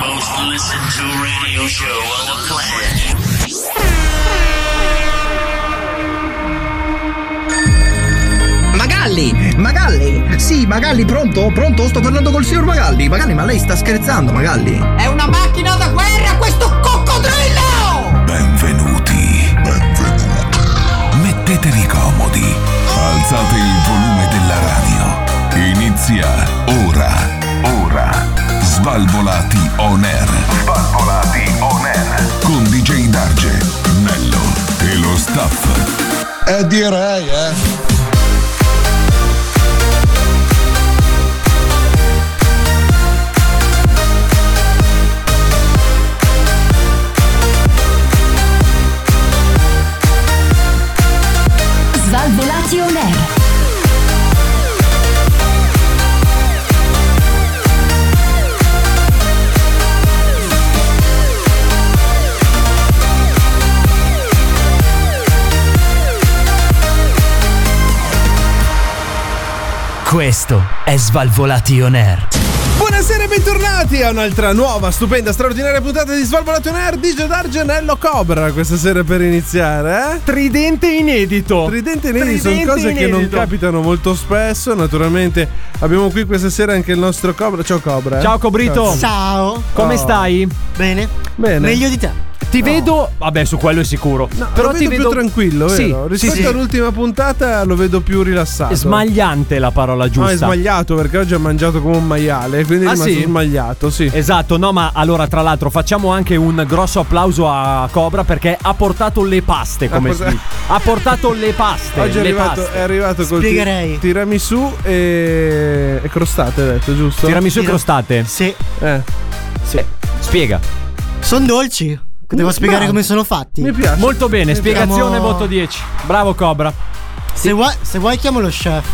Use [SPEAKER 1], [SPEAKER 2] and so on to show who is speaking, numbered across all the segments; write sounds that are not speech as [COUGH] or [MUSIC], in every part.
[SPEAKER 1] listen to radio show on the planet.
[SPEAKER 2] Magalli! Magalli! Sì, Magalli, pronto? Pronto? Sto parlando col signor Magalli! Magalli, ma lei sta scherzando, Magalli!
[SPEAKER 3] È una macchina da guerra questo coccodrillo!
[SPEAKER 4] Benvenuti. Benvenuti. Mettetevi comodi. Alzate il volume della radio. Inizia ora. Ora. Svalvolati on air. Svalvolati on air. Con DJ Darge, Nello e lo staff.
[SPEAKER 5] Eh direi, eh.
[SPEAKER 6] Svalvolati on air.
[SPEAKER 7] Questo è Svalvolati On Air.
[SPEAKER 8] Buonasera e bentornati a un'altra nuova, stupenda, straordinaria puntata di Svalvolato Nerd di D'Argenello Cobra questa sera per iniziare, eh?
[SPEAKER 9] Tridente inedito.
[SPEAKER 8] Tridente neri sono
[SPEAKER 9] Tridente
[SPEAKER 8] cose che non
[SPEAKER 9] inedito.
[SPEAKER 8] capitano molto spesso, naturalmente abbiamo qui questa sera anche il nostro Cobra. Ciao Cobra. eh.
[SPEAKER 9] Ciao Cobrito.
[SPEAKER 3] Ciao,
[SPEAKER 9] Come
[SPEAKER 8] Oh.
[SPEAKER 9] stai?
[SPEAKER 3] bene?
[SPEAKER 8] Bene.
[SPEAKER 3] Meglio di te.
[SPEAKER 9] Ti vedo. Vabbè, su quello è sicuro.
[SPEAKER 8] Però lo vedo più tranquillo,
[SPEAKER 9] Sì,
[SPEAKER 8] vero?
[SPEAKER 9] sì,
[SPEAKER 8] Rispetto
[SPEAKER 9] sì.
[SPEAKER 8] all'ultima puntata lo vedo più rilassato.
[SPEAKER 9] Smagliante è la parola
[SPEAKER 8] No,
[SPEAKER 9] giusta.
[SPEAKER 8] è smagliato perché oggi ha mangiato come un maiale, quindi è
[SPEAKER 9] Ah,
[SPEAKER 8] rimasto
[SPEAKER 9] sì?
[SPEAKER 8] smagliato, sì.
[SPEAKER 9] Esatto, no, ma allora tra l'altro facciamo anche un grosso applauso a Cobra perché ha portato le paste come
[SPEAKER 8] porta-
[SPEAKER 9] si dice. Ha portato le paste.
[SPEAKER 8] Ah, Oggi è
[SPEAKER 9] le
[SPEAKER 8] arrivato, eh,
[SPEAKER 9] paste.
[SPEAKER 8] è arrivato col
[SPEAKER 3] Spiegherei.
[SPEAKER 8] ti- tiramisù e, e crostate, hai detto, giusto?
[SPEAKER 9] Tiramisù e crostate.
[SPEAKER 3] Sì,
[SPEAKER 8] eh.
[SPEAKER 9] Sì. Spiega.
[SPEAKER 3] sono dolci. Devo spiegare
[SPEAKER 8] bravo.
[SPEAKER 3] come sono fatti.
[SPEAKER 8] Mi piace.
[SPEAKER 9] Molto bene,
[SPEAKER 8] Mi
[SPEAKER 9] spiegazione
[SPEAKER 3] Siamo-
[SPEAKER 9] voto 10. Bravo Cobra.
[SPEAKER 3] Se vuoi, se vuoi chiamo lo chef.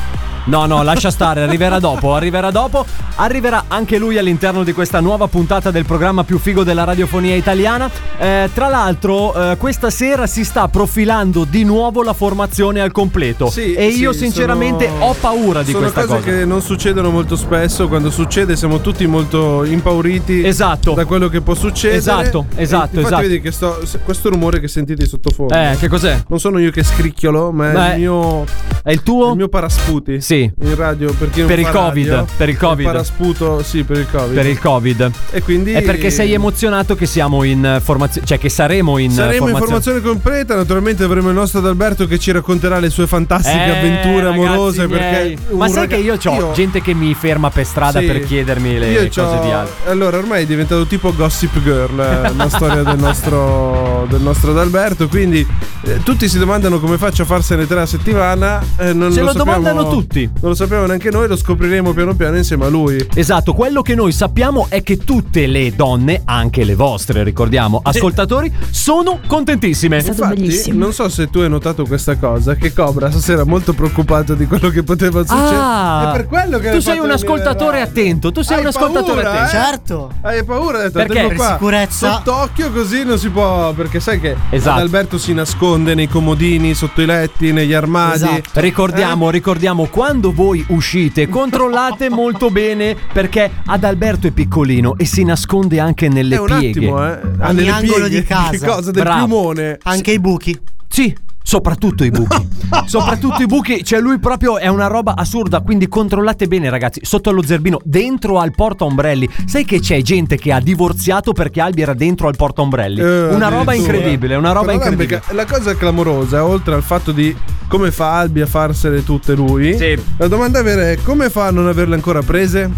[SPEAKER 9] No, no, lascia stare, arriverà dopo, arriverà dopo. Arriverà anche lui all'interno di questa nuova puntata del programma più figo della radiofonia italiana. Eh, tra l'altro, eh, questa sera si sta profilando di nuovo la formazione al completo.
[SPEAKER 8] Sì,
[SPEAKER 9] e
[SPEAKER 8] sì,
[SPEAKER 9] io sinceramente
[SPEAKER 8] sono-
[SPEAKER 9] ho paura di
[SPEAKER 8] sono
[SPEAKER 9] questa
[SPEAKER 8] cose
[SPEAKER 9] cosa.
[SPEAKER 8] che non succedono molto spesso. Quando succede, siamo tutti molto impauriti
[SPEAKER 9] Esatto.
[SPEAKER 8] da quello che può succedere.
[SPEAKER 9] Esatto,
[SPEAKER 8] E
[SPEAKER 9] esatto,
[SPEAKER 8] Infatti,
[SPEAKER 9] esatto.
[SPEAKER 8] vedi che sto, se- questo rumore che sentite sottofondo.
[SPEAKER 9] Eh, che cos'è?
[SPEAKER 8] Non sono io che scricchiolo, ma è
[SPEAKER 9] Beh,
[SPEAKER 8] il mio,
[SPEAKER 9] È il tuo?
[SPEAKER 8] il mio parasputi.
[SPEAKER 9] Sì.
[SPEAKER 8] In radio, per chi non
[SPEAKER 9] Per il
[SPEAKER 8] fa
[SPEAKER 9] Covid,
[SPEAKER 8] radio,
[SPEAKER 9] per il Covid.
[SPEAKER 8] parasputo, sì, per il Covid.
[SPEAKER 9] Per il Covid.
[SPEAKER 8] E quindi.
[SPEAKER 9] È perché sei emozionato che siamo in formazione. Cioè, che saremo in eh,
[SPEAKER 8] Saremo in
[SPEAKER 9] formazione.
[SPEAKER 8] formazione completa, naturalmente avremo il nostro Adalberto che ci racconterà le sue fantastiche
[SPEAKER 9] Eh,
[SPEAKER 8] avventure
[SPEAKER 9] ragazzi
[SPEAKER 8] amorose
[SPEAKER 9] miei.
[SPEAKER 8] perché
[SPEAKER 9] Ma
[SPEAKER 8] un
[SPEAKER 9] sai
[SPEAKER 8] raga-
[SPEAKER 9] che io ho gente che mi ferma per strada
[SPEAKER 8] Sì.
[SPEAKER 9] per chiedermi le
[SPEAKER 8] Io
[SPEAKER 9] cose
[SPEAKER 8] c'ho-
[SPEAKER 9] di altri.
[SPEAKER 8] Allora, ormai è diventato tipo Gossip Girl eh,
[SPEAKER 9] [LAUGHS]
[SPEAKER 8] la storia del nostro, del nostro Adalberto. Quindi eh, tutti si domandano come faccio a farsene tre a settimana. eh, non
[SPEAKER 9] Se lo
[SPEAKER 8] sappiamo-
[SPEAKER 9] domandano tutti.
[SPEAKER 8] Non lo sappiamo neanche noi, lo scopriremo piano piano insieme a lui.
[SPEAKER 9] Esatto, quello che noi sappiamo è che tutte le donne, anche le vostre, ricordiamo, ascoltatori, sono contentissime.
[SPEAKER 6] Stato
[SPEAKER 8] Infatti,
[SPEAKER 6] bellissimo.
[SPEAKER 8] non so se tu hai notato questa cosa, che Cobra stasera è molto preoccupato di quello che poteva succedere.
[SPEAKER 9] Ah,
[SPEAKER 8] cioè, è per quello che
[SPEAKER 9] tu sei
[SPEAKER 8] l'hai fatto
[SPEAKER 9] un
[SPEAKER 8] venire
[SPEAKER 9] ascoltatore
[SPEAKER 8] avanti.
[SPEAKER 9] attento, tu sei
[SPEAKER 8] Hai
[SPEAKER 9] un ascoltatore
[SPEAKER 8] paura,
[SPEAKER 9] attento.
[SPEAKER 8] eh?
[SPEAKER 3] Certo.
[SPEAKER 8] Hai paura, ho detto
[SPEAKER 9] Perché?
[SPEAKER 8] tengo
[SPEAKER 9] Per
[SPEAKER 8] qua
[SPEAKER 3] sicurezza.
[SPEAKER 8] Sott'occhio così non si può. Perché sai che
[SPEAKER 9] Esatto.
[SPEAKER 8] Alberto si nasconde nei comodini, sotto i letti, negli armadi.
[SPEAKER 3] Esatto.
[SPEAKER 9] Ricordiamo, ricordiamo, quando voi
[SPEAKER 8] [LAUGHS]
[SPEAKER 9] uscite controllate molto bene perché Adalberto è piccolino e si nasconde anche nelle
[SPEAKER 8] È un
[SPEAKER 9] pieghe.
[SPEAKER 8] attimo, eh. Ha
[SPEAKER 3] Ogni
[SPEAKER 8] nelle
[SPEAKER 3] angolo di
[SPEAKER 8] pieghe.
[SPEAKER 3] casa.
[SPEAKER 8] [LAUGHS] Che cosa del
[SPEAKER 9] Bravo.
[SPEAKER 8] piumone.
[SPEAKER 3] Anche i buchi.
[SPEAKER 9] Sì, soprattutto i
[SPEAKER 8] [LAUGHS]
[SPEAKER 9] buchi. soprattutto i buchi, cioè lui proprio è una roba assurda, quindi controllate bene ragazzi, sotto allo zerbino, dentro al porta ombrelli. Sai che c'è gente che ha divorziato perché Albi era dentro al porta ombrelli.
[SPEAKER 8] Eh,
[SPEAKER 9] una roba
[SPEAKER 8] addirittura.
[SPEAKER 9] incredibile, una roba
[SPEAKER 8] Però guarda,
[SPEAKER 9] incredibile.
[SPEAKER 8] perché La cosa clamorosa, oltre al fatto di come fa Albi a farsele tutte lui,
[SPEAKER 9] Sì.
[SPEAKER 8] la domanda vera è come fa a non averle ancora prese?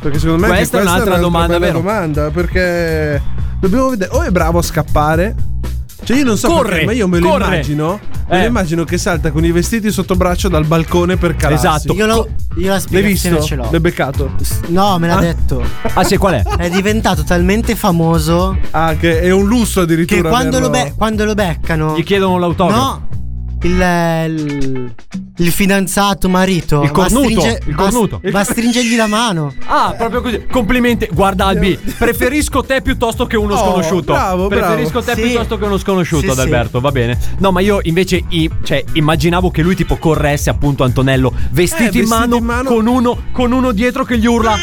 [SPEAKER 8] Perché secondo me anche
[SPEAKER 9] Questa è un'altra domanda,
[SPEAKER 8] bella
[SPEAKER 9] vero.
[SPEAKER 8] domanda, perché dobbiamo vedere o è bravo a scappare cioè io non so
[SPEAKER 9] Corre,
[SPEAKER 8] perché, ma io me lo
[SPEAKER 9] corre.
[SPEAKER 8] immagino, me
[SPEAKER 9] Eh.
[SPEAKER 8] lo immagino che salta con i vestiti sotto braccio dal balcone per calarsi.
[SPEAKER 9] Esatto.
[SPEAKER 3] Io, lo, io la
[SPEAKER 8] L'hai
[SPEAKER 3] spiegazione
[SPEAKER 8] visto?
[SPEAKER 3] ce l'ho.
[SPEAKER 8] L'hai beccato.
[SPEAKER 3] No, me l'ha detto.
[SPEAKER 9] Ah sì, qual è?
[SPEAKER 3] È diventato
[SPEAKER 9] [LAUGHS]
[SPEAKER 3] talmente famoso
[SPEAKER 8] Ah, che è un lusso
[SPEAKER 3] che
[SPEAKER 8] addirittura.
[SPEAKER 3] quando lo,
[SPEAKER 8] averlo.
[SPEAKER 3] be- quando lo beccano.
[SPEAKER 9] Gli chiedono l'autografo.
[SPEAKER 3] No, il, eh, il, il fidanzato marito.
[SPEAKER 9] Il cornuto,
[SPEAKER 3] Ma stringe-
[SPEAKER 9] il cornuto.
[SPEAKER 3] Ma, ma stringergli la mano.
[SPEAKER 9] Ah, proprio così. Complimenti. Guarda Albi, preferisco te piuttosto che uno
[SPEAKER 8] Oh,
[SPEAKER 9] sconosciuto.
[SPEAKER 8] bravo, bravo.
[SPEAKER 9] preferisco te
[SPEAKER 3] Sì.
[SPEAKER 9] piuttosto che uno sconosciuto,
[SPEAKER 3] Sì, sì.
[SPEAKER 9] Adalberto, va bene. No, ma io invece i- cioè, immaginavo che lui tipo corresse appunto Antonello, vestiti,
[SPEAKER 8] vestiti
[SPEAKER 9] in, mano,
[SPEAKER 8] in mano.
[SPEAKER 9] Con, uno, con uno dietro che gli urla.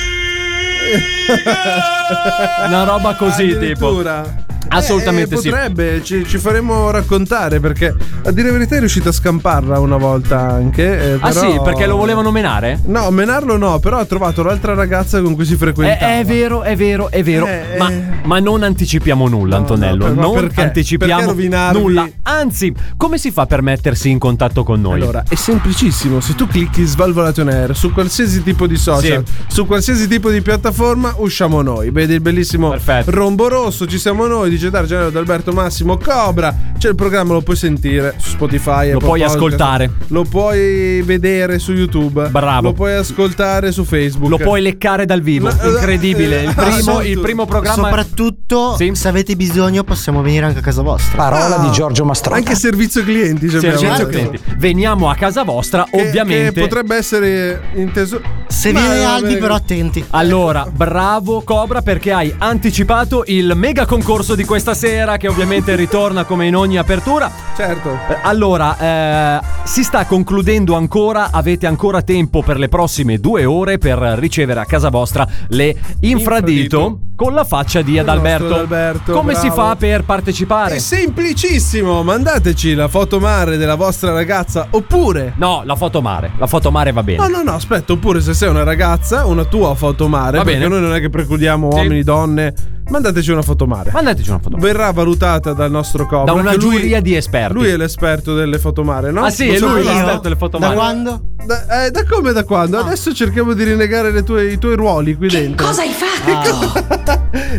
[SPEAKER 9] Una roba così, tipo.
[SPEAKER 8] Addirittura.
[SPEAKER 9] Assolutamente
[SPEAKER 8] Eh,
[SPEAKER 9] sì.
[SPEAKER 8] Potrebbe, ci, ci faremo raccontare perché a dire la verità è riuscita a scamparla una volta anche. eh,
[SPEAKER 9] Ah
[SPEAKER 8] però-
[SPEAKER 9] sì, perché lo volevano menare?
[SPEAKER 8] No, menarlo no, però ha trovato l'altra ragazza con cui si
[SPEAKER 9] Eh,
[SPEAKER 8] frequentava.
[SPEAKER 9] È, vero, è vero, è vero.
[SPEAKER 8] Eh,
[SPEAKER 9] ma,
[SPEAKER 8] eh.
[SPEAKER 9] ma non anticipiamo nulla,
[SPEAKER 8] No,
[SPEAKER 9] Antonello.
[SPEAKER 8] no, per- ma
[SPEAKER 9] non
[SPEAKER 8] perché? Perché
[SPEAKER 9] anticipiamo
[SPEAKER 8] rovinarvi?
[SPEAKER 9] nulla. Anzi, come si fa per mettersi in contatto con noi?
[SPEAKER 8] Allora, è semplicissimo, se tu clicchi Svalvolation Air su qualsiasi tipo di social,
[SPEAKER 9] Sì.
[SPEAKER 8] su qualsiasi tipo di piattaforma, usciamo noi. Vedi il bellissimo
[SPEAKER 9] Perfetto.
[SPEAKER 8] rombo rosso, ci siamo noi, dice Dargenero Alberto Massimo Cobra, c'è il programma, lo puoi sentire su Spotify,
[SPEAKER 9] Lo
[SPEAKER 8] Apple
[SPEAKER 9] puoi
[SPEAKER 8] Podcast,
[SPEAKER 9] ascoltare.
[SPEAKER 8] lo puoi vedere su YouTube,
[SPEAKER 9] Bravo.
[SPEAKER 8] lo puoi ascoltare su Facebook.
[SPEAKER 9] Lo puoi leccare dal vivo.
[SPEAKER 8] Ma-
[SPEAKER 9] Incredibile.
[SPEAKER 8] eh,
[SPEAKER 9] Il primo, il primo [LAUGHS] programma.
[SPEAKER 3] Soprattutto
[SPEAKER 9] Sì.
[SPEAKER 3] se avete bisogno possiamo venire anche a casa vostra.
[SPEAKER 8] parola di Giorgio Mastrota. Ah. Anche servizio clienti, ci abbiamo
[SPEAKER 9] Servizio
[SPEAKER 8] detto.
[SPEAKER 9] clienti. Veniamo a casa vostra,
[SPEAKER 8] Che-
[SPEAKER 9] ovviamente.
[SPEAKER 8] che potrebbe essere inteso
[SPEAKER 3] Se
[SPEAKER 8] Ma-
[SPEAKER 3] viene Albi però attenti.
[SPEAKER 9] Allora, bravo Cobra perché hai anticipato il mega concorso di questa sera che ovviamente ritorna come in ogni apertura.
[SPEAKER 8] Certo.
[SPEAKER 9] Eh, Allora, eh, si sta concludendo ancora, avete ancora tempo per le prossime due ore per ricevere a casa vostra le infradito,
[SPEAKER 8] Infradito.
[SPEAKER 9] con la faccia di Adalberto.
[SPEAKER 8] nostro Adalberto,
[SPEAKER 9] Come si
[SPEAKER 8] bravo. Eh
[SPEAKER 9] fa per partecipare?
[SPEAKER 8] È semplicissimo, mandateci la foto mare della vostra ragazza oppure
[SPEAKER 9] No, la foto mare, la foto mare va bene.
[SPEAKER 8] No, no, no, aspetta, oppure se sei una ragazza, una tua foto mare,
[SPEAKER 9] Va
[SPEAKER 8] perché
[SPEAKER 9] bene.
[SPEAKER 8] noi non è che precludiamo
[SPEAKER 9] Sì.
[SPEAKER 8] uomini, donne, mandateci una foto mare.
[SPEAKER 9] Mandateci una foto mare.
[SPEAKER 8] Verrà valutata dal nostro
[SPEAKER 9] Da
[SPEAKER 8] cobra
[SPEAKER 9] una
[SPEAKER 8] che lui-
[SPEAKER 9] giuria di esperti.
[SPEAKER 8] Lui è l'esperto delle foto mare, no?
[SPEAKER 9] Ah, sì,
[SPEAKER 8] Lo
[SPEAKER 9] è
[SPEAKER 8] so
[SPEAKER 9] lui Ah.
[SPEAKER 8] che-
[SPEAKER 9] l'esperto.
[SPEAKER 3] Io?
[SPEAKER 9] aspetto le foto
[SPEAKER 3] Da
[SPEAKER 9] male.
[SPEAKER 3] quando?
[SPEAKER 8] Da, eh, da come da quando? Adesso cerchiamo di rinnegare le tue- i tuoi ruoli qui dentro.
[SPEAKER 6] Cosa hai fatto?
[SPEAKER 8] [LAUGHS]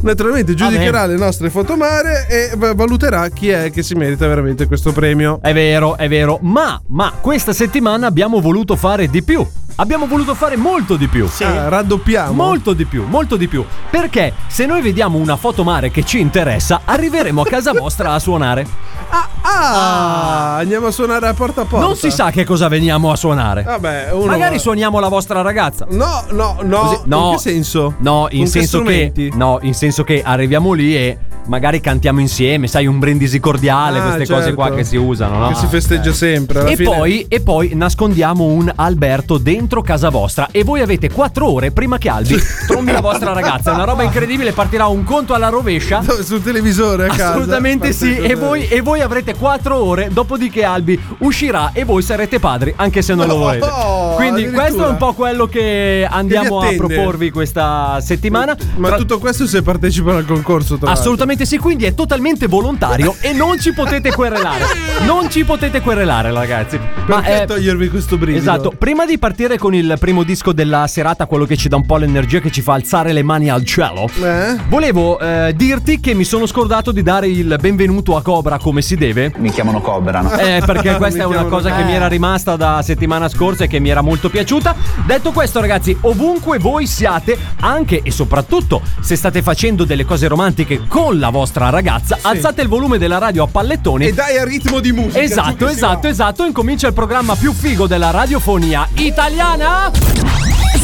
[SPEAKER 8] Naturalmente giudicherà
[SPEAKER 3] Va
[SPEAKER 8] le nostre foto mare e va- valuterà chi è che si merita veramente questo premio.
[SPEAKER 9] È vero, è vero, ma, ma questa settimana abbiamo voluto fare di più. Abbiamo voluto fare molto di più.
[SPEAKER 8] Ah, raddoppiamo.
[SPEAKER 9] Molto di più, molto di più. Perché se noi vediamo una foto mare che ci interessa, arriveremo a
[SPEAKER 8] [LAUGHS]
[SPEAKER 9] casa vostra a suonare.
[SPEAKER 8] Ah, ah, andiamo a suonare a porta a porta.
[SPEAKER 9] Non si sa che cosa veniamo a suonare.
[SPEAKER 8] Vabbè, uno
[SPEAKER 9] Magari
[SPEAKER 8] va-
[SPEAKER 9] suoniamo la vostra ragazza.
[SPEAKER 8] No, no, no.
[SPEAKER 9] Così- no,
[SPEAKER 8] In che senso?
[SPEAKER 9] No,
[SPEAKER 8] Con
[SPEAKER 9] in senso che,
[SPEAKER 8] strumenti?
[SPEAKER 9] no, in senso che arriviamo lì e magari cantiamo insieme, sai, un brindisi cordiale,
[SPEAKER 8] Ah,
[SPEAKER 9] queste cose qua
[SPEAKER 8] certo.
[SPEAKER 9] che si usano, no? Eh.
[SPEAKER 8] Che si festeggia sempre. alla
[SPEAKER 9] E
[SPEAKER 8] fine- [LAUGHS]
[SPEAKER 9] poi, e poi nascondiamo un Alberto dentro casa vostra e voi avete 4 ore prima che
[SPEAKER 8] [LAUGHS]
[SPEAKER 9] Albi trombi la vostra ragazza. È una roba incredibile, partirà un conto alla rovescia.
[SPEAKER 8] Sul televisore a casa.
[SPEAKER 9] Assolutamente sì,
[SPEAKER 8] Partito
[SPEAKER 9] e voi, e voi avrete 4 ore, dopodiché Albi uscirà e voi sarete padri, anche se non lo
[SPEAKER 8] No,
[SPEAKER 9] volete. Quindi
[SPEAKER 8] Oh, addirittura.
[SPEAKER 9] questo è un po' quello che andiamo
[SPEAKER 8] Che
[SPEAKER 9] a
[SPEAKER 8] vi attende.
[SPEAKER 9] proporvi questa settimana.
[SPEAKER 8] Ma
[SPEAKER 9] Tra-
[SPEAKER 8] tutto questo se partecipano al concorso, tra l'altro.
[SPEAKER 9] Assolutamente sì, quindi è totalmente volontario e non ci potete
[SPEAKER 8] [LAUGHS]
[SPEAKER 9] querelare. Non ci potete querelare, ragazzi. Ma
[SPEAKER 8] Perché
[SPEAKER 9] eh,
[SPEAKER 8] togliervi questo brivido?
[SPEAKER 9] Esatto, prima di partire con il primo disco della serata, quello che ci dà un po' l'energia, che ci fa alzare le mani al cielo,
[SPEAKER 8] Eh?
[SPEAKER 9] volevo eh, dirti che mi sono scordato di dare il benvenuto a Cobra come si deve.
[SPEAKER 1] Mi chiamano Cobra, no?
[SPEAKER 9] Eh, perché questa è
[SPEAKER 8] [LAUGHS] Mi
[SPEAKER 9] una
[SPEAKER 8] chiamano-
[SPEAKER 9] cosa che mi era rimasta da settimana scorsa e che mi era molto piaciuta. Detto questo, ragazzi, ovunque voi siate, anche e soprattutto se state facendo delle cose romantiche con la vostra ragazza, alzate il volume della radio a pallettoni
[SPEAKER 8] E dai a ritmo di musica. giù
[SPEAKER 9] Esatto,
[SPEAKER 8] che si
[SPEAKER 9] esatto,
[SPEAKER 8] va.
[SPEAKER 9] esatto. Incomincia il programma più figo della radiofonia italiana.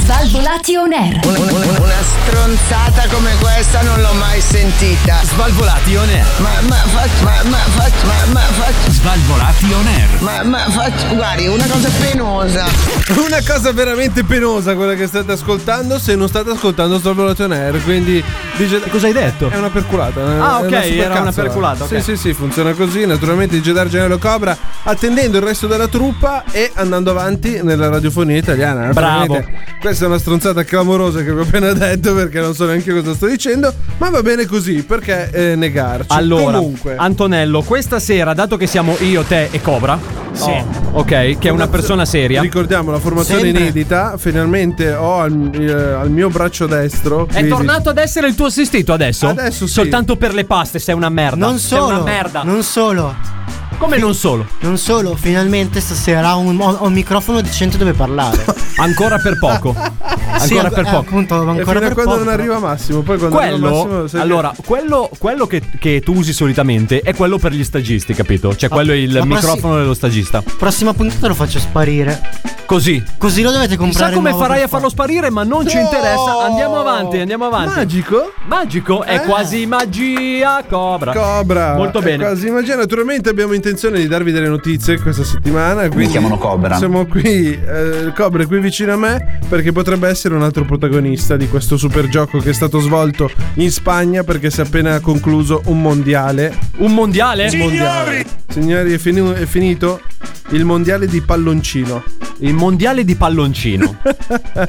[SPEAKER 6] Svalvolati on air.
[SPEAKER 1] Una stronzata come questa non l'ho mai sentita.
[SPEAKER 7] Svalvolati on air.
[SPEAKER 1] Ma, ma, fac, ma, ma, fac, ma, ma, fac,
[SPEAKER 7] Svalvolati on air.
[SPEAKER 1] ma, ma, fac, guardi, una cosa penosa.
[SPEAKER 8] [LAUGHS] Una cosa veramente penosa quella che state ascoltando. Se non state ascoltando, sto Volation Air. Quindi dice.
[SPEAKER 9] Cosa hai detto?
[SPEAKER 8] È una perculata. eh,
[SPEAKER 9] Ah,
[SPEAKER 8] è
[SPEAKER 9] ok, era una
[SPEAKER 8] supercazzola.
[SPEAKER 9] perculata, ok.
[SPEAKER 8] Sì, sì, sì, funziona così. Naturalmente il Jedi Genero Cobra attendendo il resto della truppa e andando avanti nella radiofonia italiana.
[SPEAKER 9] Bravo.
[SPEAKER 8] Naturalmente, Questa è una stronzata clamorosa che vi ho appena detto perché non so neanche cosa sto dicendo, ma va bene così, perché eh, negarci?
[SPEAKER 9] Allora,
[SPEAKER 8] comunque.
[SPEAKER 9] Antonello, questa sera, dato che siamo io, te e Cobra, sì. ok, che è una persona seria.
[SPEAKER 8] Ricordiamo la formazione
[SPEAKER 3] Sempre.
[SPEAKER 8] inedita, finalmente ho al, eh, al mio braccio destro.
[SPEAKER 9] È
[SPEAKER 8] quindi-
[SPEAKER 9] tornato ad essere il tuo assistito adesso?
[SPEAKER 8] Adesso sì.
[SPEAKER 9] Soltanto per le paste, sei una merda.
[SPEAKER 3] Non
[SPEAKER 9] Sei
[SPEAKER 3] solo,
[SPEAKER 9] una merda.
[SPEAKER 3] non solo,
[SPEAKER 9] Come non solo?
[SPEAKER 3] non solo, finalmente stasera ho un, ho- ho un microfono decente dove parlare.
[SPEAKER 9] [LAUGHS] Ancora per poco. Ancora
[SPEAKER 3] Sì,
[SPEAKER 9] per
[SPEAKER 3] eh,
[SPEAKER 9] poco.
[SPEAKER 3] Appunto,
[SPEAKER 8] E
[SPEAKER 3] ancora
[SPEAKER 8] fino a
[SPEAKER 3] per
[SPEAKER 8] quando
[SPEAKER 3] poco.
[SPEAKER 8] non arriva Massimo, poi quando arriva eh, Massimo,
[SPEAKER 9] Quello,
[SPEAKER 8] sai che-
[SPEAKER 9] allora, quello, quello che, che tu usi solitamente è quello per gli stagisti, capito? Cioè, quello è il
[SPEAKER 3] ma sì.
[SPEAKER 9] microfono dello stagista.
[SPEAKER 3] Prossima puntata lo faccio sparire.
[SPEAKER 9] Così.
[SPEAKER 3] Così lo dovete comprare.
[SPEAKER 9] Chissà come
[SPEAKER 3] nuovo
[SPEAKER 9] farai
[SPEAKER 3] per
[SPEAKER 9] a farlo
[SPEAKER 3] forza.
[SPEAKER 9] sparire, ma non ci interessa. Andiamo avanti, andiamo avanti.
[SPEAKER 8] Magico?
[SPEAKER 9] Magico è
[SPEAKER 8] Eh.
[SPEAKER 9] quasi magia, Cobra.
[SPEAKER 8] Cobra.
[SPEAKER 9] Molto
[SPEAKER 8] È
[SPEAKER 9] bene.
[SPEAKER 8] Quasi magia. Naturalmente abbiamo intenzione di darvi delle notizie questa settimana. Quindi Mi chiamano Cobra. Siamo qui, eh, il Cobra è qui vicino a me perché potrebbe essere un altro protagonista di questo supergioco che è stato svolto in Spagna perché si è appena concluso un mondiale.
[SPEAKER 9] Un mondiale?
[SPEAKER 8] Mondiale. Signori, è, fini- è finito il mondiale di palloncino.
[SPEAKER 9] Il mondiale di
[SPEAKER 8] [LAUGHS]
[SPEAKER 9] palloncino.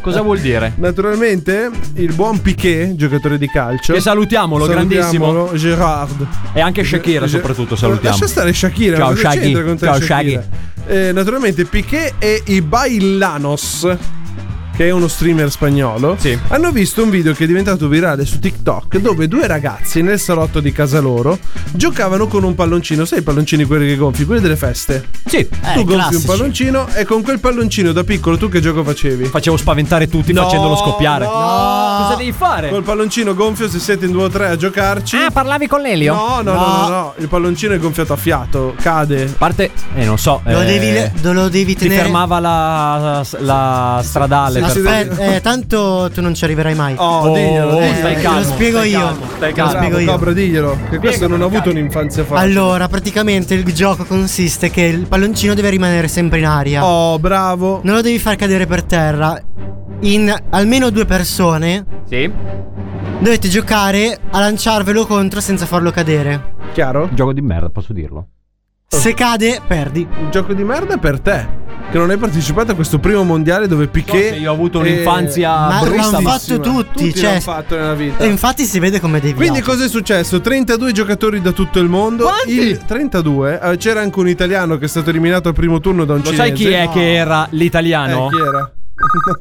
[SPEAKER 9] Cosa vuol dire?
[SPEAKER 8] Naturalmente, il buon Piquet, giocatore di calcio.
[SPEAKER 9] Che salutiamolo, grandissimo.
[SPEAKER 8] Salutiamolo, Gerard.
[SPEAKER 9] E anche Shakira,
[SPEAKER 8] Ge-
[SPEAKER 9] soprattutto, salutiamo.
[SPEAKER 8] Lascia stare Shakira.
[SPEAKER 9] Ciao,
[SPEAKER 8] cosa
[SPEAKER 9] Shaggy.
[SPEAKER 8] c'entra con te
[SPEAKER 9] Ciao,
[SPEAKER 8] Shakira? Eh, naturalmente Piqué e i Bailanos, che è uno streamer spagnolo,
[SPEAKER 9] Sì.
[SPEAKER 8] hanno visto un video che è diventato virale su TikTok dove due ragazzi nel salotto di casa loro giocavano con un palloncino. Sai i palloncini quelli che gonfi? Quelli delle feste.
[SPEAKER 9] Sì.
[SPEAKER 8] tu gonfi
[SPEAKER 3] classici.
[SPEAKER 8] un palloncino e con quel palloncino da piccolo tu che gioco facevi?
[SPEAKER 9] Facevo spaventare tutti facendolo scoppiare.
[SPEAKER 8] no.
[SPEAKER 9] Cosa devi fare?
[SPEAKER 8] Col palloncino gonfio se siete in due o tre a giocarci.
[SPEAKER 9] Ah, parlavi con Lelio?
[SPEAKER 8] No, no, no, no, no, il palloncino è gonfiato a fiato, cade.
[SPEAKER 9] A parte, eh, non so.
[SPEAKER 3] Lo
[SPEAKER 9] eh,
[SPEAKER 3] devi, le- lo devi
[SPEAKER 9] Ti
[SPEAKER 3] tenere.
[SPEAKER 9] fermava la, la stradale. per-
[SPEAKER 3] Aspetta, eh, tanto tu non ci arriverai mai.
[SPEAKER 8] Oh,
[SPEAKER 9] Oh,
[SPEAKER 8] diglielo,
[SPEAKER 9] oh,
[SPEAKER 8] diglielo.
[SPEAKER 9] stai
[SPEAKER 3] Eh,
[SPEAKER 9] calmo,
[SPEAKER 3] Lo spiego
[SPEAKER 9] stai
[SPEAKER 3] io.
[SPEAKER 9] calmo, stai
[SPEAKER 3] Lo
[SPEAKER 9] calmo.
[SPEAKER 3] spiego
[SPEAKER 8] Bravo,
[SPEAKER 3] io.
[SPEAKER 8] Cobra, diglielo, che questo non ha avuto un'infanzia facile.
[SPEAKER 3] Allora, praticamente il gioco consiste che il palloncino deve rimanere sempre in aria.
[SPEAKER 8] Oh, bravo.
[SPEAKER 3] Non lo devi far cadere per terra. In almeno due persone
[SPEAKER 9] Sì.
[SPEAKER 3] dovete giocare a lanciarvelo contro senza farlo cadere.
[SPEAKER 8] Chiaro?
[SPEAKER 9] Gioco di merda, posso dirlo.
[SPEAKER 3] Se cade, perdi.
[SPEAKER 8] Un gioco di merda per te. Che non hai partecipato a questo primo mondiale dove Piquet.
[SPEAKER 9] Forse io ho avuto un'infanzia
[SPEAKER 3] Ma
[SPEAKER 9] brutta.
[SPEAKER 3] l'hanno
[SPEAKER 9] ma-
[SPEAKER 3] fatto tutti,
[SPEAKER 8] tutti
[SPEAKER 3] cioè-
[SPEAKER 8] l'hanno fatto nella vita.
[SPEAKER 3] E infatti si vede come devi.
[SPEAKER 8] Quindi cosa è successo? 32 giocatori da tutto il mondo.
[SPEAKER 9] Quanti?
[SPEAKER 8] Il 32. eh, c'era anche un italiano che è stato eliminato al primo turno da un
[SPEAKER 9] Lo
[SPEAKER 8] cinese.
[SPEAKER 9] sai chi è che era
[SPEAKER 8] Eh,
[SPEAKER 9] l'italiano?
[SPEAKER 8] chi era?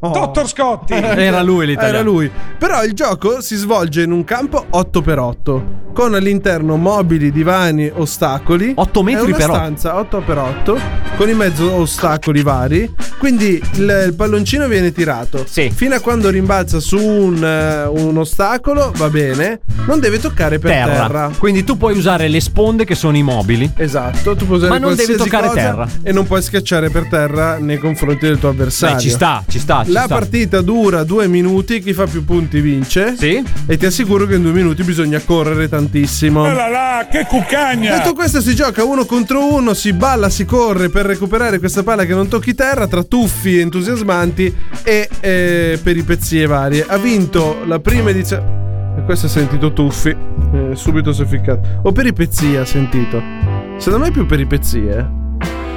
[SPEAKER 8] No.
[SPEAKER 5] Scotti.
[SPEAKER 9] Ah, Era lui l'italiano.
[SPEAKER 8] Era lui. Però il gioco si svolge in un campo 8x8, con all'interno mobili, divani, ostacoli.
[SPEAKER 9] Otto metri
[SPEAKER 8] È una
[SPEAKER 9] per otto.
[SPEAKER 8] stanza 8x8, con in mezzo ostacoli vari. Quindi il, il palloncino viene tirato.
[SPEAKER 9] Sì.
[SPEAKER 8] Fino a quando rimbalza su un, eh, un ostacolo, va bene. Non deve toccare per terra.
[SPEAKER 9] Terra. Quindi tu puoi usare le sponde che sono immobili.
[SPEAKER 8] Esatto, tu puoi usare
[SPEAKER 9] Ma non devi
[SPEAKER 8] qualsiasi
[SPEAKER 9] toccare
[SPEAKER 8] cosa
[SPEAKER 9] terra.
[SPEAKER 8] E non puoi schiacciare per terra nei confronti del tuo avversario.
[SPEAKER 9] Dai, ci sta, ci sta. Ci
[SPEAKER 8] La
[SPEAKER 9] sta.
[SPEAKER 8] partita dura due minuti, chi fa più punti vince.
[SPEAKER 9] Sì.
[SPEAKER 8] E ti assicuro che in due minuti bisogna correre tantissimo.
[SPEAKER 5] che cuccagna.
[SPEAKER 8] Detto questo, si gioca uno contro uno, si balla, si corre per recuperare questa palla che non tocchi terra tra tuffi entusiasmanti e eh, peripezie varie. Ha vinto la prima edizione. E questo ha sentito tuffi. eh, subito si è ficcato. O peripezie ha sentito. Secondo me più peripezie.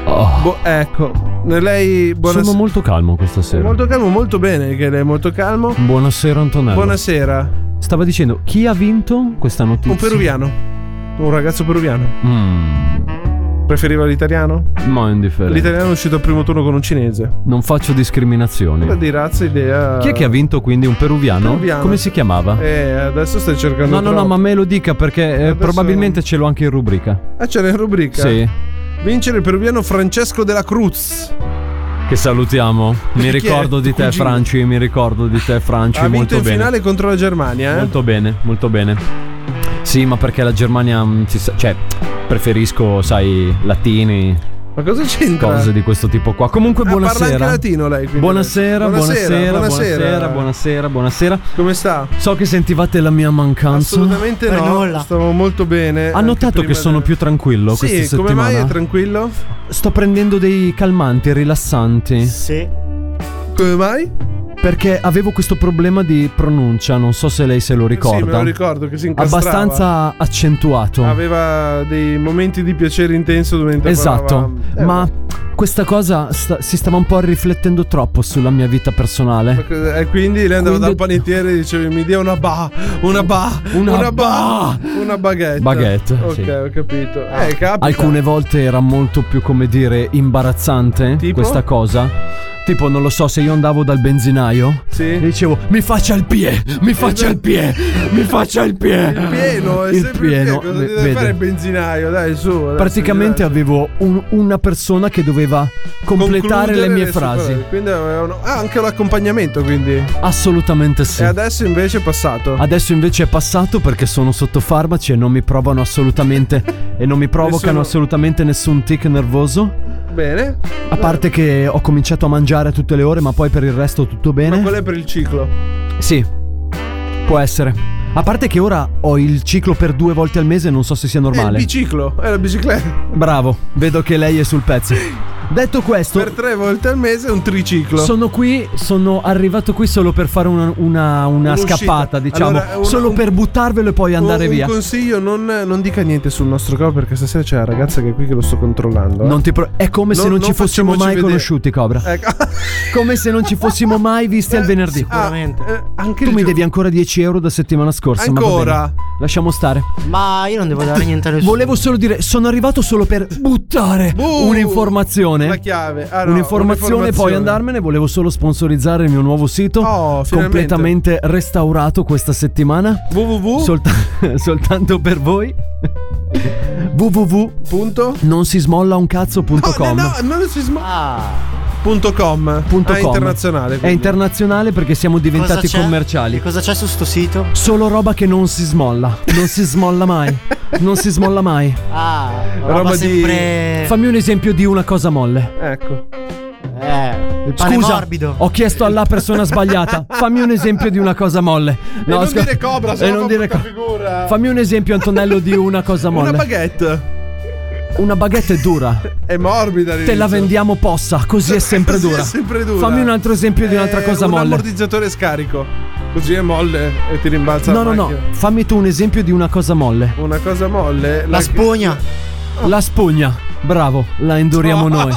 [SPEAKER 9] Oh,
[SPEAKER 8] Boh, ecco. Lei.
[SPEAKER 9] sono
[SPEAKER 8] Buonasera.
[SPEAKER 9] molto calmo questa sera.
[SPEAKER 8] Molto calmo, molto bene che lei è molto calmo.
[SPEAKER 9] Buonasera Antonello.
[SPEAKER 8] Buonasera.
[SPEAKER 9] Stavo dicendo, chi ha vinto questa notizia?
[SPEAKER 8] Un peruviano. Un ragazzo peruviano.
[SPEAKER 9] Mm,
[SPEAKER 8] Preferiva l'italiano?
[SPEAKER 9] ma è indifferente.
[SPEAKER 8] L'italiano è uscito al primo turno con un cinese.
[SPEAKER 9] Non faccio discriminazioni.
[SPEAKER 8] Di razza, idea.
[SPEAKER 9] Chi è che ha vinto quindi un peruviano?
[SPEAKER 8] Peruviano.
[SPEAKER 9] Come si chiamava?
[SPEAKER 8] Eh, adesso stai cercando.
[SPEAKER 9] no, no, no,
[SPEAKER 8] troppo.
[SPEAKER 9] ma me lo dica perché eh,
[SPEAKER 8] Adesso-
[SPEAKER 9] probabilmente ce l'ho anche in rubrica.
[SPEAKER 8] Ah, c'era in rubrica.
[SPEAKER 9] Sì.
[SPEAKER 8] Vincere il peruviano Francesco della Cruz.
[SPEAKER 9] Che salutiamo. Mi
[SPEAKER 8] è?
[SPEAKER 9] ricordo di te,
[SPEAKER 8] Cugino.
[SPEAKER 9] Franci. Mi ricordo di te, Franci.
[SPEAKER 8] ha vinto
[SPEAKER 9] molto
[SPEAKER 8] in
[SPEAKER 9] bene.
[SPEAKER 8] finale contro la Germania, eh?
[SPEAKER 9] Molto bene, molto bene. Sì, ma perché la Germania. mm, ci sa- cioè, preferisco, sai, latini,
[SPEAKER 8] Ma cosa c'entra?
[SPEAKER 9] cose di questo tipo qua. Comunque,
[SPEAKER 8] Ah,
[SPEAKER 9] buonasera.
[SPEAKER 8] Parla anche latino lei. quindi.
[SPEAKER 9] Buonasera, buonasera, buonasera, buonasera, buonasera.
[SPEAKER 8] Come sta?
[SPEAKER 9] So che sentivate la mia mancanza.
[SPEAKER 8] Assolutamente
[SPEAKER 3] Per
[SPEAKER 8] no.
[SPEAKER 3] nulla.
[SPEAKER 8] Stavo molto bene.
[SPEAKER 9] Ha
[SPEAKER 8] anche
[SPEAKER 9] notato
[SPEAKER 8] prima
[SPEAKER 9] che sono
[SPEAKER 8] del-
[SPEAKER 9] più tranquillo
[SPEAKER 8] Sì,
[SPEAKER 9] questa
[SPEAKER 8] come
[SPEAKER 9] settimana?
[SPEAKER 8] mai è tranquillo?
[SPEAKER 9] Sto prendendo dei calmanti rilassanti
[SPEAKER 3] Sì.
[SPEAKER 8] Come mai?
[SPEAKER 9] perché avevo questo problema di pronuncia, non so se lei se lo ricorda.
[SPEAKER 8] Sì, me lo ricordo che Ah, si incastrava.
[SPEAKER 9] Abbastanza accentuato.
[SPEAKER 8] Aveva dei momenti di piacere intenso dove interpretava.
[SPEAKER 9] Esatto,
[SPEAKER 8] Eh,
[SPEAKER 9] ma questa cosa sta- si stava un po' riflettendo troppo sulla mia vita personale.
[SPEAKER 8] ma- E quindi lei andava
[SPEAKER 9] Quindi-
[SPEAKER 8] dal panettiere e diceva mi dia una ba, una ba,
[SPEAKER 9] Una
[SPEAKER 8] una, ba,
[SPEAKER 9] ba."
[SPEAKER 8] una baguette.
[SPEAKER 9] Baguette,
[SPEAKER 8] Ok,
[SPEAKER 9] sì. Ah,
[SPEAKER 8] ho capito. Eh, capita.
[SPEAKER 9] Alcune volte era molto più, come dire, imbarazzante
[SPEAKER 8] Tipo?
[SPEAKER 9] questa cosa. Tipo, non lo so, se io andavo dal benzinaio e
[SPEAKER 8] Sì.
[SPEAKER 9] dicevo mi faccia il pie, mi faccia il pie, mi faccia il pie.
[SPEAKER 8] Il pieno, è
[SPEAKER 9] Il
[SPEAKER 8] sempre il
[SPEAKER 9] pieno,
[SPEAKER 8] pieno. Cosa deve
[SPEAKER 9] vede.
[SPEAKER 8] fare il benzinaio? Dai, su. adesso,
[SPEAKER 9] Praticamente
[SPEAKER 8] dai.
[SPEAKER 9] avevo un- una persona che doveva completare le
[SPEAKER 8] Concludere
[SPEAKER 9] mie
[SPEAKER 8] sue
[SPEAKER 9] frasi.
[SPEAKER 8] parole. Quindi avevano... Ah, anche l'accompagnamento, quindi.
[SPEAKER 9] Assolutamente sì.
[SPEAKER 8] E adesso invece è passato.
[SPEAKER 9] Adesso invece è passato perché sono sotto farmaci e non mi provano assolutamente e non mi provocano
[SPEAKER 8] Nessuno-
[SPEAKER 9] assolutamente nessun tic nervoso.
[SPEAKER 8] Bene.
[SPEAKER 9] A parte che ho cominciato a mangiare a tutte le ore, ma poi per il resto tutto bene.
[SPEAKER 8] Ma quello è per il ciclo.
[SPEAKER 9] Sì. Può essere. A parte che ora ho il ciclo per due volte al mese e non so se sia
[SPEAKER 8] È il
[SPEAKER 9] normale.
[SPEAKER 8] biciclo, è la bicicletta. [LAUGHS]
[SPEAKER 9] Bravo, vedo che lei è sul pezzo. Detto questo,
[SPEAKER 8] Per tre volte al mese un triciclo.
[SPEAKER 9] sono qui, sono arrivato qui solo per fare una, una- una
[SPEAKER 8] Un'uscita.
[SPEAKER 9] scappata, diciamo.
[SPEAKER 8] Allora, un-
[SPEAKER 9] solo
[SPEAKER 8] un-
[SPEAKER 9] per buttarvelo e poi andare
[SPEAKER 8] un,
[SPEAKER 9] via.
[SPEAKER 8] Un consiglio, non, non dica niente sul nostro cover perché stasera c'è la ragazza che è qui che lo sto controllando. eh.
[SPEAKER 9] Non ti pro- è come se
[SPEAKER 8] Non-
[SPEAKER 9] non,
[SPEAKER 8] non
[SPEAKER 9] ci fossimo
[SPEAKER 8] facciamoci
[SPEAKER 9] mai
[SPEAKER 8] vedere.
[SPEAKER 9] conosciuti, Cobra.
[SPEAKER 8] Ecco.
[SPEAKER 9] Come se non ci fossimo mai visti al [LAUGHS] venerdì.
[SPEAKER 8] Ah, eh, anche
[SPEAKER 9] Tu
[SPEAKER 8] il
[SPEAKER 9] mi
[SPEAKER 8] gio-
[SPEAKER 9] devi ancora 10 euro da settimana scorsa. ma va
[SPEAKER 8] Ancora?
[SPEAKER 9] bene. Lasciamo stare.
[SPEAKER 3] Ma io non devo dare niente a nessuno.
[SPEAKER 9] Volevo solo dire, sono arrivato solo per buttare
[SPEAKER 8] Buh,
[SPEAKER 9] un'informazione.
[SPEAKER 8] La chiave. Ah, no,
[SPEAKER 9] un'informazione, poi andarmene. Volevo solo sponsorizzare il mio nuovo sito.
[SPEAKER 8] Oh, finalmente.
[SPEAKER 9] completamente restaurato questa settimana.
[SPEAKER 8] www.
[SPEAKER 9] Solta- [LAUGHS] soltanto per voi. [LAUGHS] www.nonsismollaoncazzo.com
[SPEAKER 8] punto.
[SPEAKER 9] smollaoncazzo.com
[SPEAKER 8] Oh, No, no, non si sm-
[SPEAKER 3] Ah,
[SPEAKER 8] punto com.
[SPEAKER 9] Punto
[SPEAKER 8] Ah,
[SPEAKER 9] com.
[SPEAKER 8] internazionale.
[SPEAKER 9] È
[SPEAKER 8] quindi.
[SPEAKER 9] internazionale perché siamo
[SPEAKER 3] cosa
[SPEAKER 9] diventati
[SPEAKER 3] c'è?
[SPEAKER 9] commerciali.
[SPEAKER 3] Cosa c'è su sto sito?
[SPEAKER 9] Solo roba che non si smolla. Non si smolla mai. Non si smolla mai.
[SPEAKER 3] Ah, roba,
[SPEAKER 8] Roba di-
[SPEAKER 3] sempre.
[SPEAKER 9] Fammi un esempio di una cosa molle.
[SPEAKER 8] Ecco.
[SPEAKER 3] Eh, il pane
[SPEAKER 9] Scusa,
[SPEAKER 3] morbido.
[SPEAKER 9] ho chiesto alla persona sbagliata. Fammi un esempio di una cosa molle.
[SPEAKER 8] E non
[SPEAKER 9] scusa-
[SPEAKER 8] dire cobra, sennò fa brutta figura.
[SPEAKER 9] Fammi un esempio, Antonello, di una cosa molle.
[SPEAKER 8] Una baguette.
[SPEAKER 9] Una baguette è dura.
[SPEAKER 8] È morbida.
[SPEAKER 9] Te la
[SPEAKER 8] all'inizio.
[SPEAKER 9] vendiamo possa, così è sempre
[SPEAKER 8] Così è
[SPEAKER 9] dura.
[SPEAKER 8] sempre dura.
[SPEAKER 9] Fammi un altro esempio di un'altra
[SPEAKER 8] Eh,
[SPEAKER 9] cosa
[SPEAKER 8] un
[SPEAKER 9] molle.
[SPEAKER 8] ammortizzatore scarico. Così è molle e ti rimbalza
[SPEAKER 9] No,
[SPEAKER 8] la
[SPEAKER 9] no, no.
[SPEAKER 8] macchina.
[SPEAKER 9] Fammi tu un esempio di una cosa molle.
[SPEAKER 8] Una cosa molle.
[SPEAKER 3] La spugna.
[SPEAKER 9] La spugna. Bravo, la induriamo noi.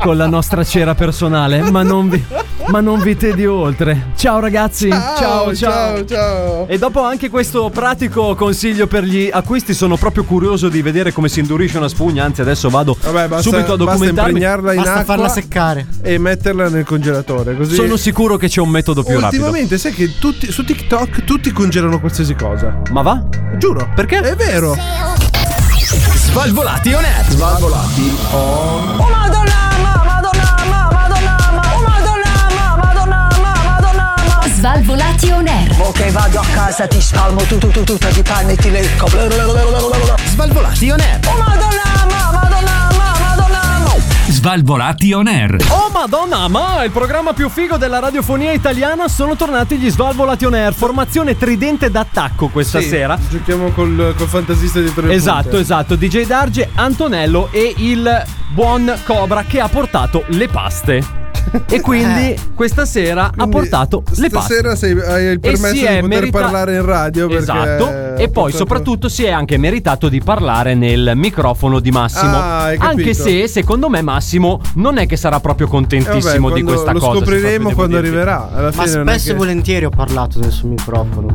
[SPEAKER 9] Con la nostra cera personale. Ma non vi, ma non vi tedio oltre. Ciao ragazzi.
[SPEAKER 8] Ciao, ciao, ciao.
[SPEAKER 9] E dopo anche questo pratico consiglio per gli acquisti, sono proprio curioso di vedere come si indurisce una spugna. Anzi, adesso vado
[SPEAKER 8] Vabbè, basta,
[SPEAKER 9] subito a
[SPEAKER 8] basta
[SPEAKER 9] documentarmi.
[SPEAKER 8] impregnarla in
[SPEAKER 3] Basta
[SPEAKER 8] acqua
[SPEAKER 3] farla seccare.
[SPEAKER 8] e metterla nel congelatore. Così
[SPEAKER 9] Sono sicuro che c'è un metodo più rapido.
[SPEAKER 8] Ultimamente, sai che tutti, su TikTok tutti congelano qualsiasi cosa.
[SPEAKER 9] Ma va?
[SPEAKER 8] Giuro. Perché? È vero.
[SPEAKER 9] Svalvolati on air.
[SPEAKER 6] Svalvolati on air.
[SPEAKER 1] Ok, vado a casa, ti spalmo tu, tu, tu, tu, ti panni e ti lecco. Svalvolati on air. Oh madonna, ma, madonna, ma, madonna, ma.
[SPEAKER 7] Svalvolati on air.
[SPEAKER 9] Oh madonna, ma il programma più figo della radiofonia italiana sono tornati gli Svalvolati on air. Formazione tridente d'attacco questa sera.
[SPEAKER 8] Giochiamo col, col fantasista dietro le
[SPEAKER 9] Esatto,
[SPEAKER 8] punte.
[SPEAKER 9] esatto. DJ Darge, Antonello e il buon Cobra che ha portato le paste.
[SPEAKER 8] [LAUGHS]
[SPEAKER 9] E quindi questa sera
[SPEAKER 8] Eh. Quindi
[SPEAKER 9] ha portato le paste.
[SPEAKER 8] Stasera sei, hai il
[SPEAKER 9] E
[SPEAKER 8] permesso
[SPEAKER 9] si
[SPEAKER 8] di
[SPEAKER 9] è
[SPEAKER 8] poter
[SPEAKER 9] merita-
[SPEAKER 8] parlare in radio. perché
[SPEAKER 9] Esatto. E poi
[SPEAKER 8] purtroppo-
[SPEAKER 9] soprattutto si è anche meritato di parlare nel microfono di Massimo.
[SPEAKER 8] Ah, hai capito.
[SPEAKER 9] anche se secondo me Massimo non è che sarà proprio
[SPEAKER 8] Eh, vabbè,
[SPEAKER 9] contentissimo di
[SPEAKER 8] quando-
[SPEAKER 9] questa cosa.
[SPEAKER 8] lo
[SPEAKER 9] se proprio
[SPEAKER 8] scopriremo
[SPEAKER 9] devo
[SPEAKER 8] quando
[SPEAKER 9] dirti.
[SPEAKER 8] arriverà. Alla
[SPEAKER 3] Ma
[SPEAKER 8] fine non è
[SPEAKER 3] spesso e
[SPEAKER 8] che-
[SPEAKER 3] volentieri ho parlato del suo microfono,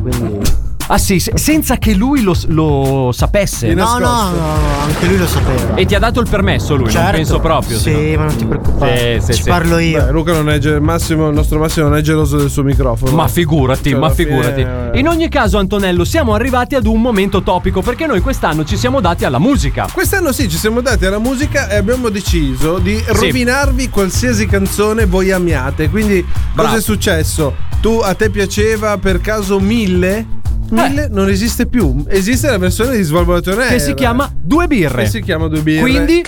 [SPEAKER 8] [LAUGHS]
[SPEAKER 3] quindi.
[SPEAKER 9] Ah sì, se- senza che lui lo, lo sapesse.
[SPEAKER 8] Io-
[SPEAKER 3] No, no,
[SPEAKER 8] nascosto.
[SPEAKER 3] no, no, anche lui lo sapeva.
[SPEAKER 9] E ti ha dato il permesso lui, non
[SPEAKER 3] Certo.
[SPEAKER 9] penso proprio. se no.
[SPEAKER 3] Sì, ma non ti preoccupare.
[SPEAKER 9] Sì, sì,
[SPEAKER 3] Ci
[SPEAKER 9] sì.
[SPEAKER 3] parlo io.
[SPEAKER 8] Beh, Luca non è ge- Massimo, il nostro Massimo non è geloso del suo microfono.
[SPEAKER 9] Ma figurati,
[SPEAKER 8] Cioè,
[SPEAKER 9] ma
[SPEAKER 8] alla fine-
[SPEAKER 9] figurati. In ogni caso, Antonello, siamo arrivati ad un momento topico perché noi quest'anno ci siamo dati alla musica.
[SPEAKER 8] Quest'anno sì, ci siamo dati alla musica e abbiamo deciso di rovinarvi qualsiasi canzone voi amiate. Quindi,
[SPEAKER 9] Bravo.
[SPEAKER 8] cosa è successo? Tu a te piaceva per caso mille? Mille non esiste più. Esiste la versione di Svalvolatore
[SPEAKER 9] Eh. Che si chiama Due birre.
[SPEAKER 8] Che si chiama Due birre.
[SPEAKER 9] Quindi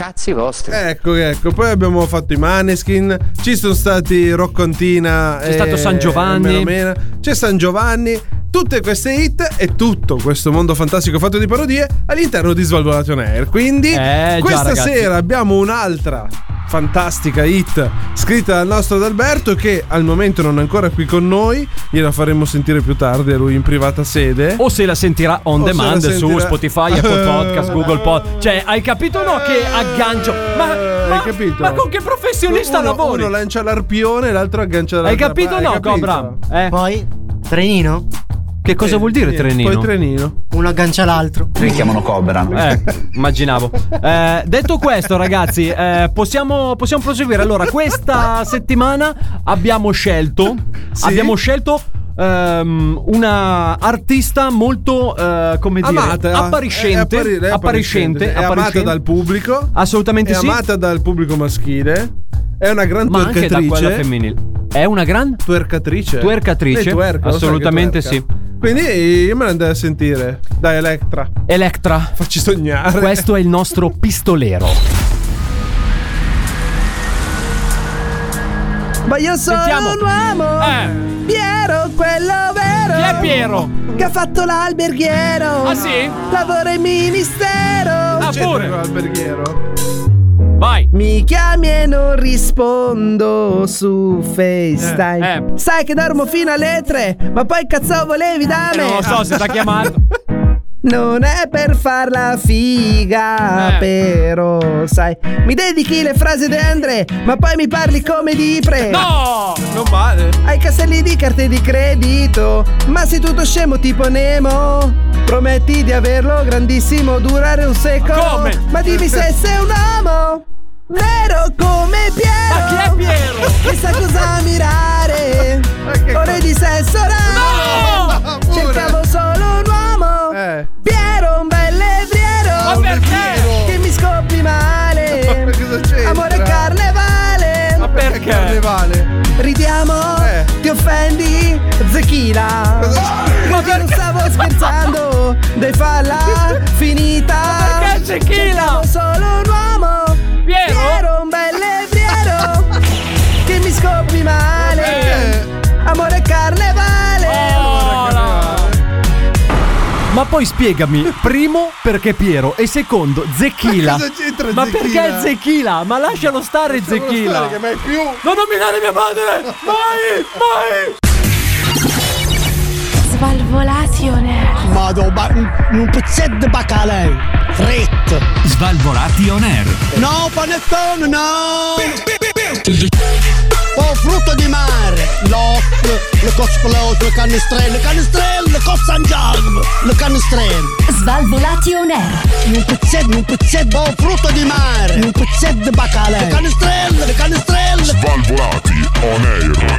[SPEAKER 8] Ecco, ecco, poi abbiamo fatto i Maneskin, ci sono stati Roccontina,
[SPEAKER 9] C'è stato San Giovanni.
[SPEAKER 8] Melomena, c'è San Giovanni, tutte queste hit e tutto questo mondo fantastico fatto di parodie all'interno di Svalvolati on Air. Quindi
[SPEAKER 9] Eh, già,
[SPEAKER 8] questa
[SPEAKER 9] ragazzi.
[SPEAKER 8] sera abbiamo un'altra fantastica hit scritta dal nostro Adalberto che al momento non è ancora qui con noi, gliela faremo sentire più tardi a lui in privata sede.
[SPEAKER 9] o se la sentirà on
[SPEAKER 8] O se la
[SPEAKER 9] demand su
[SPEAKER 8] sentirà-
[SPEAKER 9] Spotify, Apple
[SPEAKER 8] [LAUGHS]
[SPEAKER 9] Podcast, Google Podcast. Cioè, hai capito o no che aggancio? Ma,
[SPEAKER 8] Eh, Hai
[SPEAKER 9] ma-
[SPEAKER 8] capito?
[SPEAKER 9] ma con che professionista
[SPEAKER 8] uno,
[SPEAKER 9] lavori?
[SPEAKER 8] Uno lancia l'arpione, l'altro aggancia
[SPEAKER 9] hai
[SPEAKER 8] l'altra
[SPEAKER 9] capito o
[SPEAKER 8] parte,
[SPEAKER 9] no,
[SPEAKER 8] hai
[SPEAKER 9] Cobra?
[SPEAKER 8] capito?
[SPEAKER 9] Eh,
[SPEAKER 3] Poi, trenino,
[SPEAKER 9] che cosa vuol dire
[SPEAKER 8] Niente,
[SPEAKER 9] trenino?
[SPEAKER 8] Poi trenino.
[SPEAKER 3] uno aggancia l'altro.
[SPEAKER 9] Eh, immaginavo. Eh, detto questo, ragazzi, eh, possiamo, possiamo proseguire. Allora, questa settimana abbiamo scelto.
[SPEAKER 8] Sì.
[SPEAKER 9] Abbiamo scelto. ehm, una artista molto eh, come dire
[SPEAKER 8] Amata,
[SPEAKER 9] appariscente,
[SPEAKER 8] è appari-
[SPEAKER 9] appariscente,
[SPEAKER 8] è eh, appariscente, è amata
[SPEAKER 9] appariscente.
[SPEAKER 8] dal pubblico,
[SPEAKER 9] assolutamente
[SPEAKER 8] è
[SPEAKER 9] sì
[SPEAKER 8] amata dal pubblico maschile, è una gran
[SPEAKER 9] ma anche da quella
[SPEAKER 8] twerkatrice.
[SPEAKER 9] femminile è una gran
[SPEAKER 8] Twerkatrice.
[SPEAKER 9] Twerkatrice,
[SPEAKER 8] Lei twerka, lo sai che
[SPEAKER 9] assolutamente
[SPEAKER 8] twerka. Quindi io me la andrei a sentire. Dai Electra,
[SPEAKER 9] Electra
[SPEAKER 8] facci sognare.
[SPEAKER 9] questo è il nostro pistolero
[SPEAKER 2] Ma io sono
[SPEAKER 9] Sentiamo.
[SPEAKER 2] un uomo,
[SPEAKER 9] eh
[SPEAKER 2] Piero, quello vero.
[SPEAKER 9] chi è Piero?
[SPEAKER 2] Che ha fatto l'alberghiero.
[SPEAKER 9] ah sì?
[SPEAKER 2] Lavora in ministero.
[SPEAKER 9] ah
[SPEAKER 8] C'entra
[SPEAKER 9] pure
[SPEAKER 8] con l'alberghiero.
[SPEAKER 9] Vai.
[SPEAKER 10] Mi chiami e non rispondo su FaceTime.
[SPEAKER 9] Eh, eh.
[SPEAKER 10] Sai che dormo fino alle tre, ma poi cazzo volevi da me?
[SPEAKER 9] Eh, Non lo so se sta chiamando.
[SPEAKER 10] Non è per farla
[SPEAKER 9] Eh.
[SPEAKER 10] figa, però sai. Mi dedichi le frasi di Andre, ma poi mi parli come di pre.
[SPEAKER 9] No! Non vale.
[SPEAKER 10] Hai caselli di carte di credito, ma sei tutto scemo tipo Nemo. Prometti di averlo grandissimo, durare un secolo.
[SPEAKER 9] Come?
[SPEAKER 10] Ma dimmi se sei un uomo, vero come Piero.
[SPEAKER 9] Ma chi è Piero?
[SPEAKER 10] Chissà cosa mirare. Ore di sesso raro.
[SPEAKER 8] No! Ah, Pure.
[SPEAKER 10] Cercavo solo un uomo.
[SPEAKER 8] Eh.
[SPEAKER 10] Piero, un bel
[SPEAKER 9] Ma
[SPEAKER 10] levriero.
[SPEAKER 9] perché?
[SPEAKER 10] Che mi scoppi male.
[SPEAKER 8] Ma cosa c'entra?
[SPEAKER 10] Amore carnevale.
[SPEAKER 9] Ma perché?
[SPEAKER 8] Carnevale.
[SPEAKER 10] Ridiamo,
[SPEAKER 8] Eh.
[SPEAKER 10] ti offendi, zecchina. Ma che non stavo scherzando, dai falla, finita.
[SPEAKER 9] Perché Zecchina?
[SPEAKER 10] Cercavo Solo un uomo,
[SPEAKER 9] Piero?
[SPEAKER 10] Piero, un bel levriero, che mi scopri male.
[SPEAKER 8] Eh.
[SPEAKER 10] Amore carnevale.
[SPEAKER 9] Oh, no. Ma poi spiegami, primo perché Piero e secondo Zecchila.
[SPEAKER 8] Ma cosa c'entra
[SPEAKER 9] Ma
[SPEAKER 8] Zecchila?
[SPEAKER 9] perché Zecchila? Ma lascialo stare Zecchila.
[SPEAKER 8] Eh, Che mai più.
[SPEAKER 9] Non nominare mia madre! Mai! Mai!
[SPEAKER 6] Svalvolazione.
[SPEAKER 3] Vado, ba- un, un pezzetto di bacalei. Fritto.
[SPEAKER 1] Svalvolati on air.
[SPEAKER 3] No, panettone, no! Oh, frutto di mare, l'oc, le cosplode, le canestrelle, le canestrelle, le cossangiarme, le canestrelle.
[SPEAKER 6] Svalvolati on air.
[SPEAKER 3] Un pezzetto, un pezzetto, oh, frutto di mare, un pezzetto di bacalei. Le canestrelle, le canestrelle.
[SPEAKER 5] Valvolati on air.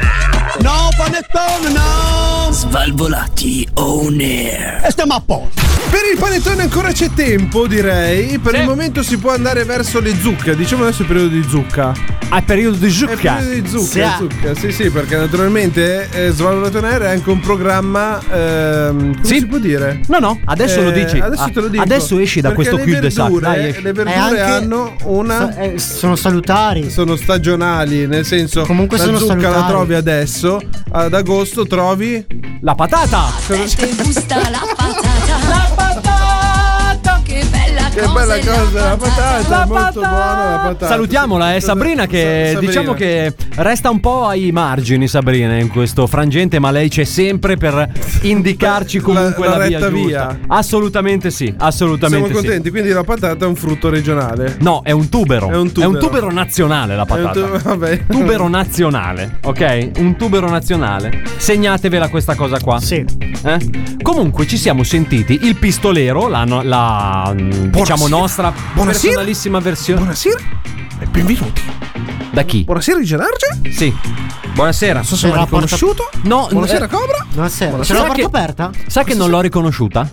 [SPEAKER 3] No, panettone, no!
[SPEAKER 1] Svalvolati on air.
[SPEAKER 3] E stiamo a posto.
[SPEAKER 8] Per il panettone ancora c'è tempo, direi. Per il momento si può andare verso le zucche. Diciamo adesso è il periodo di zucca.
[SPEAKER 9] A periodo di
[SPEAKER 8] È il
[SPEAKER 9] zucca.
[SPEAKER 8] periodo di
[SPEAKER 11] Se
[SPEAKER 8] zucca,
[SPEAKER 11] ha-
[SPEAKER 8] zucca. Sì, sì, perché naturalmente eh, Svalvolato on Air è anche un programma. Ehm, come
[SPEAKER 9] Sì.
[SPEAKER 8] si può dire?
[SPEAKER 9] No, no, adesso
[SPEAKER 8] Eh,
[SPEAKER 9] lo dici.
[SPEAKER 8] Adesso
[SPEAKER 9] Ah,
[SPEAKER 8] te lo dico.
[SPEAKER 9] Adesso esci da
[SPEAKER 8] Perché
[SPEAKER 9] questo
[SPEAKER 8] le
[SPEAKER 9] cul de sac.
[SPEAKER 8] verdure- eh,
[SPEAKER 9] Dai, esci.
[SPEAKER 8] Le verdure
[SPEAKER 11] È Eh, anche-
[SPEAKER 8] hanno una.
[SPEAKER 11] So- eh, sono salutari.
[SPEAKER 8] sono stagionali, nel senso.
[SPEAKER 11] Comunque
[SPEAKER 8] la
[SPEAKER 11] sono
[SPEAKER 8] zucca la
[SPEAKER 11] salutari.
[SPEAKER 8] trovi adesso. Ad agosto trovi.
[SPEAKER 9] La patata!
[SPEAKER 6] Te gusta la patata. La patata. Che bella
[SPEAKER 8] Che
[SPEAKER 6] cosa.
[SPEAKER 8] bella
[SPEAKER 6] è
[SPEAKER 8] cosa la patata, è molto buona la patata.
[SPEAKER 9] Salutiamola, eh, Sabrina, che
[SPEAKER 8] Sa- Sabrina.
[SPEAKER 9] diciamo che resta un po' ai margini, Sabrina, in questo frangente, ma lei c'è sempre per indicarci
[SPEAKER 8] La-
[SPEAKER 9] comunque
[SPEAKER 8] la
[SPEAKER 9] la, via
[SPEAKER 8] retta
[SPEAKER 9] giusta.
[SPEAKER 8] via.
[SPEAKER 9] Assolutamente sì, assolutamente
[SPEAKER 8] Siamo
[SPEAKER 9] sì.
[SPEAKER 8] contenti, quindi la patata è un frutto regionale.
[SPEAKER 9] No, è un tubero.
[SPEAKER 8] È un tubero.
[SPEAKER 9] nazionale la
[SPEAKER 8] È un
[SPEAKER 9] patata.
[SPEAKER 8] Eh, tu- vabbè.
[SPEAKER 9] Tubero nazionale, ok? Un tubero nazionale. Segnatevela questa cosa qua.
[SPEAKER 11] Sì.
[SPEAKER 9] Eh? Comunque ci siamo sentiti il pistolero, la, no- la, mm, diciamo nostra personalissima versione.
[SPEAKER 8] Buonasera e benvenuti.
[SPEAKER 9] Da chi?
[SPEAKER 8] Buonasera di Gerarge.
[SPEAKER 9] Sì. Buonasera. Eh,
[SPEAKER 8] So se mi
[SPEAKER 11] Era
[SPEAKER 8] hai
[SPEAKER 11] porta-
[SPEAKER 8] riconosciuto.
[SPEAKER 9] No,
[SPEAKER 8] Buonasera
[SPEAKER 9] eh,
[SPEAKER 8] Cobra.
[SPEAKER 11] Buonasera. C'è
[SPEAKER 9] Sa
[SPEAKER 11] la porta
[SPEAKER 9] che-
[SPEAKER 11] aperta?
[SPEAKER 9] Sai che non l'ho riconosciuta?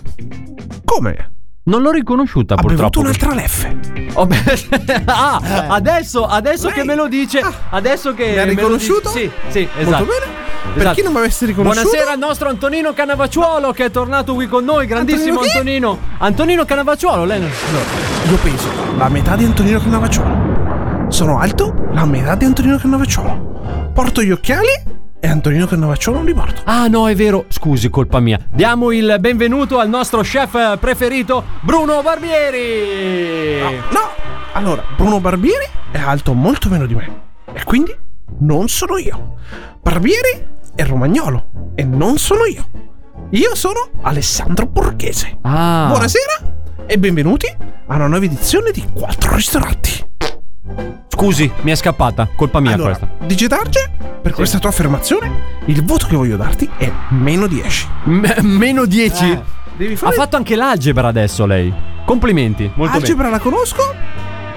[SPEAKER 8] Come?
[SPEAKER 9] Non l'ho riconosciuta
[SPEAKER 8] Ha bevuto
[SPEAKER 9] purtroppo.
[SPEAKER 8] un'altra leffe.
[SPEAKER 9] Oh, beh, [LAUGHS] ah, adesso, adesso
[SPEAKER 8] Eh. Lei- Ah.
[SPEAKER 9] che me lo dice, adesso che
[SPEAKER 8] Mi ha
[SPEAKER 9] me lo dice-
[SPEAKER 8] riconosciuto?
[SPEAKER 9] Sì, sì, esatto.
[SPEAKER 8] Molto bene. Per
[SPEAKER 9] Esatto.
[SPEAKER 8] chi non mi avesse riconosciuto.
[SPEAKER 9] Buonasera al nostro Antonino Canavacciuolo che è tornato qui con noi, grandissimo
[SPEAKER 8] Antonino
[SPEAKER 9] Antonino. Antonino, Canavacciuolo, lei non-
[SPEAKER 8] Io peso la metà di Antonino Cannavacciolo. Sono alto la metà di Antonino Cannavacciolo. Porto gli occhiali e Antonino Cannavacciolo non li porto.
[SPEAKER 9] Ah no, è vero, scusi, colpa mia. Diamo il benvenuto al nostro chef preferito, Bruno Barbieri.
[SPEAKER 8] No! Allora, Bruno Barbieri è alto molto meno di me. E quindi non sono io. Barbieri è romagnolo. E non sono io. Io sono Alessandro Borghese.
[SPEAKER 9] Ah.
[SPEAKER 8] Buonasera e benvenuti a una nuova edizione di Quattro Ristoranti.
[SPEAKER 9] Scusi, mi è scappata, colpa mia
[SPEAKER 8] Allora,
[SPEAKER 9] Eh, questa.
[SPEAKER 8] Digitarge, per questa tua affermazione, il voto che voglio darti è meno 10.
[SPEAKER 9] M- meno 10.
[SPEAKER 8] Eh, Devi
[SPEAKER 9] Ha
[SPEAKER 8] fare
[SPEAKER 9] fatto anche l'algebra adesso lei. Complimenti, molto
[SPEAKER 8] algebra la conosco?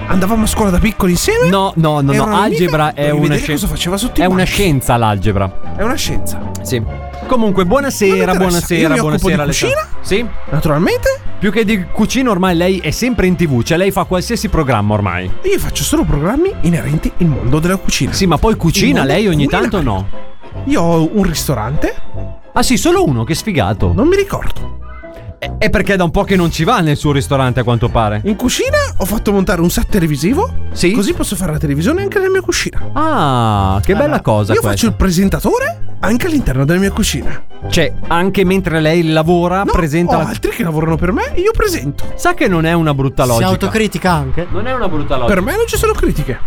[SPEAKER 8] Andavamo a scuola da piccoli insieme?
[SPEAKER 9] bene. No, no, no,
[SPEAKER 8] Era
[SPEAKER 9] no,
[SPEAKER 8] un'amica?
[SPEAKER 9] algebra è
[SPEAKER 8] Devi
[SPEAKER 9] una
[SPEAKER 8] vedere cosa
[SPEAKER 9] scienza.
[SPEAKER 8] faceva sotto i
[SPEAKER 9] È una
[SPEAKER 8] banchi.
[SPEAKER 9] scienza l'algebra.
[SPEAKER 8] È una scienza.
[SPEAKER 9] Sì. Comunque,
[SPEAKER 8] Non mi
[SPEAKER 9] buonasera,
[SPEAKER 8] interessa, io
[SPEAKER 9] buonasera,
[SPEAKER 8] mi occupo di
[SPEAKER 9] buonasera Alessandra.
[SPEAKER 8] cucina.
[SPEAKER 9] Sì.
[SPEAKER 8] Naturalmente,
[SPEAKER 9] Più che di cucina ormai lei è sempre in TV, cioè lei fa qualsiasi programma ormai.
[SPEAKER 8] io faccio solo programmi inerenti al mondo della cucina.
[SPEAKER 9] Sì, ma poi cucina
[SPEAKER 8] Il mondo
[SPEAKER 9] lei ogni
[SPEAKER 8] culinario.
[SPEAKER 9] tanto no.
[SPEAKER 8] Io ho un ristorante,
[SPEAKER 9] Ah sì, solo uno, che sfigato.
[SPEAKER 8] non mi ricordo.
[SPEAKER 9] È è perché è da un po' che non ci va nel suo ristorante a quanto pare.
[SPEAKER 8] In cucina ho fatto montare un set televisivo.
[SPEAKER 9] Sì?
[SPEAKER 8] Così posso fare la televisione anche nella mia cucina.
[SPEAKER 9] Ah, che bella cosa
[SPEAKER 8] io
[SPEAKER 9] questa.
[SPEAKER 8] faccio il presentatore anche all'interno della mia cucina.
[SPEAKER 9] Cioè, anche mentre lei lavora,
[SPEAKER 8] No,
[SPEAKER 9] Ah,
[SPEAKER 8] Oh.
[SPEAKER 9] presenta.
[SPEAKER 8] ho
[SPEAKER 9] la-
[SPEAKER 8] altri che lavorano per me, io presento.
[SPEAKER 9] Sa che non è una brutta
[SPEAKER 3] Si
[SPEAKER 9] logica.
[SPEAKER 3] autocritica anche.
[SPEAKER 9] Non è una brutta logica.
[SPEAKER 8] Per me non ci sono critiche.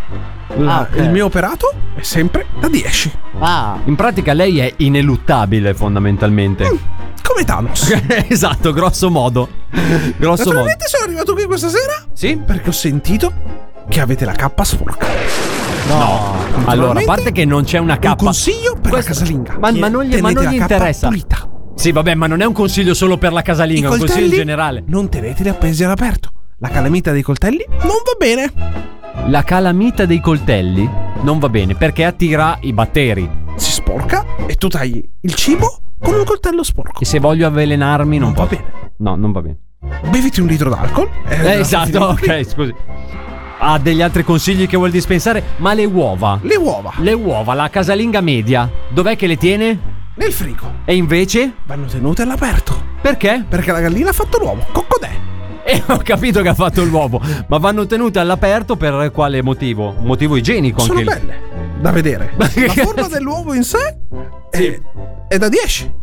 [SPEAKER 3] Ah,
[SPEAKER 8] La-
[SPEAKER 3] ok.
[SPEAKER 8] Il mio operato è sempre da 10.
[SPEAKER 3] Ah.
[SPEAKER 9] In pratica lei è ineluttabile fondamentalmente.
[SPEAKER 8] Mm. Come Thanos.
[SPEAKER 9] [LAUGHS] esatto, grosso modo. Grosso modo.
[SPEAKER 8] Naturalmente sono arrivato qui questa sera
[SPEAKER 9] Sì?
[SPEAKER 8] perché ho sentito che avete la cappa sporca.
[SPEAKER 9] Allora, a parte che non c'è una
[SPEAKER 8] Un
[SPEAKER 9] K.
[SPEAKER 8] consiglio per
[SPEAKER 9] Questo-
[SPEAKER 8] la casalinga.
[SPEAKER 9] Ma- ma non gli-
[SPEAKER 8] Tenete
[SPEAKER 9] ma non
[SPEAKER 8] la
[SPEAKER 9] gli
[SPEAKER 8] cappa
[SPEAKER 9] interessa.
[SPEAKER 8] pulita.
[SPEAKER 9] Sì, vabbè, ma non è un consiglio solo per la
[SPEAKER 8] I
[SPEAKER 9] casalinga, è un consiglio
[SPEAKER 8] coltelli
[SPEAKER 9] in generale.
[SPEAKER 8] non teneteli appesi all'aperto. La calamita dei coltelli non va bene.
[SPEAKER 9] La calamita dei coltelli non va bene perché attira i batteri.
[SPEAKER 8] Si sporca e tu tagli il cibo con un coltello sporco.
[SPEAKER 9] E se voglio avvelenarmi non,
[SPEAKER 8] Non va
[SPEAKER 9] posso.
[SPEAKER 8] bene.
[SPEAKER 9] No, non va bene.
[SPEAKER 8] Beviti un litro d'alcol. eh,
[SPEAKER 9] Eh,
[SPEAKER 8] la-
[SPEAKER 9] esatto, ok, scusi. Ha degli altri consigli che vuol dispensare, ma le uova.
[SPEAKER 8] Le uova
[SPEAKER 9] Le uova, la casalinga media, dov'è che le tiene?
[SPEAKER 8] nel frigo
[SPEAKER 9] E invece?
[SPEAKER 8] vanno tenute all'aperto.
[SPEAKER 9] [LAUGHS] Perché?
[SPEAKER 8] Perché la gallina ha fatto l'uovo. Coccodè.
[SPEAKER 9] Eh, ho capito che ha fatto l'uovo, ma vanno tenute all'aperto per quale motivo? Un motivo igienico
[SPEAKER 8] Sono
[SPEAKER 9] anche lì.
[SPEAKER 8] belle. Da
[SPEAKER 9] [LAUGHS]
[SPEAKER 8] vedere.
[SPEAKER 9] Ma che
[SPEAKER 8] La forma
[SPEAKER 9] cazzo?
[SPEAKER 8] dell'uovo in sé è, è da 10.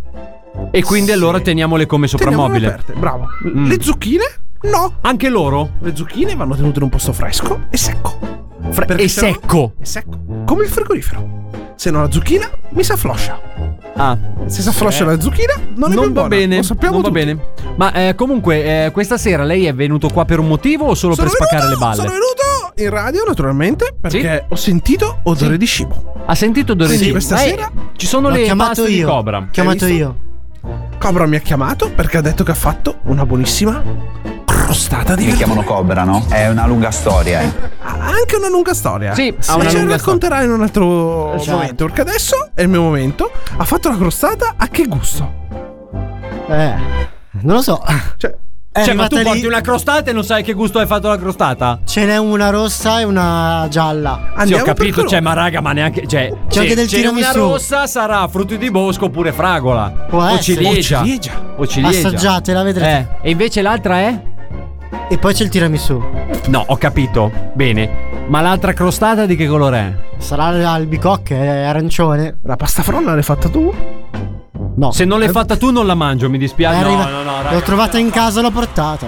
[SPEAKER 9] E quindi allora teniamole come
[SPEAKER 8] Teniamole
[SPEAKER 9] soprammobile.
[SPEAKER 8] aperte. Bravo.
[SPEAKER 9] Mm.
[SPEAKER 8] Le zucchine? No.
[SPEAKER 9] Anche loro?
[SPEAKER 8] Le zucchine vanno tenute in un posto fresco e secco. Perché
[SPEAKER 9] e
[SPEAKER 8] se no-
[SPEAKER 9] secco.
[SPEAKER 8] È secco. Come il frigorifero. Se no la zucchina mi s'affloscia.
[SPEAKER 9] Ah,
[SPEAKER 8] Se s'affloscia la zucchina non, è
[SPEAKER 9] non
[SPEAKER 8] più
[SPEAKER 9] va
[SPEAKER 8] buona.
[SPEAKER 9] bene.
[SPEAKER 8] Lo sappiamo
[SPEAKER 9] non va
[SPEAKER 8] tutti.
[SPEAKER 9] bene. Ma eh, comunque, eh, questa sera lei è venuto qua per un motivo o solo
[SPEAKER 8] Sono
[SPEAKER 9] per spaccare
[SPEAKER 8] venuto,
[SPEAKER 9] le
[SPEAKER 8] Sono
[SPEAKER 9] balle?
[SPEAKER 8] venuto in radio naturalmente perché ho sentito odore di cibo.
[SPEAKER 9] Ha sentito odore
[SPEAKER 8] Quindi
[SPEAKER 9] di-
[SPEAKER 8] questa
[SPEAKER 9] Beh,
[SPEAKER 8] sera
[SPEAKER 9] ci sono
[SPEAKER 3] L'ho
[SPEAKER 9] le
[SPEAKER 3] chiamato
[SPEAKER 9] paste di
[SPEAKER 3] io.
[SPEAKER 9] cobra.
[SPEAKER 3] Chiamato
[SPEAKER 8] Hai visto?
[SPEAKER 3] io.
[SPEAKER 8] Cobra mi ha chiamato perché ha detto che ha fatto una buonissima crostata di
[SPEAKER 12] Mi chiamano
[SPEAKER 8] verdure.
[SPEAKER 12] Cobra, no? È una lunga storia, eh.
[SPEAKER 8] Ha anche una lunga storia.
[SPEAKER 9] Sì, ha
[SPEAKER 8] Ma
[SPEAKER 9] una
[SPEAKER 8] ce la
[SPEAKER 9] lunga
[SPEAKER 8] racconterà in un altro
[SPEAKER 3] Esatto.
[SPEAKER 8] momento. Perché adesso è il mio momento. Ha fatto la crostata a che gusto?
[SPEAKER 3] Eh. Non lo so.
[SPEAKER 8] Cioè,
[SPEAKER 3] È
[SPEAKER 9] Cioè, ma tu
[SPEAKER 3] arrivata
[SPEAKER 9] porti
[SPEAKER 3] lì-
[SPEAKER 9] una crostata e non sai che gusto hai fatto la crostata?
[SPEAKER 3] Ce n'è una rossa e una gialla.
[SPEAKER 8] andiamo
[SPEAKER 9] Sì, ho
[SPEAKER 8] per
[SPEAKER 9] capito,
[SPEAKER 8] colore.
[SPEAKER 9] cioè, ma raga, ma neanche. Cioè, se
[SPEAKER 3] anche del
[SPEAKER 9] c'è
[SPEAKER 3] tiramisù.
[SPEAKER 9] una rossa sarà frutti di bosco oppure fragola.
[SPEAKER 3] Può
[SPEAKER 9] o
[SPEAKER 3] essere.
[SPEAKER 9] ciliegia.
[SPEAKER 8] O ciliegia.
[SPEAKER 9] O ciliegia.
[SPEAKER 3] Assaggiatela, vedrete.
[SPEAKER 9] Eh, E invece l'altra è? Eh.
[SPEAKER 3] E poi c'è il tiramisù.
[SPEAKER 9] No, ho capito. Bene. Ma l'altra crostata di che colore
[SPEAKER 3] Sarà l'albicocche, è eh, arancione.
[SPEAKER 8] La pasta frolla l'hai fatta tu?
[SPEAKER 3] No.
[SPEAKER 9] è? Se non l'hai fatta tu, non la mangio, mi
[SPEAKER 3] È
[SPEAKER 9] dispiace.
[SPEAKER 3] arriva-
[SPEAKER 9] No, no, no, raga.
[SPEAKER 3] L'ho trovata in casa, l'ho portata.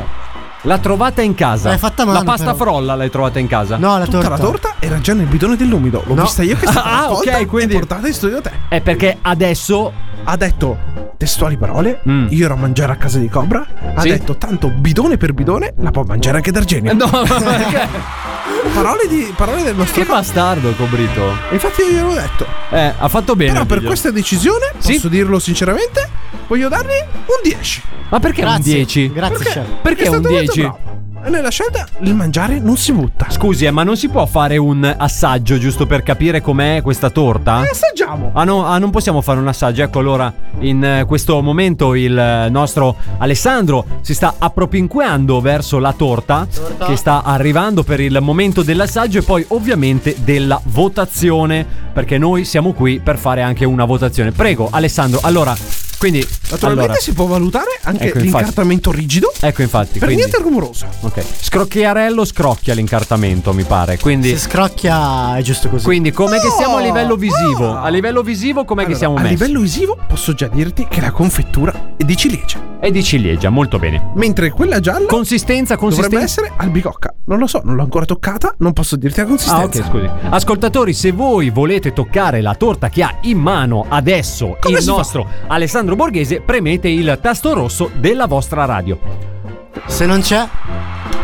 [SPEAKER 9] L'ha trovata in casa.
[SPEAKER 3] L'hai fatta a mano,
[SPEAKER 9] La pasta
[SPEAKER 3] però.
[SPEAKER 9] frolla l'hai trovata in casa.
[SPEAKER 3] No, la
[SPEAKER 8] Tutta
[SPEAKER 3] torta.
[SPEAKER 8] la torta era già nel bidone dell'umido. L'ho
[SPEAKER 3] No.
[SPEAKER 8] vista io che è
[SPEAKER 9] [LAUGHS]
[SPEAKER 8] stata
[SPEAKER 9] Ah,
[SPEAKER 8] raccolta
[SPEAKER 9] ok, quindi-
[SPEAKER 8] e portata in studio da te.
[SPEAKER 9] È perché
[SPEAKER 3] [LAUGHS]
[SPEAKER 9] adesso.
[SPEAKER 8] Ha detto testuali parole,
[SPEAKER 9] Mm.
[SPEAKER 8] io ero a mangiare a casa di Cobra. Ha
[SPEAKER 9] Sì.
[SPEAKER 8] detto tanto bidone per bidone, la può mangiare anche d'argenio.
[SPEAKER 9] No, ma che,
[SPEAKER 8] Parole, di, parole del nostro
[SPEAKER 9] che
[SPEAKER 8] Cobra.
[SPEAKER 9] bastardo, Cobrito.
[SPEAKER 8] E Infatti io gliel'ho detto.
[SPEAKER 9] Eh, ha fatto bene.
[SPEAKER 8] Però per
[SPEAKER 9] Emilio.
[SPEAKER 8] questa decisione,
[SPEAKER 9] Sì.
[SPEAKER 8] posso dirlo sinceramente, voglio dargli un 10.
[SPEAKER 9] Ma perché un
[SPEAKER 3] Grazie.
[SPEAKER 9] 10?
[SPEAKER 3] Grazie, chef.
[SPEAKER 9] cioè, Perché
[SPEAKER 8] è
[SPEAKER 9] un
[SPEAKER 8] stato molto
[SPEAKER 9] 10?
[SPEAKER 8] bravo. E nella scelta il mangiare non si butta.
[SPEAKER 9] Scusi, eh, ma non si può fare un assaggio giusto per capire com'è questa torta?
[SPEAKER 8] E Eh, assaggiamo.
[SPEAKER 9] Ah, no, ah, non possiamo fare un assaggio. Ecco, allora, in eh, questo momento il eh, nostro Alessandro si sta appropinquando verso la torta,
[SPEAKER 3] Torta.
[SPEAKER 9] che sta arrivando per il momento dell'assaggio e poi ovviamente della votazione, perché noi siamo qui per fare anche una votazione. Prego, Alessandro. Allora, quindi
[SPEAKER 8] Naturalmente
[SPEAKER 9] allora,
[SPEAKER 8] si può valutare anche
[SPEAKER 9] Ecco, infatti.
[SPEAKER 8] l'incartamento rigido.
[SPEAKER 9] Ecco, infatti,
[SPEAKER 8] Per
[SPEAKER 9] quindi
[SPEAKER 8] niente rumoroso.
[SPEAKER 9] Ok. Scrocchiarello scrocchia l'incartamento, mi pare. Quindi
[SPEAKER 3] Se scrocchia è giusto così.
[SPEAKER 9] Quindi com'è che
[SPEAKER 8] No!
[SPEAKER 9] siamo a livello visivo?
[SPEAKER 8] No!
[SPEAKER 9] A livello visivo com'è che
[SPEAKER 8] Allora,
[SPEAKER 9] siamo
[SPEAKER 8] a
[SPEAKER 9] messi?
[SPEAKER 8] livello visivo posso già dirti che la confettura è di ciliegia,
[SPEAKER 9] È di ciliegia, molto bene.
[SPEAKER 8] mentre quella gialla
[SPEAKER 9] Consistenza,
[SPEAKER 8] dovrebbe
[SPEAKER 9] consistenza.
[SPEAKER 8] essere albicocca. Non lo so, non l'ho ancora toccata, non posso dirti la
[SPEAKER 9] Ah,
[SPEAKER 8] consistenza.
[SPEAKER 9] ok, scusi. Ascoltatori, se voi volete toccare la torta che ha in mano adesso
[SPEAKER 8] Come
[SPEAKER 9] il
[SPEAKER 8] si fa?
[SPEAKER 9] nostro Alessandro Borghese, premete il tasto rosso della vostra radio.
[SPEAKER 3] Se non c'è,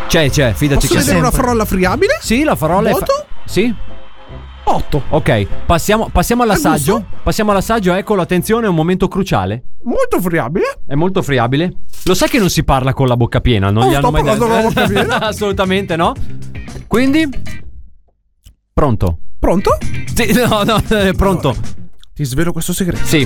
[SPEAKER 9] C'è, c'è, fidaci
[SPEAKER 8] Posso
[SPEAKER 9] che
[SPEAKER 8] vedere
[SPEAKER 9] c'è.
[SPEAKER 8] una
[SPEAKER 3] sempre.
[SPEAKER 8] frolla friabile?
[SPEAKER 9] Sì, la farola è fa-
[SPEAKER 8] Vuoto?
[SPEAKER 9] Sì?
[SPEAKER 8] 8.
[SPEAKER 9] Ok, passiamo, passiamo all'assaggio.
[SPEAKER 8] gusto?
[SPEAKER 9] Passiamo all'assaggio, eccolo, attenzione, è un momento cruciale.
[SPEAKER 8] Molto friabile.
[SPEAKER 9] È molto friabile. Lo sai che non si parla con la bocca piena, non
[SPEAKER 8] Non
[SPEAKER 9] gli
[SPEAKER 8] Oh, sto
[SPEAKER 9] hanno mai
[SPEAKER 8] parlando
[SPEAKER 9] detto.
[SPEAKER 8] con la bocca piena.
[SPEAKER 9] [LAUGHS] Assolutamente no. Quindi pronto.
[SPEAKER 8] Pronto?
[SPEAKER 9] Sì, [LAUGHS] no, no, eh, pronto.
[SPEAKER 8] Ti svelo questo segreto.
[SPEAKER 9] Sì,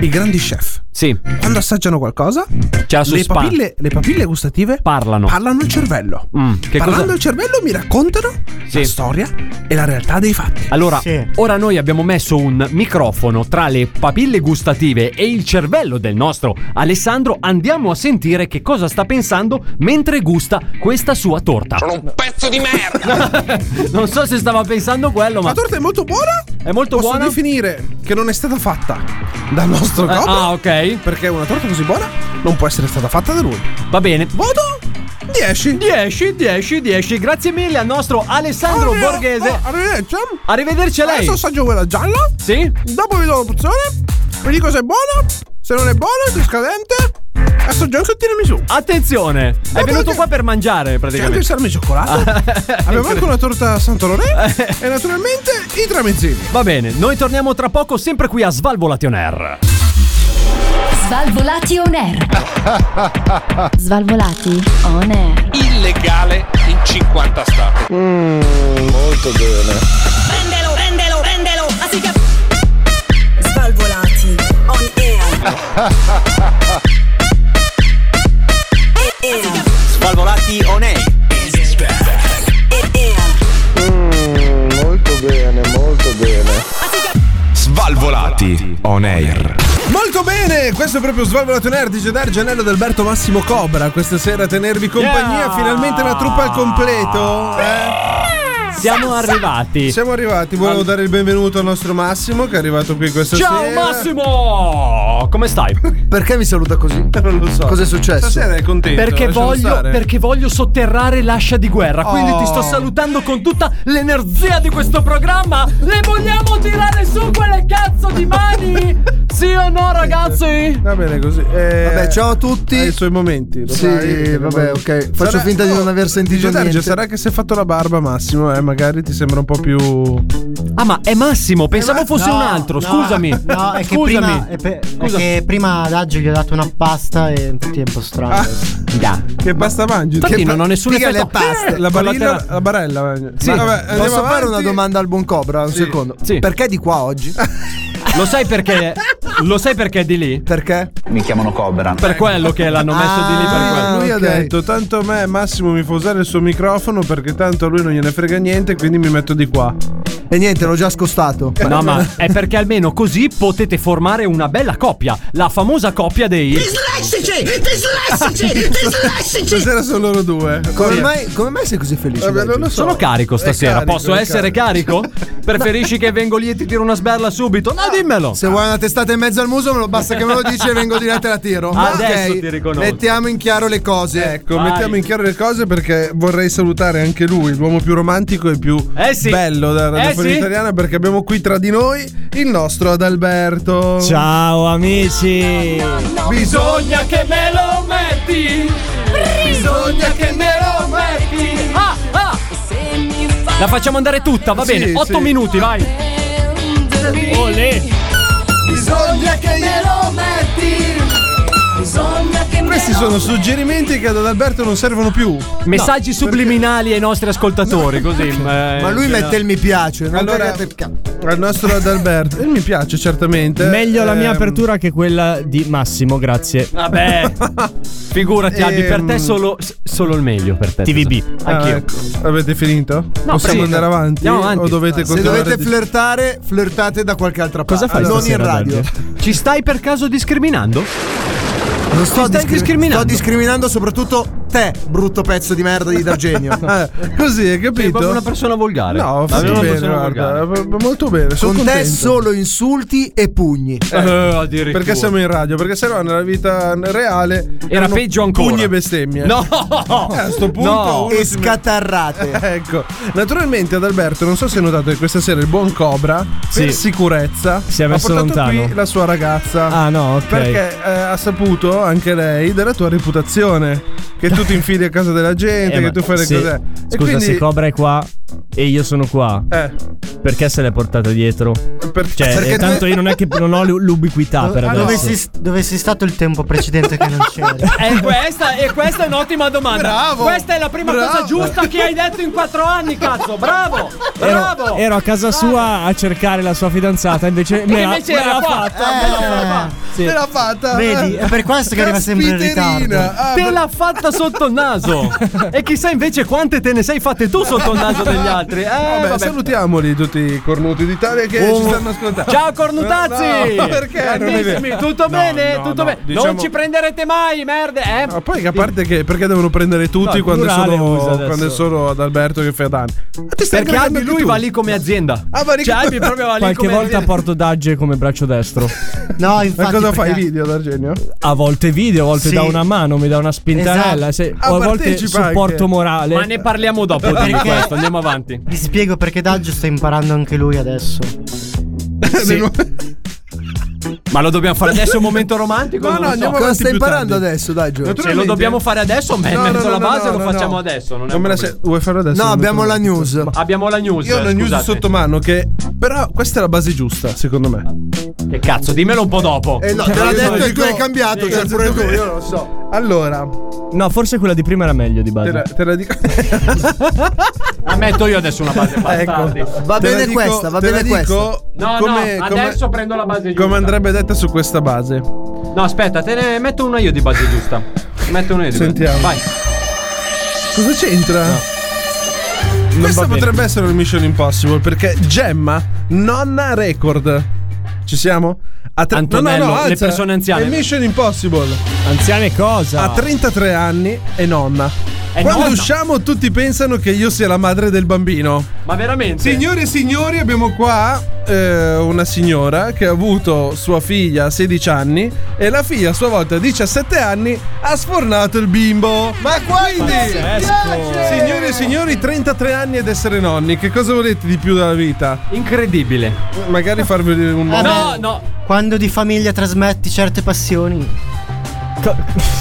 [SPEAKER 8] I grandi chef,
[SPEAKER 9] sì.
[SPEAKER 8] quando assaggiano qualcosa,
[SPEAKER 9] C'è la
[SPEAKER 8] le
[SPEAKER 9] suspense.
[SPEAKER 8] papille, le papille gustative
[SPEAKER 9] Parlano.
[SPEAKER 8] parlano al cervello.
[SPEAKER 9] Mm, che
[SPEAKER 8] Parlando
[SPEAKER 9] cosa-
[SPEAKER 8] al cervello mi raccontano
[SPEAKER 9] Sì.
[SPEAKER 8] la storia e la realtà dei fatti.
[SPEAKER 9] Allora,
[SPEAKER 3] Sì.
[SPEAKER 9] ora noi abbiamo messo un microfono tra le papille gustative e il cervello del nostro Alessandro. Andiamo a sentire che cosa sta pensando mentre gusta questa sua torta.
[SPEAKER 4] Sono un pezzo di merda!
[SPEAKER 9] [LAUGHS] non so se stava pensando quello,
[SPEAKER 8] La
[SPEAKER 9] ma
[SPEAKER 8] torta è molto buona,
[SPEAKER 9] È molto
[SPEAKER 8] Posso
[SPEAKER 9] buona?
[SPEAKER 8] definire che non è stata fatta dal nostro
[SPEAKER 9] Eh,
[SPEAKER 8] capo.
[SPEAKER 9] ah, ok.
[SPEAKER 8] Perché una torta così buona non può essere stata fatta da lui.
[SPEAKER 9] Va bene.
[SPEAKER 8] Voto 10.
[SPEAKER 9] 10, 10, 10. Grazie mille al nostro Alessandro
[SPEAKER 8] Arrivo-
[SPEAKER 9] Borghese.
[SPEAKER 8] oh, arrivederci.
[SPEAKER 9] Arrivederci a lei.
[SPEAKER 8] Adesso assaggio quella gialla.
[SPEAKER 9] Sì?
[SPEAKER 8] Dopo vi do l'opzione. Vi dico se è buona. Se non è buona, se è scadente. Assaggio anche e tirami su.
[SPEAKER 9] Attenzione, è
[SPEAKER 8] Dopo
[SPEAKER 9] venuto
[SPEAKER 8] ti-
[SPEAKER 9] qua per mangiare
[SPEAKER 8] C'è anche il
[SPEAKER 9] praticamente.
[SPEAKER 8] salame e
[SPEAKER 9] Ah.
[SPEAKER 8] cioccolato. Abbiamo anche una torta a Santo Lorè.
[SPEAKER 9] Eh.
[SPEAKER 8] e naturalmente i tramezzini.
[SPEAKER 9] Va bene, noi torniamo tra poco sempre qui a Svalvolation Air.
[SPEAKER 13] Svalvolati on
[SPEAKER 8] [LAUGHS]
[SPEAKER 13] air. Svalvolati on air.
[SPEAKER 14] Illegale in 50 stati. molto bene.
[SPEAKER 6] Prendelo, prendelo, prendelo. Así che. Svalvolati. On air.
[SPEAKER 15] Eh,
[SPEAKER 14] Svalvolati on air.
[SPEAKER 10] molto bene, molto bene. Svalvolati on air.
[SPEAKER 8] Molto bene, questo è proprio Svalvolato Nerd di Gedar Gianello ed Alberto Massimo Cobra. Questa sera a tenervi compagnia,
[SPEAKER 9] Yeah.
[SPEAKER 8] finalmente la truppa al completo. eh.
[SPEAKER 9] Siamo arrivati.
[SPEAKER 8] Siamo arrivati, volevo dare il benvenuto al nostro Massimo che è arrivato qui questa
[SPEAKER 9] Ciao
[SPEAKER 8] sera.
[SPEAKER 9] Massimo! Come stai?
[SPEAKER 2] Perché mi saluta così?
[SPEAKER 8] [LAUGHS] Non lo so.
[SPEAKER 2] Cos'è successo?
[SPEAKER 8] Stasera è contento.
[SPEAKER 9] Perché
[SPEAKER 8] lascialo
[SPEAKER 9] voglio,
[SPEAKER 8] stare.
[SPEAKER 9] perché voglio sotterrare l'ascia di guerra. Quindi
[SPEAKER 8] Oh.
[SPEAKER 9] ti sto salutando con tutta l'energia di questo programma. Le vogliamo tirare su quelle cazzo di mani? Sì o no, ragazzi?
[SPEAKER 8] Va bene così. Eh,
[SPEAKER 2] Vabbè, ciao a tutti.
[SPEAKER 8] Ha i suoi momenti. Lo
[SPEAKER 2] Sì,
[SPEAKER 8] sai,
[SPEAKER 2] vabbè, ok. Faccio
[SPEAKER 8] Sarà-
[SPEAKER 2] finta di non
[SPEAKER 8] Oh,
[SPEAKER 2] aver sentito
[SPEAKER 8] Dice Darge,
[SPEAKER 2] niente.
[SPEAKER 8] sarà che si è fatto la barba, Massimo, eh, magari ti sembra un po' più.
[SPEAKER 9] Ah, ma è Massimo, pensavo fosse
[SPEAKER 3] No,
[SPEAKER 9] Oh, un altro.
[SPEAKER 3] no,
[SPEAKER 9] Scusami.
[SPEAKER 3] No, è che
[SPEAKER 9] Scusami.
[SPEAKER 3] prima. È pe- è
[SPEAKER 9] Scusa.
[SPEAKER 3] che prima ad Agio gli ho dato una pasta e un tempo strano.
[SPEAKER 9] [LAUGHS]
[SPEAKER 8] Che basta mangi.
[SPEAKER 9] Infatti
[SPEAKER 8] Che
[SPEAKER 9] non ho nessun
[SPEAKER 2] Figa
[SPEAKER 9] effetto.
[SPEAKER 2] le paste.
[SPEAKER 8] Eh, La barilla,
[SPEAKER 9] Collaterale.
[SPEAKER 8] la barella. mangi.
[SPEAKER 9] Sì.
[SPEAKER 8] Ma vabbè, andiamo
[SPEAKER 2] Posso fare
[SPEAKER 8] avanti.
[SPEAKER 2] una domanda al buon Cobra? Un secondo.
[SPEAKER 9] Sì.
[SPEAKER 2] Perché di qua oggi?
[SPEAKER 9] Lo sai perché? Lo sai perché è di lì?
[SPEAKER 2] Perché?
[SPEAKER 12] Mi chiamano Cobra.
[SPEAKER 9] Per quello che l'hanno messo di lì per quello.
[SPEAKER 2] Ah,
[SPEAKER 8] lui ha
[SPEAKER 2] ok.
[SPEAKER 8] detto tanto a me Massimo mi fa usare il suo microfono perché tanto a lui non gliene frega niente quindi mi metto di qua
[SPEAKER 2] E niente, l'ho già scostato.
[SPEAKER 9] No, ma è perché almeno così potete formare una bella coppia, la famosa coppia dei
[SPEAKER 1] Dislessici!
[SPEAKER 15] [LAUGHS]
[SPEAKER 1] Dislessici! Dislessici!
[SPEAKER 8] stasera sono loro due
[SPEAKER 2] Come
[SPEAKER 8] Sì.
[SPEAKER 2] mai, come mai sei così felice?
[SPEAKER 8] Vabbè, non
[SPEAKER 2] oggi?
[SPEAKER 8] lo so.
[SPEAKER 9] Sono carico stasera,
[SPEAKER 8] È carico,
[SPEAKER 9] posso
[SPEAKER 8] è
[SPEAKER 9] essere carico? Preferisci che vengo lì e ti tiro una sberla subito? No, dimmelo.
[SPEAKER 2] Se vuoi una testata in mezzo al muso, me lo basta che me lo dici e vengo di là e te la tiro. Ma
[SPEAKER 9] Adesso
[SPEAKER 2] ok,
[SPEAKER 9] ti riconosco.
[SPEAKER 2] Mettiamo in chiaro le cose.
[SPEAKER 8] Ecco,
[SPEAKER 9] Vai.
[SPEAKER 8] mettiamo in chiaro le cose perché vorrei salutare anche lui, l'uomo più romantico e più
[SPEAKER 9] Eh sì.
[SPEAKER 8] bello della
[SPEAKER 9] Eh
[SPEAKER 8] radiofonia
[SPEAKER 9] sì.
[SPEAKER 8] italiana perché abbiamo qui tra di noi il nostro Adalberto.
[SPEAKER 7] Ciao amici!
[SPEAKER 9] Bisogna che me lo metti. Bisogna che me lo metti. Ah, ah. La facciamo andare tutta, va bene.
[SPEAKER 8] Sì,
[SPEAKER 9] 8
[SPEAKER 8] sì.
[SPEAKER 9] minuti, vai.
[SPEAKER 8] Bisogna che me lo metti. Questi sono suggerimenti che ad Adalberto non servono più.
[SPEAKER 9] Messaggi subliminali ai nostri ascoltatori, così. eh, cioè,
[SPEAKER 2] Ma lui mette il mi piace, non
[SPEAKER 8] Eh, Allora-
[SPEAKER 2] cagate il cazzo.
[SPEAKER 8] Al nostro Adalberto. E mi piace certamente.
[SPEAKER 15] Meglio la mia
[SPEAKER 8] Ehm,
[SPEAKER 15] apertura che quella di Massimo, grazie.
[SPEAKER 9] Vabbè,
[SPEAKER 8] [LAUGHS]
[SPEAKER 9] figurati, Albi, per te
[SPEAKER 8] Ehm.
[SPEAKER 9] solo, s- solo il meglio per te.
[SPEAKER 15] TVB.
[SPEAKER 9] stasera.
[SPEAKER 8] ah,
[SPEAKER 9] Anch'io.
[SPEAKER 8] ecco. Avete finito? Possiamo
[SPEAKER 9] sì.
[SPEAKER 8] andare avanti?
[SPEAKER 9] Andiamo avanti.
[SPEAKER 8] O dovete
[SPEAKER 2] Se
[SPEAKER 8] continuare
[SPEAKER 2] dovete
[SPEAKER 8] a dire-
[SPEAKER 2] flirtare, flirtate da qualche altra parte.
[SPEAKER 15] Cosa
[SPEAKER 8] Ah,
[SPEAKER 15] fai
[SPEAKER 2] Non in
[SPEAKER 15] stasera,
[SPEAKER 2] radio.
[SPEAKER 9] Ci stai per caso discriminando?
[SPEAKER 2] Non sto,
[SPEAKER 9] stai
[SPEAKER 2] discri-
[SPEAKER 9] discriminando.
[SPEAKER 2] Sto discriminando soprattutto te, brutto pezzo di merda di
[SPEAKER 8] [LAUGHS]
[SPEAKER 2] Dargenio.
[SPEAKER 8] Ah, così, hai
[SPEAKER 9] Sei
[SPEAKER 8] capito?
[SPEAKER 9] proprio una persona volgare.
[SPEAKER 8] No, ho
[SPEAKER 9] Sei
[SPEAKER 8] fatto
[SPEAKER 9] una
[SPEAKER 8] bene,
[SPEAKER 9] persona
[SPEAKER 8] guarda,
[SPEAKER 9] volgare.
[SPEAKER 8] v- molto bene. Sono
[SPEAKER 2] Con te
[SPEAKER 8] contento.
[SPEAKER 2] solo insulti e pugni.
[SPEAKER 9] Eh, addirittura.
[SPEAKER 8] Perché siamo in radio? Perché se no nella vita reale
[SPEAKER 9] Era
[SPEAKER 8] erano
[SPEAKER 9] peggio ancora.
[SPEAKER 8] Pugni e bestemmie.
[SPEAKER 9] No!
[SPEAKER 8] Eh, a sto punto
[SPEAKER 9] No.
[SPEAKER 8] uno
[SPEAKER 2] E
[SPEAKER 8] si mette-
[SPEAKER 2] scatarrate.
[SPEAKER 8] [LAUGHS] Ecco, naturalmente ad Alberto, non so se hai notato che questa sera il buon Cobra,
[SPEAKER 15] Sì.
[SPEAKER 8] per sicurezza,
[SPEAKER 15] Si è
[SPEAKER 8] ha
[SPEAKER 15] messo
[SPEAKER 8] portato
[SPEAKER 15] lontano.
[SPEAKER 8] qui la sua ragazza.
[SPEAKER 15] Ah, no, ok.
[SPEAKER 8] Perché eh, ha saputo anche lei della tua reputazione. Che tu ti infili a casa della gente,
[SPEAKER 15] Eh,
[SPEAKER 8] che
[SPEAKER 15] ma
[SPEAKER 8] tu fai le
[SPEAKER 15] se-
[SPEAKER 8] cose.
[SPEAKER 15] Scusa, se Cobra è qua e io sono qua,
[SPEAKER 8] Eh,
[SPEAKER 15] perché se l'è portata dietro?
[SPEAKER 8] perché? Ah,
[SPEAKER 15] Cioè,
[SPEAKER 2] Perché
[SPEAKER 15] eh, tanto
[SPEAKER 2] tu-
[SPEAKER 15] io non è che non ho l'u- l'ubiquità per adesso.
[SPEAKER 3] Dove sei, dove sei stato il tempo
[SPEAKER 8] [LAUGHS]
[SPEAKER 3] precedente che non c'era?
[SPEAKER 9] E Eh, questa, e questa è un'ottima domanda.
[SPEAKER 8] Bravo.
[SPEAKER 9] Questa è la prima
[SPEAKER 8] Bravo.
[SPEAKER 9] cosa giusta che hai detto in quattro anni, cazzo. Bravo! Bravo!
[SPEAKER 15] Ero, ero a casa sua a cercare la sua fidanzata, invece me
[SPEAKER 9] e
[SPEAKER 15] l'ha
[SPEAKER 9] invece
[SPEAKER 15] me
[SPEAKER 9] era
[SPEAKER 15] l'ha
[SPEAKER 9] qua.
[SPEAKER 15] fatta. Eh,
[SPEAKER 9] Me l'ha fatta.
[SPEAKER 15] Sì.
[SPEAKER 8] Te l'ha fatta. eh?
[SPEAKER 3] Vedi, è per questo che arriva sempre in ritardo.
[SPEAKER 8] Caspiterina. Ah,
[SPEAKER 9] Te
[SPEAKER 8] ma-
[SPEAKER 9] l'ha fatta sotto
[SPEAKER 15] [LAUGHS]
[SPEAKER 9] il naso. e chissà invece quante te ne sei fatte tu sotto il naso degli altri. Eh,
[SPEAKER 8] Vabbè,
[SPEAKER 9] vabbè.
[SPEAKER 8] salutiamoli tutti tutti i cornuti d'Italia che
[SPEAKER 9] Oh.
[SPEAKER 8] ci stanno ascoltando.
[SPEAKER 9] Ciao cornutazzi!
[SPEAKER 8] No, no, perché? Non è vero.
[SPEAKER 9] Grandissimi, tutto
[SPEAKER 8] No,
[SPEAKER 9] bene,
[SPEAKER 8] no,
[SPEAKER 9] tutto
[SPEAKER 8] no,
[SPEAKER 9] bene. Non
[SPEAKER 8] diciamo-
[SPEAKER 9] ci prenderete mai, merda, eh?
[SPEAKER 8] Ma poi a parte che perché devono prendere tutti
[SPEAKER 9] No,
[SPEAKER 8] quando,
[SPEAKER 9] plurale
[SPEAKER 8] sono,
[SPEAKER 9] usa adesso.
[SPEAKER 8] quando è solo ad Alberto che fa danni.
[SPEAKER 9] Perché Albi lui va lì come azienda.
[SPEAKER 8] Ah, va lì
[SPEAKER 9] Cioè,
[SPEAKER 8] come-
[SPEAKER 9] Albi [LAUGHS] proprio va lì
[SPEAKER 15] Qualche
[SPEAKER 9] come
[SPEAKER 15] volta
[SPEAKER 9] azienda.
[SPEAKER 15] porto Dagge come braccio
[SPEAKER 9] [LAUGHS]
[SPEAKER 15] destro.
[SPEAKER 3] No,
[SPEAKER 8] Ma
[SPEAKER 3] infatti.
[SPEAKER 8] cosa fai i
[SPEAKER 3] perché-
[SPEAKER 8] video d'Argenio?
[SPEAKER 15] A volte video, a volte
[SPEAKER 3] Sì.
[SPEAKER 15] da una mano, mi dà una spintarella.
[SPEAKER 3] Esatto.
[SPEAKER 15] se-
[SPEAKER 3] Ah,
[SPEAKER 15] o a volte
[SPEAKER 3] partecipa anche.
[SPEAKER 15] supporto morale.
[SPEAKER 9] Ma ne
[SPEAKER 15] [LAUGHS]
[SPEAKER 9] parliamo dopo di
[SPEAKER 3] Perché-
[SPEAKER 9] questo, andiamo avanti.
[SPEAKER 3] Vi spiego perché Daggio sta imparando anche lui adesso.
[SPEAKER 9] Ma lo dobbiamo fare adesso, un momento romantico?
[SPEAKER 2] No,
[SPEAKER 9] Non
[SPEAKER 2] no,
[SPEAKER 9] lo so.
[SPEAKER 2] andiamo Cosa avanti stai più imparando tardi. adesso, dai, Gio?
[SPEAKER 9] Se Cioè, lo
[SPEAKER 2] Naturalmente.
[SPEAKER 9] dobbiamo fare adesso, beh, in
[SPEAKER 2] No,
[SPEAKER 9] mezzo
[SPEAKER 2] no, no,
[SPEAKER 9] alla
[SPEAKER 2] no,
[SPEAKER 9] base
[SPEAKER 2] no,
[SPEAKER 9] lo
[SPEAKER 2] no,
[SPEAKER 9] facciamo
[SPEAKER 2] no.
[SPEAKER 9] adesso. Non, è
[SPEAKER 8] Non me la
[SPEAKER 9] un
[SPEAKER 8] sei-
[SPEAKER 9] problema.
[SPEAKER 8] Vuoi farlo adesso?
[SPEAKER 9] No,
[SPEAKER 8] Non mi
[SPEAKER 9] abbiamo
[SPEAKER 8] trovo.
[SPEAKER 9] la news. Ma abbiamo la news,
[SPEAKER 8] Io ho la
[SPEAKER 9] eh,
[SPEAKER 8] news
[SPEAKER 9] scusate.
[SPEAKER 8] sotto mano. Che. Però questa è la base giusta, secondo me.
[SPEAKER 9] Che cazzo, dimmelo un po' dopo.
[SPEAKER 8] Eh, no, te l'ha
[SPEAKER 9] Io
[SPEAKER 8] detto
[SPEAKER 9] non
[SPEAKER 8] e
[SPEAKER 9] dico-
[SPEAKER 8] tu hai cambiato,
[SPEAKER 9] Sì,
[SPEAKER 8] cioè,
[SPEAKER 9] cazzo,
[SPEAKER 8] pure tu,
[SPEAKER 9] tu-
[SPEAKER 8] io non lo so. Allora,
[SPEAKER 15] No, forse quella di prima era meglio di
[SPEAKER 8] te la,
[SPEAKER 15] base.
[SPEAKER 8] [LAUGHS] te la dico.
[SPEAKER 9] La metto io adesso una base bastardi.
[SPEAKER 8] Va Te la bene dico- questa, va te la bene dico questa.
[SPEAKER 9] No,
[SPEAKER 8] come-
[SPEAKER 9] no,
[SPEAKER 8] come-
[SPEAKER 9] adesso prendo la base giusta.
[SPEAKER 8] Come andrebbe detta su questa base?
[SPEAKER 9] No, aspetta, te ne metto una io di base giusta. Ne Metto una io di
[SPEAKER 8] Sentiamo.
[SPEAKER 9] Base.
[SPEAKER 8] Cosa c'entra? Questo potrebbe essere un Mission Impossible perché Gemma, nonna record. Ci siamo? A tre-
[SPEAKER 9] Antonello, le persone anziane.
[SPEAKER 8] È Mission Impossible.
[SPEAKER 15] Anziane cosa?
[SPEAKER 8] A 33 anni e nonna.
[SPEAKER 9] È
[SPEAKER 8] Quando
[SPEAKER 9] nonna.
[SPEAKER 8] usciamo tutti pensano che io sia la madre del bambino.
[SPEAKER 9] Vai. Ma veramente?
[SPEAKER 8] Signore e signori, abbiamo qua eh, una signora che ha avuto sua figlia a 16 anni e la figlia a sua volta a 17 anni ha sfornato il bimbo. Ma quindi, signore e signori, 33 anni ed essere nonni, che cosa volete di più dalla vita?
[SPEAKER 9] Incredibile.
[SPEAKER 8] Magari farvi un
[SPEAKER 3] Eh,
[SPEAKER 9] No,
[SPEAKER 3] beh,
[SPEAKER 9] no.
[SPEAKER 3] Quando di famiglia trasmetti certe passioni.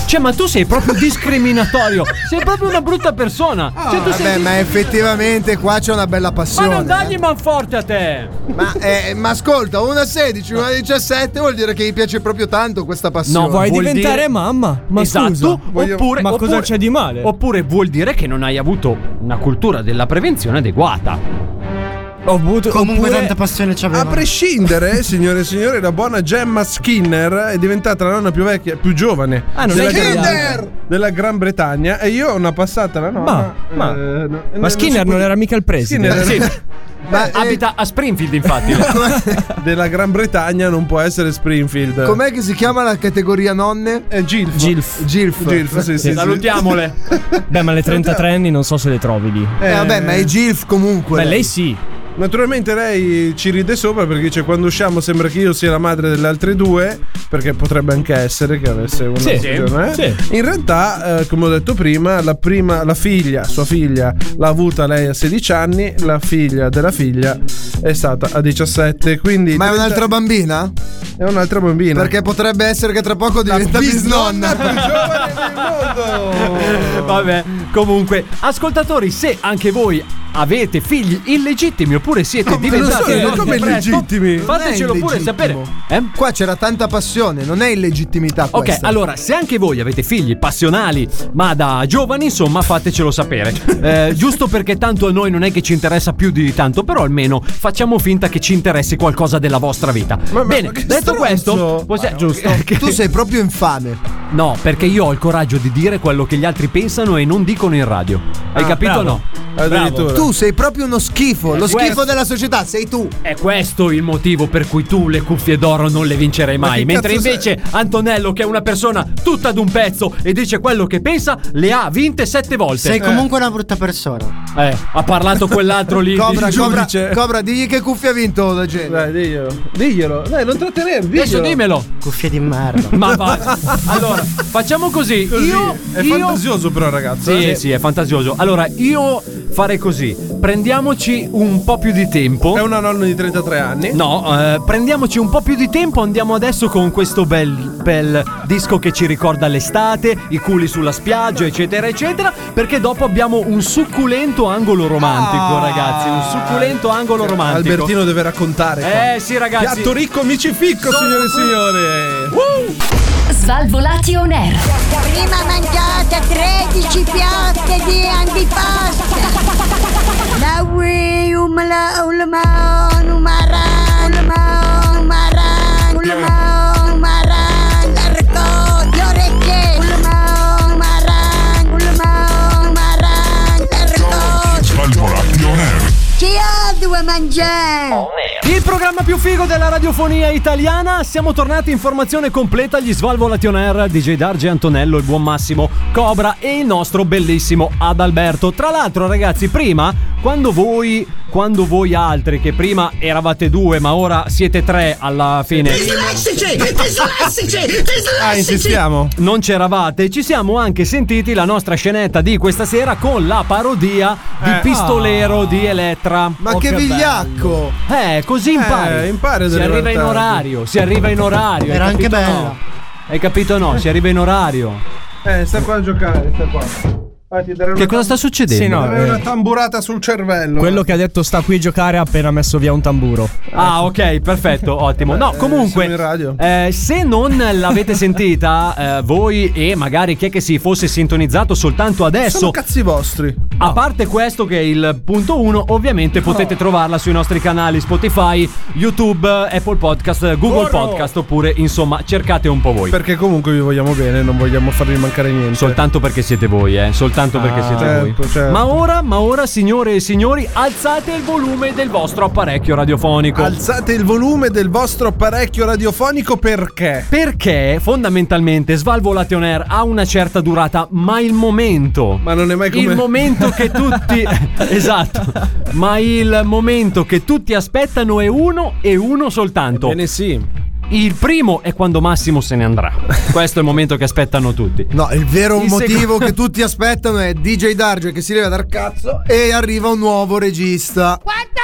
[SPEAKER 9] Cioè, ma tu sei proprio discriminatorio. sei proprio una brutta persona. cioè, tu
[SPEAKER 13] Vabbè,
[SPEAKER 9] sei
[SPEAKER 13] ma effettivamente qua c'è una bella
[SPEAKER 9] Ma
[SPEAKER 13] passione.
[SPEAKER 9] non dagli manforte a te.
[SPEAKER 13] Ma, eh, ma ascolta, una 16, una 17 vuol dire che gli piace proprio tanto questa passione.
[SPEAKER 9] No, vuoi Vuol
[SPEAKER 15] diventare
[SPEAKER 9] dire-
[SPEAKER 15] mamma? Ma
[SPEAKER 9] esatto.
[SPEAKER 15] scusa.
[SPEAKER 9] Oppure,
[SPEAKER 15] ma cosa
[SPEAKER 9] oppure-
[SPEAKER 15] c'è di male?
[SPEAKER 9] Oppure vuol dire che non hai avuto una cultura della prevenzione adeguata.
[SPEAKER 15] Ho avuto
[SPEAKER 3] Comunque
[SPEAKER 8] Oppure-
[SPEAKER 3] tanta passione c'aveva.
[SPEAKER 8] A prescindere, signore e signori, la buona Gemma Skinner è diventata la nonna più vecchia, più giovane
[SPEAKER 15] Ah, non è
[SPEAKER 8] della,
[SPEAKER 15] italiana.
[SPEAKER 8] della Gran Bretagna. E io ho una passata la nonna.
[SPEAKER 15] Ma- ma-
[SPEAKER 8] eh, no-
[SPEAKER 15] Ma Skinner
[SPEAKER 8] si può-
[SPEAKER 15] non era mica il preside.
[SPEAKER 8] Skinner era-
[SPEAKER 15] [LAUGHS]
[SPEAKER 13] Ma, eh,
[SPEAKER 9] Abita a Springfield, infatti.
[SPEAKER 8] della Gran Bretagna non può essere Springfield.
[SPEAKER 13] com'è che si chiama la categoria nonne?
[SPEAKER 8] È Gilf.
[SPEAKER 15] Gilf.
[SPEAKER 13] Gilf.
[SPEAKER 8] Gilf, sì, sì, sì.
[SPEAKER 9] Salutiamole.
[SPEAKER 15] Beh, ma le 33 anni non so se le trovi lì. Eh.
[SPEAKER 13] Eh, vabbè, ma è Gilf comunque.
[SPEAKER 15] Beh, lei sì.
[SPEAKER 8] Naturalmente lei ci ride sopra perché dice quando usciamo sembra che io sia la madre delle altre due, perché potrebbe anche essere che avesse una
[SPEAKER 15] Sì,
[SPEAKER 8] situazione, eh?
[SPEAKER 15] sì.
[SPEAKER 8] In realtà, eh, come ho detto prima, la prima la figlia, sua figlia l'ha avuta lei a 16 anni, la figlia della figlia è stata a 17, quindi
[SPEAKER 13] Ma è
[SPEAKER 8] 30
[SPEAKER 13] un'altra bambina?
[SPEAKER 8] è un'altra bambina.
[SPEAKER 13] Perché potrebbe essere che tra poco diventa bisnonna.
[SPEAKER 15] Oh.
[SPEAKER 9] Vabbè, comunque, ascoltatori, se anche voi avete figli illegittimi oppure siete diventati
[SPEAKER 8] so,
[SPEAKER 9] nonni
[SPEAKER 8] come
[SPEAKER 9] presto,
[SPEAKER 8] illegittimi? Non
[SPEAKER 9] Fatecelo pure sapere. Eh?
[SPEAKER 13] Qua c'era tanta passione, non è illegittimità
[SPEAKER 9] Ok,
[SPEAKER 13] questa.
[SPEAKER 9] allora, se anche voi avete figli passionali, ma da giovani, insomma,
[SPEAKER 13] [LAUGHS]
[SPEAKER 9] fatecelo sapere. Eh, giusto perché tanto a noi non è che ci interessa più di tanto, però almeno facciamo finta che ci interessi qualcosa della vostra vita. Bene, detto questo, possiamo- giusto. [LAUGHS]
[SPEAKER 13] Tu sei proprio infame.
[SPEAKER 9] No, perché io ho il coraggio di dire quello che gli altri pensano e non dicono in radio.
[SPEAKER 13] Ah,
[SPEAKER 9] Hai capito o no?
[SPEAKER 8] Addirittura.
[SPEAKER 13] Tu sei proprio uno schifo, lo
[SPEAKER 9] questo-
[SPEAKER 13] schifo della società, sei tu.
[SPEAKER 9] È questo il motivo per cui tu le cuffie d'oro non le vincerai
[SPEAKER 8] Ma
[SPEAKER 9] mai.
[SPEAKER 8] che
[SPEAKER 9] Mentre
[SPEAKER 8] cazzo
[SPEAKER 9] invece Antonello, che è una persona tutta ad un pezzo e dice quello che pensa, le ha vinte sette volte.
[SPEAKER 8] Eh.
[SPEAKER 3] Sei comunque una brutta persona.
[SPEAKER 9] Eh, ha parlato quell'altro lì.
[SPEAKER 13] Cobra,
[SPEAKER 9] il
[SPEAKER 13] Cobra,
[SPEAKER 9] giudice.
[SPEAKER 13] Cobra, digli che cuffia ha vinto la gente.
[SPEAKER 8] Dai, diglielo. Diglielo. Dai, non trattenermi, diglielo.
[SPEAKER 9] Adesso dimmelo.
[SPEAKER 3] Cuffie di merda.
[SPEAKER 9] Ma
[SPEAKER 8] [LAUGHS]
[SPEAKER 9] va. Allora, facciamo così.
[SPEAKER 8] Così.
[SPEAKER 9] Io.
[SPEAKER 8] è
[SPEAKER 9] io-
[SPEAKER 8] fantasioso però ragazzo.
[SPEAKER 9] Sì,
[SPEAKER 8] eh.
[SPEAKER 9] sì, è fantasioso. Allora, io farei così. Prendiamoci un po' più di tempo.
[SPEAKER 8] È una nonna di 33 anni.
[SPEAKER 9] No, eh, prendiamoci un po' più di tempo. Andiamo adesso con questo bel, bel disco che ci ricorda l'estate, i culi sulla spiaggia, eccetera, eccetera. Perché dopo abbiamo un succulento angolo romantico, ragazzi. Un succulento angolo romantico.
[SPEAKER 8] Ah. Albertino deve raccontare. qua.
[SPEAKER 9] Eh, sì, ragazzi.
[SPEAKER 8] Piatto ricco, mici ficco,
[SPEAKER 9] Sono
[SPEAKER 8] signore e
[SPEAKER 9] qui.
[SPEAKER 8] signori.
[SPEAKER 9] Uh!
[SPEAKER 16] Svalvolati on air.
[SPEAKER 17] Prima mangiate 13 piatte di antipasto. La ui, um, la, um, la, um, um, aran, um, la, um, aran, um, la, um, aran, la ricordo, le orecchie. Um, la, um, aran, um, la, um, aran, la ricordo.
[SPEAKER 4] Svalvolation Air.
[SPEAKER 17] Chi ha due mangiare.
[SPEAKER 9] Il programma più figo della radiofonia italiana. Siamo tornati in formazione completa. Gli Svalvolati On Air, DJ Darge, Antonello, il buon Massimo, Cobra e il nostro bellissimo Adalberto. Tra l'altro, ragazzi, prima, quando voi, quando voi altri, che prima eravate due, ma ora siete tre alla fine.
[SPEAKER 6] Dislessici! Dislessici! Dislessici!
[SPEAKER 9] Ah, Non c'eravate, ci siamo anche sentiti la nostra scenetta di questa sera con la parodia di
[SPEAKER 8] Eh.
[SPEAKER 9] Pistolero di Elettra.
[SPEAKER 8] Ma che vigliacco!
[SPEAKER 9] Eh, così
[SPEAKER 8] Eh,
[SPEAKER 9] impari.
[SPEAKER 8] impari
[SPEAKER 9] si
[SPEAKER 8] dalle
[SPEAKER 9] arriva in
[SPEAKER 8] realtà.
[SPEAKER 9] orario, si arriva in orario.
[SPEAKER 8] Era
[SPEAKER 9] hai
[SPEAKER 8] anche
[SPEAKER 9] capito,
[SPEAKER 8] bella.
[SPEAKER 9] no? Hai capito no? Si arriva in orario.
[SPEAKER 8] Eh, sta qua a giocare, sta qua. Ah, ti darei
[SPEAKER 9] Che
[SPEAKER 8] una-
[SPEAKER 9] cosa sta succedendo?
[SPEAKER 8] Sì, no,
[SPEAKER 15] eh.
[SPEAKER 8] darei una tamburata sul cervello.
[SPEAKER 15] Quello che ha detto sta qui a giocare ha appena messo via un tamburo.
[SPEAKER 9] Ah, ok, perfetto, ottimo. No, comunque, eh, se non l'avete sentita, eh, voi e magari chi è che si fosse sintonizzato soltanto adesso.
[SPEAKER 8] Sono cazzi vostri.
[SPEAKER 9] A parte questo che è il punto 1, ovviamente potete trovarla sui nostri canali Spotify, YouTube, Apple Podcast, Google Podcast oppure insomma cercate un po' voi.
[SPEAKER 8] Perché comunque vi vogliamo bene, non vogliamo farvi mancare niente. Certo,
[SPEAKER 9] Soltanto perché siete voi, eh. Soltanto perché siete
[SPEAKER 8] Ah,
[SPEAKER 9] voi. Ma ora, ma ora signore e signori, alzate il volume del vostro apparecchio radiofonico.
[SPEAKER 8] Alzate il volume del vostro apparecchio radiofonico perché?
[SPEAKER 9] Perché fondamentalmente Svalvolation Air ha una certa durata, ma il momento.
[SPEAKER 8] Ma non è mai come-
[SPEAKER 9] Il momento che
[SPEAKER 8] [LAUGHS]
[SPEAKER 9] tutti. esatto. Ma il momento che tutti aspettano è uno e uno soltanto. Bene,
[SPEAKER 8] sì.
[SPEAKER 9] Il primo è quando Massimo se ne andrà. Questo è il momento che aspettano tutti.
[SPEAKER 13] No, il vero
[SPEAKER 9] Il
[SPEAKER 13] motivo
[SPEAKER 9] secondo-
[SPEAKER 13] che tutti aspettano è DJ Darge che si leva dal cazzo e arriva un nuovo regista. [LAUGHS]
[SPEAKER 8] Quanto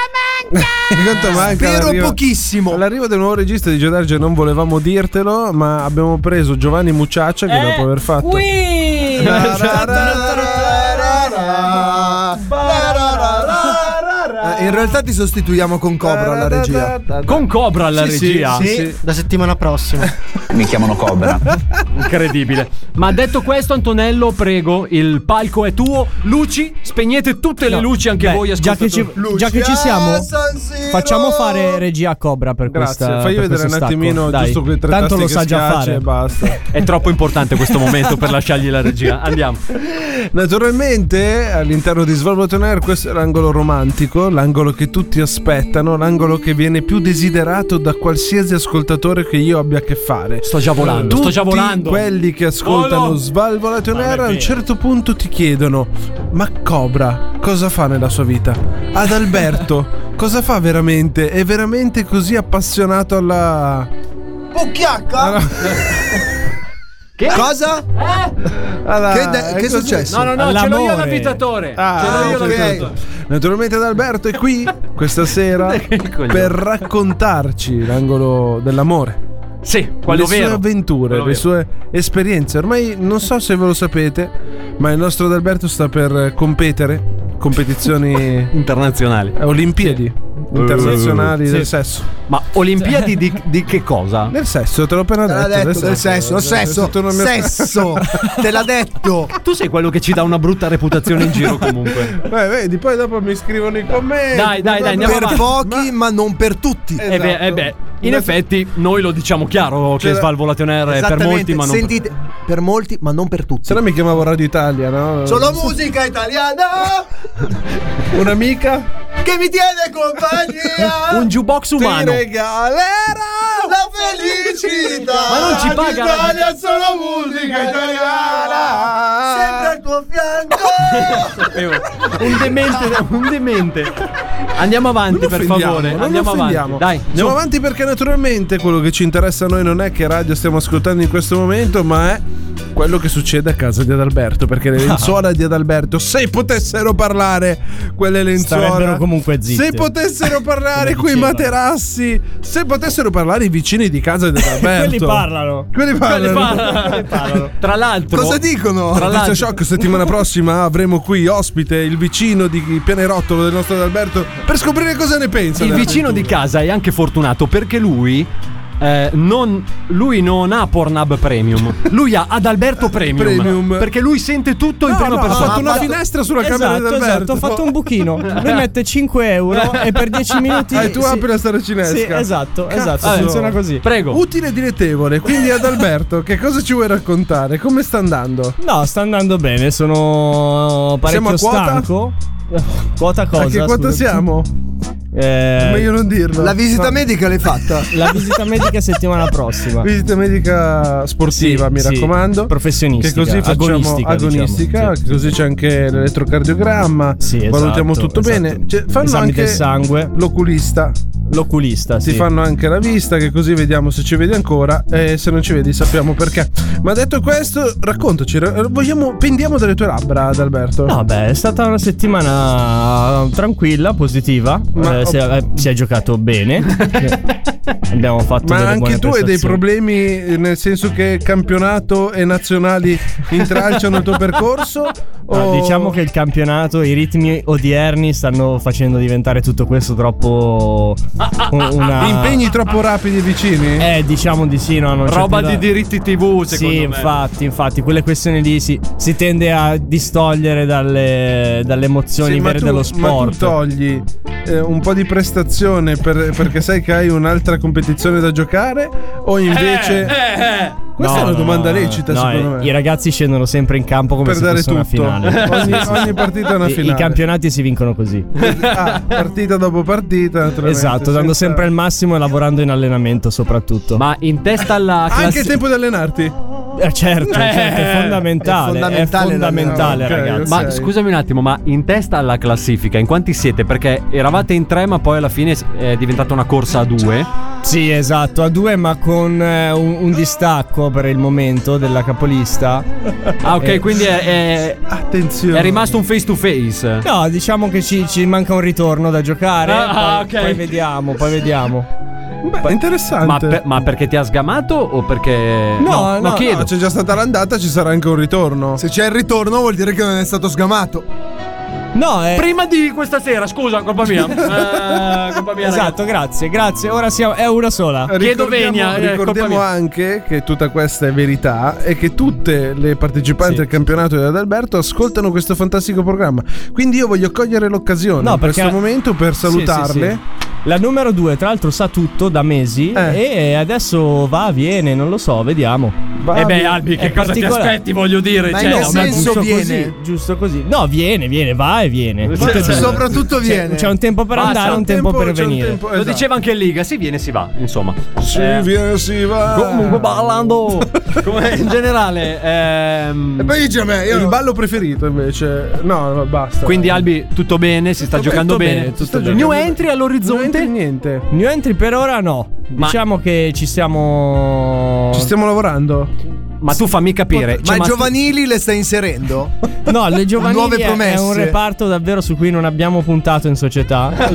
[SPEAKER 8] manca
[SPEAKER 13] Spero
[SPEAKER 8] all'arrivo-
[SPEAKER 13] pochissimo.
[SPEAKER 8] All'arrivo del nuovo regista di Geodarge non volevamo dirtelo, ma abbiamo preso Giovanni Mucciaccia che
[SPEAKER 9] Eh,
[SPEAKER 8] dopo aver fatto [LAUGHS]
[SPEAKER 13] Eh, In realtà ti sostituiamo con Cobra alla regia.
[SPEAKER 9] Con Cobra alla
[SPEAKER 13] Sì, sì,
[SPEAKER 9] regia.
[SPEAKER 13] sì, sì.
[SPEAKER 9] da settimana prossima.
[SPEAKER 12] Mi chiamano Cobra.
[SPEAKER 9] Incredibile. Ma detto questo, Antonello, prego, il palco è tuo. Luci, spegnete tutte le luci, anche
[SPEAKER 15] Beh,
[SPEAKER 9] voi
[SPEAKER 15] già che,
[SPEAKER 9] ascoltatori.
[SPEAKER 15] ci, già che ci siamo, facciamo fare regia a Cobra per
[SPEAKER 9] Grazie,
[SPEAKER 15] questa.
[SPEAKER 9] fai
[SPEAKER 15] per
[SPEAKER 9] vedere
[SPEAKER 15] questo
[SPEAKER 9] un
[SPEAKER 15] stacco.
[SPEAKER 9] attimino
[SPEAKER 15] Dai,
[SPEAKER 9] giusto quei tre
[SPEAKER 15] Tanto
[SPEAKER 9] tasti
[SPEAKER 15] lo
[SPEAKER 9] che
[SPEAKER 15] sa già
[SPEAKER 9] schiaccia
[SPEAKER 15] fare.
[SPEAKER 8] e basta.
[SPEAKER 15] [LAUGHS]
[SPEAKER 9] È troppo importante questo momento per lasciargli la regia. Andiamo.
[SPEAKER 8] Naturalmente all'interno di Svalbard Air questo è l'angolo romantico, l'angolo che tutti aspettano, l'angolo che viene più desiderato da qualsiasi ascoltatore che io abbia a che fare.
[SPEAKER 9] Sto già volando,
[SPEAKER 8] Tutti
[SPEAKER 9] sto già volando.
[SPEAKER 8] Quelli che ascoltano
[SPEAKER 9] Volo.
[SPEAKER 8] Svalvolato
[SPEAKER 9] Ma non è
[SPEAKER 8] Air a un
[SPEAKER 9] vero.
[SPEAKER 8] certo punto ti chiedono: Ma Cobra cosa fa nella sua vita? Ad
[SPEAKER 9] [LAUGHS]
[SPEAKER 8] Alberto cosa fa veramente? È veramente così appassionato alla.
[SPEAKER 13] Pucchiacca?
[SPEAKER 8] [LAUGHS]
[SPEAKER 9] Che?
[SPEAKER 13] Cosa?
[SPEAKER 8] alla-
[SPEAKER 13] Che de- che è
[SPEAKER 8] così.
[SPEAKER 13] successo?
[SPEAKER 9] No, no, no, ce l'ho io
[SPEAKER 8] All'amore.
[SPEAKER 9] l'avvitatore.
[SPEAKER 8] Ah,
[SPEAKER 9] ce l'ho io
[SPEAKER 8] ok.
[SPEAKER 9] l'avvitatore.
[SPEAKER 8] Naturalmente ad Alberto è qui
[SPEAKER 9] [LAUGHS]
[SPEAKER 8] questa sera per raccontarci l'angolo dell'amore.
[SPEAKER 9] Sì, quello
[SPEAKER 8] le sue
[SPEAKER 9] vero.
[SPEAKER 8] avventure,
[SPEAKER 9] Quello
[SPEAKER 8] le
[SPEAKER 9] vero.
[SPEAKER 8] sue esperienze. Ormai non so se ve lo sapete, ma il nostro Adalberto sta per competere. Competizioni
[SPEAKER 9] [LAUGHS] internazionali,
[SPEAKER 8] Olimpiadi internazionali
[SPEAKER 9] Sì.
[SPEAKER 8] del
[SPEAKER 9] Sì.
[SPEAKER 8] sesso.
[SPEAKER 9] Ma Olimpiadi di, di che cosa?
[SPEAKER 8] Del sesso, te l'ho appena
[SPEAKER 13] Te l'ha
[SPEAKER 8] detto.
[SPEAKER 13] detto del sesso, sesso,
[SPEAKER 8] Tu non mi-
[SPEAKER 13] sesso. Te l'ha
[SPEAKER 9] [LAUGHS]
[SPEAKER 13] detto.
[SPEAKER 9] Tu sei quello che ci dà una brutta reputazione in giro
[SPEAKER 8] [LAUGHS]
[SPEAKER 9] comunque.
[SPEAKER 8] [LAUGHS] Beh, vedi, poi dopo mi scrivono i commenti.
[SPEAKER 9] Dai, dai, dai, andiamo
[SPEAKER 13] per
[SPEAKER 9] avanti.
[SPEAKER 13] pochi, ma... non per tutti.
[SPEAKER 9] Eh beh, eh beh, in effetti noi lo diciamo chiaro che
[SPEAKER 13] C'era-
[SPEAKER 9] Svalvolation Air è per molti ma non per-
[SPEAKER 13] Sentite, per molti, ma non per tutti.
[SPEAKER 8] Se no mi chiamavo Radio Italia, no?
[SPEAKER 13] Solo musica italiana
[SPEAKER 8] Un'amica?
[SPEAKER 13] che mi tiene compagnia.
[SPEAKER 9] Un jukebox umano.
[SPEAKER 13] Ti regalerà la felicità.
[SPEAKER 9] Ma non ci paga la-
[SPEAKER 13] L'Italia è solo musica italiana. Sempre al tuo fianco.
[SPEAKER 9] un demente, un demente. Andiamo avanti, per
[SPEAKER 8] offendiamo,
[SPEAKER 9] favore.
[SPEAKER 8] non
[SPEAKER 9] Andiamo
[SPEAKER 8] offendiamo.
[SPEAKER 9] avanti. Dai,
[SPEAKER 8] andiamo
[SPEAKER 9] su.
[SPEAKER 8] avanti perché naturalmente quello che ci interessa a noi non è che radio stiamo ascoltando in questo momento, ma è quello che succede a casa di Adalberto, perché le lenzuola di Adalberto, se potessero parlare quelle lenzuola,
[SPEAKER 15] Starebbero comunque zitte.
[SPEAKER 8] se potessero parlare
[SPEAKER 15] Come
[SPEAKER 8] quei
[SPEAKER 15] diceva.
[SPEAKER 8] materassi, se potessero parlare i vicini di casa di Adalberto.
[SPEAKER 15] Quelli parlano.
[SPEAKER 8] Quelli
[SPEAKER 9] Quelli
[SPEAKER 8] parlano.
[SPEAKER 9] parlano.
[SPEAKER 8] [LAUGHS]
[SPEAKER 9] Tra l'altro,
[SPEAKER 8] Cosa dicono?
[SPEAKER 9] Tra l'altro,
[SPEAKER 8] Notizia shock, settimana prossima avremo qui ospite il vicino di Pianerottolo del nostro Adalberto per scoprire cosa ne pensa.
[SPEAKER 9] il
[SPEAKER 8] della
[SPEAKER 9] vicino di casa è anche fortunato perché lui. eh, non, lui non ha Pornhub Premium, lui ha Adalberto Premium,
[SPEAKER 8] Premium.
[SPEAKER 9] perché lui sente tutto in
[SPEAKER 8] No,
[SPEAKER 9] prima
[SPEAKER 8] no,
[SPEAKER 9] persona.
[SPEAKER 8] ha fatto una finestra sulla
[SPEAKER 15] esatto,
[SPEAKER 8] camera di Alberto.
[SPEAKER 15] Esatto, ho fatto un buchino. Lui mette 5 euro e per 10 minuti.
[SPEAKER 8] Ah, e tu
[SPEAKER 15] sì.
[SPEAKER 8] apri la saracinesca.
[SPEAKER 15] Sì, esatto, esatto,
[SPEAKER 8] Cazzo.
[SPEAKER 15] funziona così.
[SPEAKER 9] Eh, Prego.
[SPEAKER 8] Utile e dilettevole. Quindi ad Alberto, che cosa ci vuoi raccontare? Come sta andando?
[SPEAKER 15] No, sta andando bene, sono
[SPEAKER 8] Siamo a
[SPEAKER 15] parecchio
[SPEAKER 8] quota?
[SPEAKER 15] stanco. Quota cosa?
[SPEAKER 8] A che quota
[SPEAKER 15] scusa?
[SPEAKER 8] siamo?
[SPEAKER 15] Eh,
[SPEAKER 8] Meglio non dirlo.
[SPEAKER 15] La visita
[SPEAKER 8] medica l'hai [LAUGHS] fatta?
[SPEAKER 15] La visita medica settimana prossima.
[SPEAKER 8] Visita medica sportiva,
[SPEAKER 15] Sì,
[SPEAKER 8] mi
[SPEAKER 15] sì,
[SPEAKER 8] raccomando. Che
[SPEAKER 15] professionistica,
[SPEAKER 8] così facciamo agonistica,
[SPEAKER 15] agonistica, diciamo, sì.
[SPEAKER 8] che così c'è anche l'elettrocardiogramma. valutiamo
[SPEAKER 15] esatto,
[SPEAKER 8] tutto
[SPEAKER 15] esatto.
[SPEAKER 8] bene. Cioè, fanno
[SPEAKER 15] Esami
[SPEAKER 8] anche
[SPEAKER 15] del sangue.
[SPEAKER 8] l'oculista.
[SPEAKER 15] L'oculista,
[SPEAKER 8] Ti
[SPEAKER 15] sì.
[SPEAKER 8] fanno anche la vista, che così vediamo se ci vedi ancora e se non ci vedi sappiamo perché. Ma detto questo, raccontaci, ra- vogliamo, pendiamo dalle tue labbra, ad Alberto.
[SPEAKER 15] No, beh, è stata una settimana uh, tranquilla, positiva.
[SPEAKER 8] Ma-
[SPEAKER 15] Eh, si, è, eh, si è giocato
[SPEAKER 8] [LAUGHS]
[SPEAKER 15] bene. Abbiamo fatto
[SPEAKER 8] Ma
[SPEAKER 15] delle buone
[SPEAKER 8] anche tu hai
[SPEAKER 15] prestazioni.
[SPEAKER 8] dei problemi eh, nel senso che campionato e nazionali intralciano
[SPEAKER 15] [LAUGHS]
[SPEAKER 8] il tuo percorso?
[SPEAKER 15] No,
[SPEAKER 8] Oh.
[SPEAKER 15] Diciamo che il campionato, i ritmi odierni stanno facendo diventare tutto questo troppo.
[SPEAKER 8] Ah,
[SPEAKER 15] un- una-
[SPEAKER 8] Impegni troppo rapidi e vicini?
[SPEAKER 15] Eh, diciamo di sì, no, non c'è
[SPEAKER 9] Roba
[SPEAKER 15] più da-
[SPEAKER 9] di diritti TV, secondo
[SPEAKER 15] Sì,
[SPEAKER 9] me.
[SPEAKER 15] infatti, infatti, quelle questioni lì si, si tende a distogliere dalle, dalle emozioni
[SPEAKER 8] Sì, ma
[SPEAKER 15] vere
[SPEAKER 8] tu-
[SPEAKER 15] dello
[SPEAKER 8] Ma tu
[SPEAKER 15] sport.
[SPEAKER 8] togli eh, un po' di prestazione per- perché sai che hai un'altra competizione da giocare? O invece. Questa
[SPEAKER 15] No,
[SPEAKER 8] è una
[SPEAKER 15] no,
[SPEAKER 8] domanda
[SPEAKER 15] no,
[SPEAKER 8] lecita,
[SPEAKER 15] no,
[SPEAKER 8] secondo
[SPEAKER 15] eh,
[SPEAKER 8] me.
[SPEAKER 15] I ragazzi scendono sempre in campo come
[SPEAKER 8] [LAUGHS] Per
[SPEAKER 15] se
[SPEAKER 8] dare
[SPEAKER 15] fosse una
[SPEAKER 8] tutto.
[SPEAKER 15] finale.
[SPEAKER 8] Ogni-
[SPEAKER 15] [LAUGHS] Sì, sì.
[SPEAKER 8] ogni partita è una
[SPEAKER 15] I- I
[SPEAKER 8] finale.
[SPEAKER 15] campionati si vincono così.
[SPEAKER 8] [LAUGHS] Ah, partita dopo partita, naturalmente.
[SPEAKER 15] Esatto, dando
[SPEAKER 8] senza-
[SPEAKER 15] sempre il massimo e lavorando in allenamento soprattutto. Ma in testa alla
[SPEAKER 8] eh. Anche il tempo di allenarti.
[SPEAKER 15] Eh, certo, certo, è fondamentale. È fondamentale, ragazzi.
[SPEAKER 9] Ma scusami un attimo, ma in testa alla classifica, in quanti siete? Perché eravate in tre, ma poi alla fine è diventata una corsa a due.
[SPEAKER 15] Sì, esatto, a due, ma con eh, un, un distacco per il momento della capolista.
[SPEAKER 9] Ah, ok,
[SPEAKER 15] Eh,
[SPEAKER 9] quindi è, è-
[SPEAKER 8] Attenzione.
[SPEAKER 9] è rimasto un face to face.
[SPEAKER 15] No, diciamo che ci, ci manca un ritorno da giocare.
[SPEAKER 9] Ah,
[SPEAKER 15] poi,
[SPEAKER 9] ok.
[SPEAKER 15] poi vediamo, poi vediamo.
[SPEAKER 8] Beh, interessante.
[SPEAKER 9] Ma, per- ma perché ti ha sgamato o perché.
[SPEAKER 8] No, cioè- no,
[SPEAKER 9] lo chiedo.
[SPEAKER 8] no, c'è già stata l'andata, ci sarà anche un ritorno.
[SPEAKER 13] Se c'è il ritorno vuol dire che non è stato sgamato.
[SPEAKER 15] No, eh,
[SPEAKER 9] Prima di questa sera, scusa, colpa
[SPEAKER 8] [LAUGHS]
[SPEAKER 9] mia. Eh, colpa mia.
[SPEAKER 15] esatto, grazie, grazie. Ora siamo, è una sola.
[SPEAKER 9] Chiedo
[SPEAKER 8] Ricordiamo-
[SPEAKER 9] venia, eh,
[SPEAKER 8] ricordiamo
[SPEAKER 9] colpa mia.
[SPEAKER 8] anche che tutta questa è verità e che tutte le partecipanti al campionato di Adalberto ascoltano questo fantastico programma. Quindi io voglio cogliere l'occasione
[SPEAKER 15] No,
[SPEAKER 8] in
[SPEAKER 15] perché-
[SPEAKER 8] questo momento per
[SPEAKER 15] Sì, sì,
[SPEAKER 8] salutarle.
[SPEAKER 15] sì. La numero due, tra l'altro, sa tutto da mesi.
[SPEAKER 8] Eh.
[SPEAKER 15] E adesso va, viene, non lo so, vediamo.
[SPEAKER 9] Eh beh, Albi, che
[SPEAKER 15] È
[SPEAKER 9] cosa ti
[SPEAKER 15] particolare.
[SPEAKER 9] aspetti, voglio dire?
[SPEAKER 15] Ma
[SPEAKER 9] cioè,
[SPEAKER 15] no,
[SPEAKER 9] no, ma giusto
[SPEAKER 15] giusto
[SPEAKER 9] così. Cioè,
[SPEAKER 15] Così, giusto così. No, viene, viene, va e viene. Tutte
[SPEAKER 8] Cioè,
[SPEAKER 15] e due.
[SPEAKER 13] soprattutto
[SPEAKER 15] C'è-
[SPEAKER 13] viene.
[SPEAKER 15] C'è, un tempo per
[SPEAKER 9] Basta,
[SPEAKER 15] andare, un tempo, per
[SPEAKER 9] c'è un
[SPEAKER 15] venire.
[SPEAKER 9] tempo, Lo diceva anche in Liga, si viene si va, insomma.
[SPEAKER 8] Si
[SPEAKER 9] Eh,
[SPEAKER 8] viene, si va.
[SPEAKER 9] Comunque ballando. Come in generale. ehm,
[SPEAKER 8] E poi dice a me,
[SPEAKER 9] io-
[SPEAKER 8] il ballo preferito invece. No, no, basta.
[SPEAKER 9] Quindi Albi, tutto bene, si sta
[SPEAKER 8] Tutto
[SPEAKER 9] giocando
[SPEAKER 8] bene,
[SPEAKER 9] bene.
[SPEAKER 8] tutto bene.
[SPEAKER 9] New entry all'orizzonte.
[SPEAKER 8] niente.
[SPEAKER 15] New entry per ora no.
[SPEAKER 9] Ma-
[SPEAKER 15] Diciamo che ci stiamo.
[SPEAKER 8] Ci stiamo lavorando.
[SPEAKER 9] Ma tu fammi capire.
[SPEAKER 15] cioè, ma-
[SPEAKER 13] giovanili le stai inserendo?
[SPEAKER 15] No, le giovanili
[SPEAKER 13] Nuove
[SPEAKER 15] è- è
[SPEAKER 13] promesse.
[SPEAKER 15] un
[SPEAKER 8] [LAUGHS]
[SPEAKER 15] reparto davvero su cui non abbiamo puntato in società. Al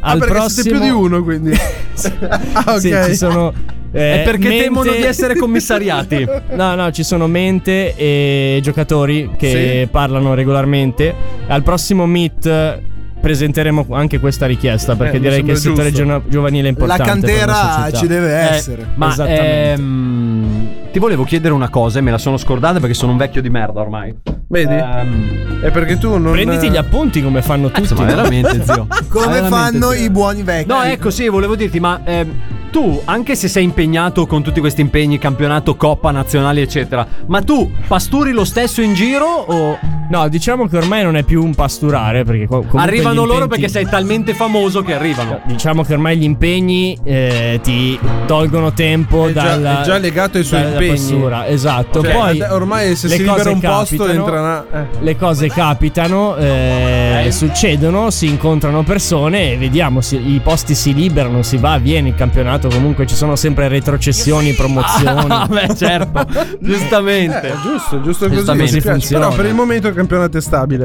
[SPEAKER 8] Ah, perché siete più di uno, quindi. ah,
[SPEAKER 15] [LAUGHS]
[SPEAKER 8] ok.
[SPEAKER 15] Sì, ci sono. eh,
[SPEAKER 9] È perché
[SPEAKER 15] mente-
[SPEAKER 9] temono di essere commissariati. Eh,
[SPEAKER 15] No, no, ci sono mente e giocatori che
[SPEAKER 9] Sì.
[SPEAKER 15] parlano regolarmente. Al prossimo meet eh, presenteremo anche questa richiesta
[SPEAKER 8] Eh,
[SPEAKER 15] perché
[SPEAKER 9] mi
[SPEAKER 15] direi che
[SPEAKER 9] sembra
[SPEAKER 15] il settore
[SPEAKER 9] giusto.
[SPEAKER 15] gio- giovanile è importante. per la società.
[SPEAKER 9] Eh, ma
[SPEAKER 15] Esattamente.
[SPEAKER 9] ehm, ti volevo chiedere una cosa e me la sono scordata perché sono un vecchio di merda ormai. Ehm,
[SPEAKER 8] Vedi? è perché tu non.
[SPEAKER 15] Eh. Prenditi gli appunti come fanno tutti.
[SPEAKER 9] Insomma, veramente, zio.
[SPEAKER 13] Come
[SPEAKER 9] Veramente,
[SPEAKER 13] fanno
[SPEAKER 9] zio.
[SPEAKER 13] i buoni vecchi?
[SPEAKER 9] No, ecco, sì, volevo dirti, ma ehm, tu, anche se sei impegnato con tutti questi impegni, campionato, coppa, nazionali, eccetera, ma tu pasturi lo stesso in giro o
[SPEAKER 15] No, diciamo che ormai non è più un pasturare perché co- comunque
[SPEAKER 9] arrivano
[SPEAKER 15] gli
[SPEAKER 9] loro
[SPEAKER 15] intenti-
[SPEAKER 9] perché sei talmente famoso che arrivano?
[SPEAKER 15] Diciamo che ormai gli impegni eh, ti tolgono tempo
[SPEAKER 8] È già-
[SPEAKER 15] dalla-
[SPEAKER 8] è già legato ai suoi
[SPEAKER 15] dalla
[SPEAKER 8] impegni.
[SPEAKER 15] postura, esatto.
[SPEAKER 8] Cioè,
[SPEAKER 15] Poi
[SPEAKER 8] ad- ormai se
[SPEAKER 15] le
[SPEAKER 8] si libera
[SPEAKER 15] cose
[SPEAKER 8] un posto
[SPEAKER 15] capitano,
[SPEAKER 8] entra una- eh.
[SPEAKER 15] Le cose capitano, eh, succedono, si incontrano persone e vediamo, si- i posti si liberano, si va, viene il campionato, comunque ci sono sempre retrocessioni,
[SPEAKER 9] [LAUGHS]
[SPEAKER 15] promozioni.
[SPEAKER 9] Ah,
[SPEAKER 15] [LAUGHS]
[SPEAKER 9] beh, certo, giustamente.
[SPEAKER 8] Eh, giusto, giusto così.
[SPEAKER 15] Giustamente.
[SPEAKER 8] mi dispiace.
[SPEAKER 15] Così funziona.
[SPEAKER 8] Però per il momento il campionato è stabile.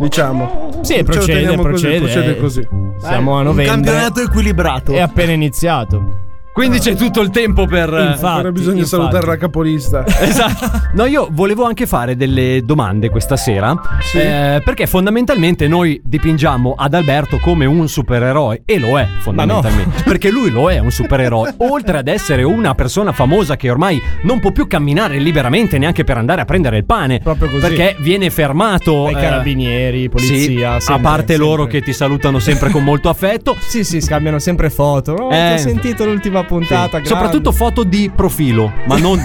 [SPEAKER 8] Diciamo.
[SPEAKER 15] Sì,
[SPEAKER 8] Ce lo
[SPEAKER 15] procede,
[SPEAKER 8] teniamo così,
[SPEAKER 15] procede,
[SPEAKER 8] procede
[SPEAKER 15] eh.
[SPEAKER 8] così.
[SPEAKER 15] Siamo a novembre.
[SPEAKER 13] equilibrato.
[SPEAKER 15] È appena iniziato.
[SPEAKER 9] Quindi c'è tutto il tempo per. eh,
[SPEAKER 8] Ancora bisogna
[SPEAKER 9] infatti.
[SPEAKER 8] salutare la capolista.
[SPEAKER 9] Esatto. No, io volevo anche fare delle domande questa sera. eh, perché fondamentalmente noi dipingiamo ad Alberto come un supereroe. E lo è, fondamentalmente. Perché lui lo è
[SPEAKER 15] [LAUGHS]
[SPEAKER 9] un supereroe. Oltre ad essere una persona famosa che ormai non può più camminare liberamente neanche per andare a prendere il pane.
[SPEAKER 15] Proprio così.
[SPEAKER 9] Perché viene fermato.
[SPEAKER 15] Dai
[SPEAKER 9] eh,
[SPEAKER 15] carabinieri, polizia,
[SPEAKER 9] sì, a
[SPEAKER 15] sempre,
[SPEAKER 9] parte loro
[SPEAKER 15] sempre.
[SPEAKER 9] che ti salutano sempre con molto
[SPEAKER 15] [LAUGHS]
[SPEAKER 9] affetto.
[SPEAKER 15] Sì, sì, scambiano sempre foto. Oh,
[SPEAKER 9] Eh.
[SPEAKER 15] ti ho sentito l'ultima puntata. grande.
[SPEAKER 9] Soprattutto foto di [LAUGHS] profilo, ma non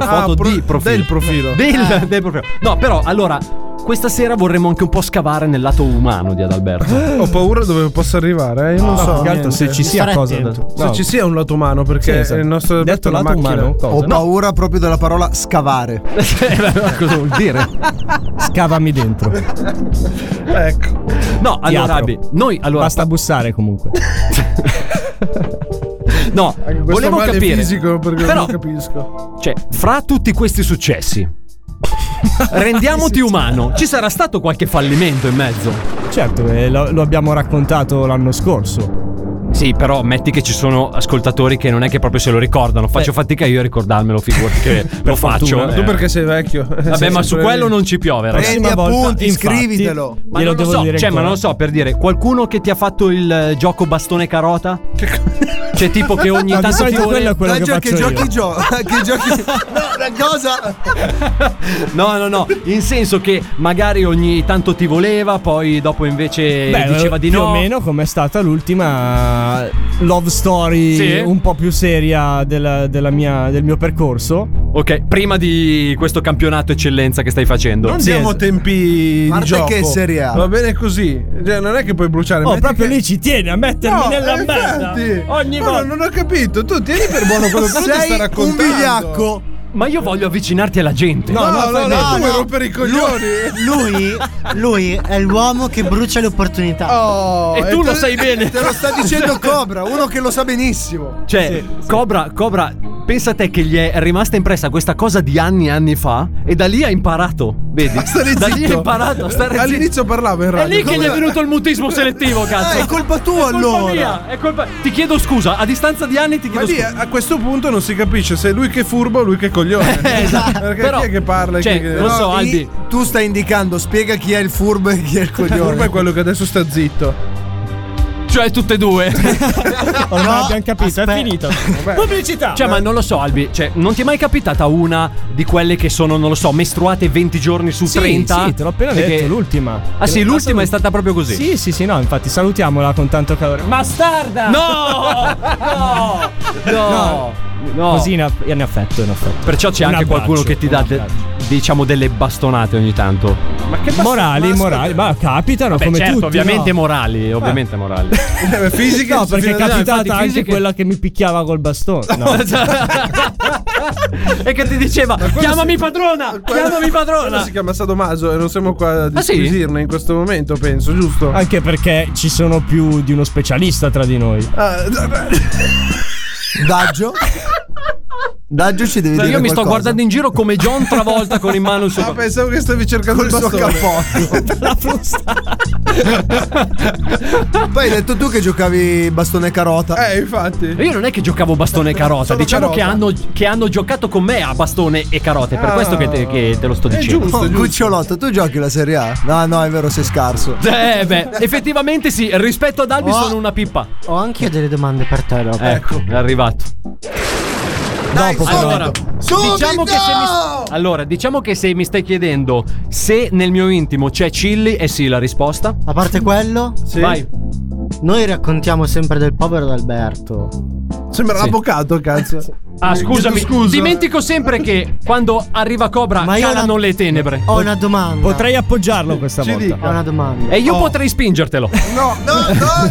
[SPEAKER 15] [LAUGHS]
[SPEAKER 8] Ah,
[SPEAKER 9] foto
[SPEAKER 8] pro-
[SPEAKER 9] di profilo.
[SPEAKER 8] del profilo.
[SPEAKER 9] Del, del profilo. No, però allora Questa sera vorremmo anche un po' scavare nel lato umano di Adalberto.
[SPEAKER 8] Ho paura dove possa arrivare, eh? io non
[SPEAKER 9] No,
[SPEAKER 8] so.
[SPEAKER 9] più che altro se ci sia Stare cosa da- attento.
[SPEAKER 8] Se
[SPEAKER 9] no.
[SPEAKER 8] ci sia un lato umano, perché
[SPEAKER 9] Sì, esatto.
[SPEAKER 8] eh, il nostro Adalberto è una macchina.
[SPEAKER 3] Oh,
[SPEAKER 18] Ho
[SPEAKER 3] [LAUGHS]
[SPEAKER 18] paura proprio della parola scavare.
[SPEAKER 9] cosa vuol dire?
[SPEAKER 15] Scavami dentro.
[SPEAKER 8] ecco.
[SPEAKER 9] No,
[SPEAKER 15] Ti
[SPEAKER 9] allora,
[SPEAKER 15] apro.
[SPEAKER 9] Abby, noi allora.
[SPEAKER 15] Basta bussare comunque.
[SPEAKER 9] No,
[SPEAKER 8] Questo
[SPEAKER 9] volevo
[SPEAKER 8] male
[SPEAKER 9] capire.
[SPEAKER 8] fisico perché
[SPEAKER 9] Però,
[SPEAKER 8] non capisco.
[SPEAKER 9] cioè, fra tutti questi successi, rendiamoti umano. Ci sarà stato qualche fallimento in mezzo.
[SPEAKER 15] Certo, eh, lo, lo abbiamo raccontato l'anno scorso.
[SPEAKER 9] Sì, però metti che ci sono ascoltatori che non è che proprio se lo ricordano. Faccio fatica io a ricordarmelo, figurati
[SPEAKER 8] [LAUGHS]
[SPEAKER 9] che lo faccio.
[SPEAKER 8] Tu
[SPEAKER 9] eh.
[SPEAKER 8] perché sei vecchio?
[SPEAKER 9] Vabbè, ma su quello non ci piove, ragazzi.
[SPEAKER 8] Prendi
[SPEAKER 9] Prossima volta,
[SPEAKER 8] appunti,
[SPEAKER 9] infatti.
[SPEAKER 8] scrivitelo.
[SPEAKER 9] Ma
[SPEAKER 8] Glielo
[SPEAKER 9] non lo
[SPEAKER 8] devo
[SPEAKER 9] so,
[SPEAKER 8] dire
[SPEAKER 9] cioè, ma
[SPEAKER 8] ancora.
[SPEAKER 9] non lo so per dire, qualcuno che ti ha fatto il eh, gioco bastone carota? [LAUGHS] Cioè, tipo che ogni
[SPEAKER 15] No, di
[SPEAKER 9] tanto ti
[SPEAKER 15] solito quello è quello che Nigel, che faccio giochi io.
[SPEAKER 18] gio- [LAUGHS]
[SPEAKER 15] [LAUGHS]
[SPEAKER 18] che giochi. No, una cosa.
[SPEAKER 9] No, no, no, in senso che magari ogni tanto ti voleva, poi dopo invece diceva di
[SPEAKER 15] più
[SPEAKER 9] no.
[SPEAKER 15] o meno come è stata l'ultima love story
[SPEAKER 9] Sì.
[SPEAKER 15] un po' più seria della- della mia- del mio percorso.
[SPEAKER 9] Ok, prima di questo campionato eccellenza che stai facendo.
[SPEAKER 8] Non
[SPEAKER 9] Sì,
[SPEAKER 8] diamo
[SPEAKER 9] es-
[SPEAKER 8] tempi di
[SPEAKER 9] Parte
[SPEAKER 8] gioco.
[SPEAKER 9] che è Serie A.
[SPEAKER 8] Va bene così. Cioè, non è che puoi bruciare.
[SPEAKER 15] Oh,
[SPEAKER 8] metti
[SPEAKER 15] proprio
[SPEAKER 8] che-
[SPEAKER 15] lì ci tiene a mettermi
[SPEAKER 8] No,
[SPEAKER 15] nella
[SPEAKER 8] eh,
[SPEAKER 15] merda.
[SPEAKER 8] infatti.
[SPEAKER 15] Ogni
[SPEAKER 8] Ma
[SPEAKER 15] volta.
[SPEAKER 8] no, non ho capito. Tu tieni per buono quello che tu ti sta raccontando.
[SPEAKER 9] Ma io voglio avvicinarti alla gente.
[SPEAKER 8] No, no, no, no, tu vuoi rompere i coglioni.
[SPEAKER 3] Lui, lui è l'uomo che brucia le
[SPEAKER 8] Oh,
[SPEAKER 3] opportunità.
[SPEAKER 9] E tu lo sai
[SPEAKER 8] [LAUGHS]
[SPEAKER 9] bene.
[SPEAKER 18] Te lo sta
[SPEAKER 9] [LAUGHS]
[SPEAKER 18] dicendo Cobra, uno che lo sa benissimo.
[SPEAKER 9] Cioè, Cobra, Cobra, pensa a te che gli è rimasta impressa questa cosa di anni e anni fa e da lì ha imparato, vedi?
[SPEAKER 8] Stare
[SPEAKER 9] da lì ha
[SPEAKER 8] Ah, zitto.
[SPEAKER 9] imparato a stare zitto.
[SPEAKER 8] All'inizio parlavo in
[SPEAKER 9] È
[SPEAKER 8] radio.
[SPEAKER 9] lì che gli è venuto il mutismo selettivo, cazzo.
[SPEAKER 8] Ah, è colpa tua,
[SPEAKER 9] È colpa
[SPEAKER 8] allora.
[SPEAKER 9] mia, è colpa- Ti chiedo scusa, a distanza di anni ti
[SPEAKER 8] Ma
[SPEAKER 9] chiedo
[SPEAKER 8] lì
[SPEAKER 9] scusa.
[SPEAKER 8] a questo punto non si capisce se è lui che è furbo o lui che è coglione.
[SPEAKER 9] [LAUGHS] esatto.
[SPEAKER 8] [LAUGHS] Perché
[SPEAKER 9] Però-
[SPEAKER 8] chi è che parla? e
[SPEAKER 9] cioè,
[SPEAKER 8] chi è che...
[SPEAKER 9] non so,
[SPEAKER 8] No,
[SPEAKER 9] Albi.
[SPEAKER 8] il
[SPEAKER 18] Tu stai indicando, spiega chi è il furbo e chi è il coglione.
[SPEAKER 8] Furbo è quello che adesso sta zitto.
[SPEAKER 9] [LAUGHS] Cioè, tutte e due.
[SPEAKER 8] [LAUGHS]
[SPEAKER 15] Ormai abbiamo capito, è finito. Pubblicità.
[SPEAKER 9] Cioè, ma non lo so, Albi, cioè, non ti è mai capitata una di quelle che sono, non lo so, mestruate 20 giorni su
[SPEAKER 15] Sì,
[SPEAKER 9] 30?
[SPEAKER 15] sì, te l'ho appena
[SPEAKER 9] Perché-
[SPEAKER 15] detto, l'ultima.
[SPEAKER 9] Ah, sì, l'ultima è stata proprio così.
[SPEAKER 15] Sì, sì, sì, no, infatti salutiamola con tanto calore. Bastarda!
[SPEAKER 9] No! No! No! No.
[SPEAKER 15] Così in, aff- in affetto, in affetto.
[SPEAKER 9] Perciò c'è
[SPEAKER 15] Un
[SPEAKER 9] anche
[SPEAKER 15] abbraccio,
[SPEAKER 9] qualcuno che ti dà,
[SPEAKER 15] un
[SPEAKER 9] de-
[SPEAKER 15] abbraccio.
[SPEAKER 9] diciamo, delle bastonate ogni tanto. Ma che
[SPEAKER 15] morali, morali, ma capitano
[SPEAKER 9] Vabbè,
[SPEAKER 15] come
[SPEAKER 9] certo,
[SPEAKER 15] tutti.
[SPEAKER 9] ovviamente
[SPEAKER 15] no?
[SPEAKER 9] morali, ovviamente morali.
[SPEAKER 15] [LAUGHS]
[SPEAKER 8] Eh, fisiche
[SPEAKER 15] No, perché è capitata
[SPEAKER 9] Infatti,
[SPEAKER 15] anche
[SPEAKER 9] fisiche-
[SPEAKER 15] quella che mi picchiava col bastone.
[SPEAKER 9] [LAUGHS]
[SPEAKER 15] No.
[SPEAKER 9] Esatto. e che ti diceva chiamami padrona, chiamami
[SPEAKER 8] Quello
[SPEAKER 9] padrona.
[SPEAKER 8] si chiama Sadomaso e non siamo qua a
[SPEAKER 9] Ah, sì? Ah,
[SPEAKER 8] disquisirne in questo momento, penso, giusto?
[SPEAKER 15] Anche perché ci sono più di uno specialista tra di noi.
[SPEAKER 8] Ah,
[SPEAKER 18] Daggio. Daggio ci deve
[SPEAKER 9] Io mi
[SPEAKER 18] dire
[SPEAKER 9] sto
[SPEAKER 18] qualcosa.
[SPEAKER 9] guardando in giro come John Travolta con in mano il suo
[SPEAKER 8] ah, pensavo che stavi cercando
[SPEAKER 18] Col
[SPEAKER 8] il
[SPEAKER 18] suo
[SPEAKER 8] bastone.
[SPEAKER 18] cappotto. Poi hai detto tu che giocavi bastone carota.
[SPEAKER 8] [LAUGHS] Eh, infatti.
[SPEAKER 9] Io non è che giocavo bastone e carota,
[SPEAKER 18] Solo
[SPEAKER 9] diciamo
[SPEAKER 18] carota.
[SPEAKER 9] Che, hanno, che hanno giocato con me a bastone e carote, per
[SPEAKER 18] Ah.
[SPEAKER 9] questo che te, che te lo sto dicendo.
[SPEAKER 18] Oh, Cucciolotto, tu giochi la Serie A? No, no, è vero, sei scarso.
[SPEAKER 9] Eh beh, effettivamente sì, rispetto ad Albi
[SPEAKER 3] Oh.
[SPEAKER 9] sono una pippa.
[SPEAKER 3] Ho anche io delle domande per te, Rob.
[SPEAKER 9] Ecco, è arrivato. Dopo
[SPEAKER 3] subito.
[SPEAKER 9] allora,
[SPEAKER 18] Subito!
[SPEAKER 9] diciamo che se mi, allora, diciamo che se mi stai chiedendo se nel mio intimo c'è Cilli, è sì la risposta.
[SPEAKER 3] A parte quello,
[SPEAKER 9] Vai.
[SPEAKER 3] noi raccontiamo sempre del povero Alberto.
[SPEAKER 8] Sembra
[SPEAKER 3] Sì.
[SPEAKER 8] l'avvocato, cazzo.
[SPEAKER 9] Ah,
[SPEAKER 8] Eh,
[SPEAKER 9] scusami,
[SPEAKER 8] chiedo scusa.
[SPEAKER 9] dimentico sempre che quando arriva Cobra
[SPEAKER 3] Ma io Oh. ho
[SPEAKER 9] calano
[SPEAKER 3] una-
[SPEAKER 9] le tenebre.
[SPEAKER 3] Ho una domanda.
[SPEAKER 15] Potrei appoggiarlo questa volta.
[SPEAKER 3] Ho una domanda.
[SPEAKER 9] E io potrei spingertelo.
[SPEAKER 8] No, no, no,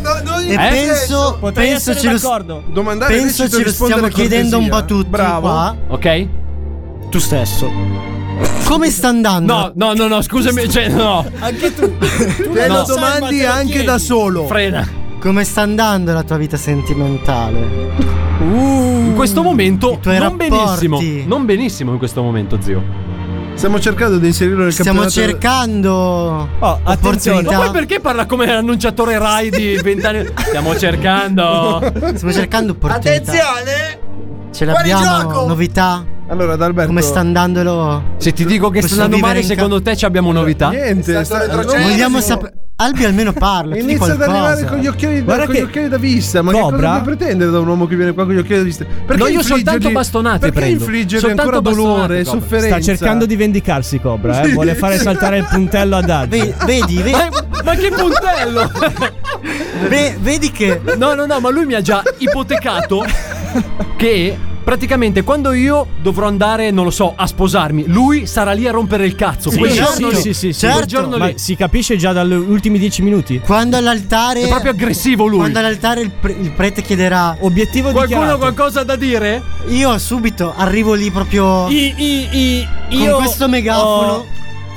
[SPEAKER 8] no, no.
[SPEAKER 3] E penso, penso ce lo,
[SPEAKER 8] Domandare
[SPEAKER 3] penso
[SPEAKER 8] illecito
[SPEAKER 3] ce lo
[SPEAKER 8] risponde
[SPEAKER 3] stiamo
[SPEAKER 8] alla
[SPEAKER 3] chiedendo un po'
[SPEAKER 8] cortesia.
[SPEAKER 3] tutti
[SPEAKER 8] Bravo.
[SPEAKER 3] qua.
[SPEAKER 9] Ok?
[SPEAKER 3] Tu stesso. Come sta andando?
[SPEAKER 9] No, no, no, no, scusami, cioè no.
[SPEAKER 18] Anche tu. Te
[SPEAKER 9] No.
[SPEAKER 18] lo domandi anche da solo.
[SPEAKER 9] Frena.
[SPEAKER 3] Come sta andando la tua vita sentimentale?
[SPEAKER 9] In questo momento
[SPEAKER 3] tuoi
[SPEAKER 9] non
[SPEAKER 3] rapporti.
[SPEAKER 9] benissimo. Non benissimo in questo momento, zio.
[SPEAKER 8] Stiamo cercando di inserirlo nel
[SPEAKER 3] Stiamo
[SPEAKER 8] campionato.
[SPEAKER 3] cercando Oh,
[SPEAKER 9] Oh, Ma
[SPEAKER 3] opportunità.
[SPEAKER 9] poi perché parla come annunciatore Rai di vent'anni? Stiamo cercando.
[SPEAKER 3] Stiamo cercando opportunità. Ce
[SPEAKER 18] Fuori
[SPEAKER 3] l'abbiamo?
[SPEAKER 18] gioco!
[SPEAKER 3] Novità?
[SPEAKER 8] Allora, Adalberto.
[SPEAKER 3] Come sta andandolo?
[SPEAKER 9] Se ti dico che
[SPEAKER 3] Questo
[SPEAKER 9] stanno
[SPEAKER 3] vivere
[SPEAKER 9] male,
[SPEAKER 3] in ca-
[SPEAKER 9] secondo te ci abbiamo novità?
[SPEAKER 8] Niente, sta-
[SPEAKER 3] Vogliamo sapere. Albi almeno parla.
[SPEAKER 8] Certo.
[SPEAKER 3] dici
[SPEAKER 8] Inizia ad
[SPEAKER 3] qualcosa.
[SPEAKER 8] arrivare con gli occhiali da,
[SPEAKER 15] Guarda
[SPEAKER 8] con
[SPEAKER 15] che
[SPEAKER 8] gli occhiali da vista. Ma che
[SPEAKER 15] Cobra-
[SPEAKER 8] cosa puoi pretendere da un uomo che viene qua con gli occhiali da vista? Perché
[SPEAKER 9] No, io
[SPEAKER 8] infliggergli-
[SPEAKER 9] soltanto bastonate
[SPEAKER 8] Perché
[SPEAKER 9] prendo.
[SPEAKER 8] infliggergli
[SPEAKER 9] Soltanto
[SPEAKER 8] ancora
[SPEAKER 9] bastonate,
[SPEAKER 8] dolore,
[SPEAKER 9] Cobra.
[SPEAKER 8] sofferenza?
[SPEAKER 15] Sta cercando di vendicarsi Cobra, eh?
[SPEAKER 8] Sì.
[SPEAKER 15] vuole fare saltare il puntello ad Albi.
[SPEAKER 3] Ve- Vedi,
[SPEAKER 9] [LAUGHS]
[SPEAKER 3] ve-
[SPEAKER 9] Ma, ma che puntello!
[SPEAKER 3] ve- vedi che
[SPEAKER 9] No, no, no, ma lui mi ha già ipotecato che Praticamente quando io dovrò andare, non lo so, a sposarmi, lui sarà lì a rompere il cazzo.
[SPEAKER 15] Sì,
[SPEAKER 9] quel
[SPEAKER 15] sì,
[SPEAKER 9] giorno
[SPEAKER 15] sì, sì,
[SPEAKER 9] lì.
[SPEAKER 15] sì, sì.
[SPEAKER 9] Quel
[SPEAKER 15] Certo.
[SPEAKER 9] giorno
[SPEAKER 15] Ma
[SPEAKER 9] lì.
[SPEAKER 15] si capisce già dagli ultimi dieci minuti.
[SPEAKER 3] Quando all'altare.
[SPEAKER 9] È proprio aggressivo lui.
[SPEAKER 3] Quando all'altare il, pre- il prete chiederà.
[SPEAKER 15] Obiettivo
[SPEAKER 9] Qualcuno ha qualcosa da dire?
[SPEAKER 3] Io subito arrivo lì proprio.
[SPEAKER 15] I, i, i,
[SPEAKER 3] Oh. con questo megafono.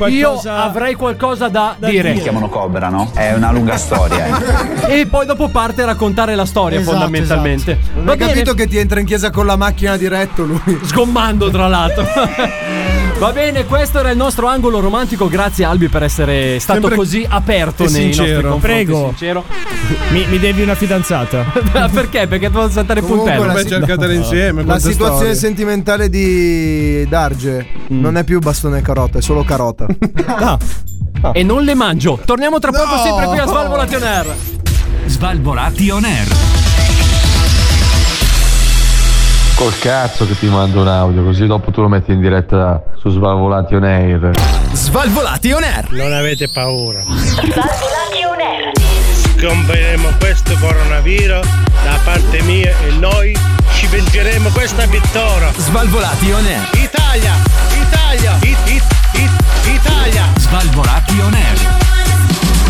[SPEAKER 9] Io avrei qualcosa da,
[SPEAKER 12] Mi
[SPEAKER 9] dire.
[SPEAKER 12] chiamano Cobra, no? È una lunga storia. eh.
[SPEAKER 9] E poi dopo parte a raccontare la storia,
[SPEAKER 18] Esatto,
[SPEAKER 9] fondamentalmente.
[SPEAKER 18] Non
[SPEAKER 9] Va
[SPEAKER 18] hai
[SPEAKER 9] bene?
[SPEAKER 18] capito che ti entra in chiesa con la macchina diretto lui.
[SPEAKER 9] Sgommando tra l'altro. Va bene, questo era il nostro angolo romantico. Grazie Albi per essere stato
[SPEAKER 15] Sempre
[SPEAKER 9] così aperto
[SPEAKER 15] e
[SPEAKER 9] nei nostri
[SPEAKER 15] sincero.
[SPEAKER 9] confronti.
[SPEAKER 15] Prego.
[SPEAKER 9] sincero.
[SPEAKER 15] Mi, mi devi una fidanzata.
[SPEAKER 9] [LAUGHS] Perché? Perché devo saltare il
[SPEAKER 18] Comunque,
[SPEAKER 9] puntello.
[SPEAKER 18] la si- no. La situazione sentimentale di Darge
[SPEAKER 15] Mm.
[SPEAKER 18] non è più bastone e carota, è
[SPEAKER 15] [LAUGHS]
[SPEAKER 18] solo carota.
[SPEAKER 9] E non le mangio. Torniamo tra poco
[SPEAKER 18] No.
[SPEAKER 9] sempre qui a Svalvolation Air.
[SPEAKER 7] Svalvolati on air.
[SPEAKER 10] Col cazzo che ti mando un audio, così dopo tu lo metti in diretta su Svalvolati on Air.
[SPEAKER 7] Svalvolati on air.
[SPEAKER 19] Non avete paura. Scomperemo questo coronavirus da parte mia e noi ci vengeremo questa vittoria.
[SPEAKER 7] Svalvolati on air.
[SPEAKER 19] Italia, Italia, it, it, it, Italia.
[SPEAKER 7] Svalvolati on air.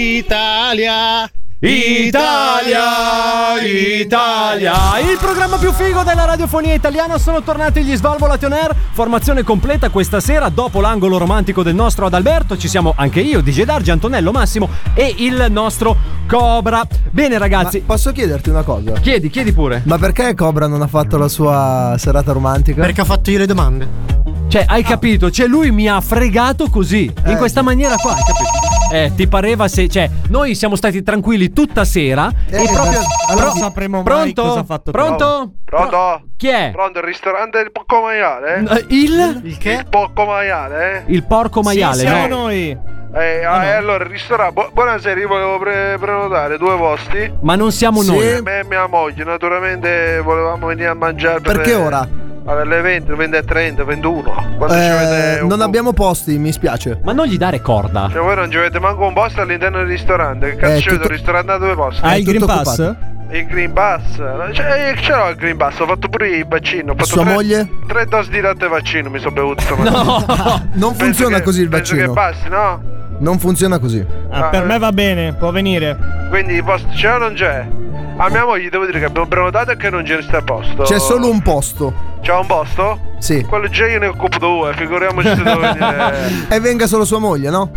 [SPEAKER 19] Italia.
[SPEAKER 9] Italia, Italia. Il programma più figo della radiofonia italiana sono tornati gli Svalvolati on Air. Formazione completa questa sera. Dopo l'angolo romantico del nostro Adalberto, ci siamo anche io, DJ Dargi, Antonello Massimo e il nostro Cobra. Bene, ragazzi.
[SPEAKER 18] Ah, posso chiederti una cosa?
[SPEAKER 9] Chiedi, chiedi pure.
[SPEAKER 18] Ma perché Cobra non ha fatto la sua serata romantica?
[SPEAKER 3] Perché ho fatto io le domande.
[SPEAKER 9] Cioè, hai
[SPEAKER 15] Ah.
[SPEAKER 9] capito? Cioè, lui mi ha fregato così.
[SPEAKER 15] Eh.
[SPEAKER 9] In questa maniera qua, hai capito? Eh, ti pareva se. Cioè, noi siamo stati tranquilli tutta sera. e proprio.
[SPEAKER 15] Eh, allora
[SPEAKER 9] pro-
[SPEAKER 15] sapremo mai
[SPEAKER 9] pronto?
[SPEAKER 15] cosa ha fatto
[SPEAKER 9] Pronto?
[SPEAKER 10] Pronto?
[SPEAKER 9] Chi è?
[SPEAKER 10] Pronto il ristorante del Porco Maiale?
[SPEAKER 9] Eh, Il? Il
[SPEAKER 10] che? Porco Maiale?
[SPEAKER 9] Il porco maiale.
[SPEAKER 10] siamo
[SPEAKER 9] no?
[SPEAKER 15] noi.
[SPEAKER 10] Eh, ah, eh, allora il ristorante. bu- buonasera, io volevo pre- prenotare due posti.
[SPEAKER 9] Ma non siamo
[SPEAKER 10] Sì,
[SPEAKER 9] noi.
[SPEAKER 10] Me e mia moglie, naturalmente volevamo venire a mangiare. Per
[SPEAKER 18] Perché ora?
[SPEAKER 10] Alle 20, 20.30, 21. Quando ci
[SPEAKER 18] Eh,
[SPEAKER 10] avete un
[SPEAKER 18] non abbiamo posti, mi spiace.
[SPEAKER 9] Ma non gli dare corda.
[SPEAKER 10] Cioè, voi non ci avete manco un posto all'interno del ristorante. Che
[SPEAKER 18] Eh,
[SPEAKER 10] cazzo c'è
[SPEAKER 18] tutto-
[SPEAKER 10] il ristorante a due posti?
[SPEAKER 18] Ah, il È tutto Green Pass?
[SPEAKER 15] occupato.
[SPEAKER 10] Il Green Pass? Cioè, io ce l'ho il Green Pass, ho fatto pure il vaccino. Ho fatto
[SPEAKER 18] Sua
[SPEAKER 10] tre,
[SPEAKER 18] moglie?
[SPEAKER 10] Tre dosi di latte e vaccino mi sono
[SPEAKER 18] [LAUGHS]
[SPEAKER 10] bevuto stamattina.
[SPEAKER 18] non
[SPEAKER 10] Penso
[SPEAKER 18] funziona
[SPEAKER 10] che-
[SPEAKER 18] così il
[SPEAKER 10] penso
[SPEAKER 18] vaccino.
[SPEAKER 10] che passi, no?
[SPEAKER 18] Non funziona così.
[SPEAKER 10] Ah,
[SPEAKER 15] per
[SPEAKER 10] eh.
[SPEAKER 15] me va bene, può venire.
[SPEAKER 10] Quindi il posto c'è o non c'è? A mia moglie devo dire che abbiamo prenotato e che non c'è sta posto.
[SPEAKER 18] C'è solo un posto.
[SPEAKER 10] C'è un posto?
[SPEAKER 18] Sì.
[SPEAKER 10] Quello già io ne occupo due, figuriamoci se devo venire.
[SPEAKER 8] [LAUGHS]
[SPEAKER 18] E venga solo sua moglie, no?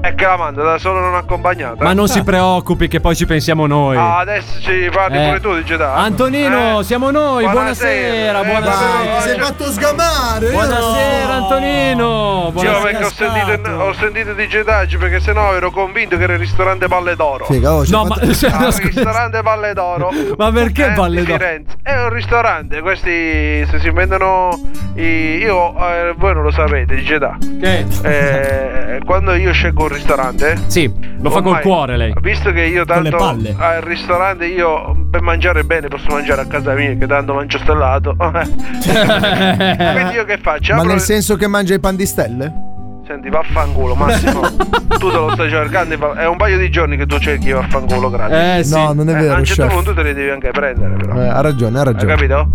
[SPEAKER 10] È che la manda da solo non accompagnata.
[SPEAKER 9] Ma non
[SPEAKER 15] Ah.
[SPEAKER 9] si preoccupi, che poi ci pensiamo noi.
[SPEAKER 10] Ah, adesso ci parli
[SPEAKER 9] Eh.
[SPEAKER 10] pure tu di Jedi.
[SPEAKER 9] Antonino, siamo noi. Buonasera,
[SPEAKER 10] Buonasera, eh,
[SPEAKER 9] buonasera.
[SPEAKER 10] ma sei
[SPEAKER 18] fatto sgamare.
[SPEAKER 9] Buonasera, Antonino.
[SPEAKER 10] Io
[SPEAKER 9] Buonasera.
[SPEAKER 10] perché ho sentito, ho sentito di Jedi perché sennò ero convinto che era il ristorante Palle d'Oro.
[SPEAKER 18] Figa, oh, ci
[SPEAKER 9] No,
[SPEAKER 18] ha
[SPEAKER 9] ma-
[SPEAKER 18] fatto-
[SPEAKER 9] cioè, [LAUGHS]
[SPEAKER 10] Ah,
[SPEAKER 9] no,
[SPEAKER 10] il ristorante Palle d'Oro.
[SPEAKER 9] Ma perché
[SPEAKER 10] Eh,
[SPEAKER 9] palle
[SPEAKER 10] di
[SPEAKER 9] d'oro?
[SPEAKER 10] Firenze. È un ristorante, questi se si vendono i- io eh, voi non lo sapete, di Jedi.
[SPEAKER 9] Che? [LAUGHS]
[SPEAKER 10] Eh, quando io scelgo un ristorante
[SPEAKER 9] Sì, lo fa col
[SPEAKER 10] ormai,
[SPEAKER 9] cuore lei.
[SPEAKER 10] Visto che io
[SPEAKER 9] Con le
[SPEAKER 10] tanto
[SPEAKER 9] palle.
[SPEAKER 10] al ristorante io per mangiare bene posso mangiare a casa mia che tanto mangio stellato. [LAUGHS]
[SPEAKER 9] Eh. [LAUGHS]
[SPEAKER 10] Quindi io che faccio?
[SPEAKER 18] Ma
[SPEAKER 10] Apro-
[SPEAKER 18] nel senso che mangia i pan di stelle?
[SPEAKER 10] Senti, vaffanculo
[SPEAKER 9] [LAUGHS]
[SPEAKER 10] Massimo. tu te lo stai cercando. di fa- È un paio di giorni che tu cerchi vaffanculo gratis.
[SPEAKER 18] Eh, sì. No, non è vero,
[SPEAKER 10] a un certo
[SPEAKER 18] chef.
[SPEAKER 10] punto te li devi anche prendere, però.
[SPEAKER 18] Eh, ha ragione, ha
[SPEAKER 10] Hai
[SPEAKER 18] ragione.
[SPEAKER 10] capito?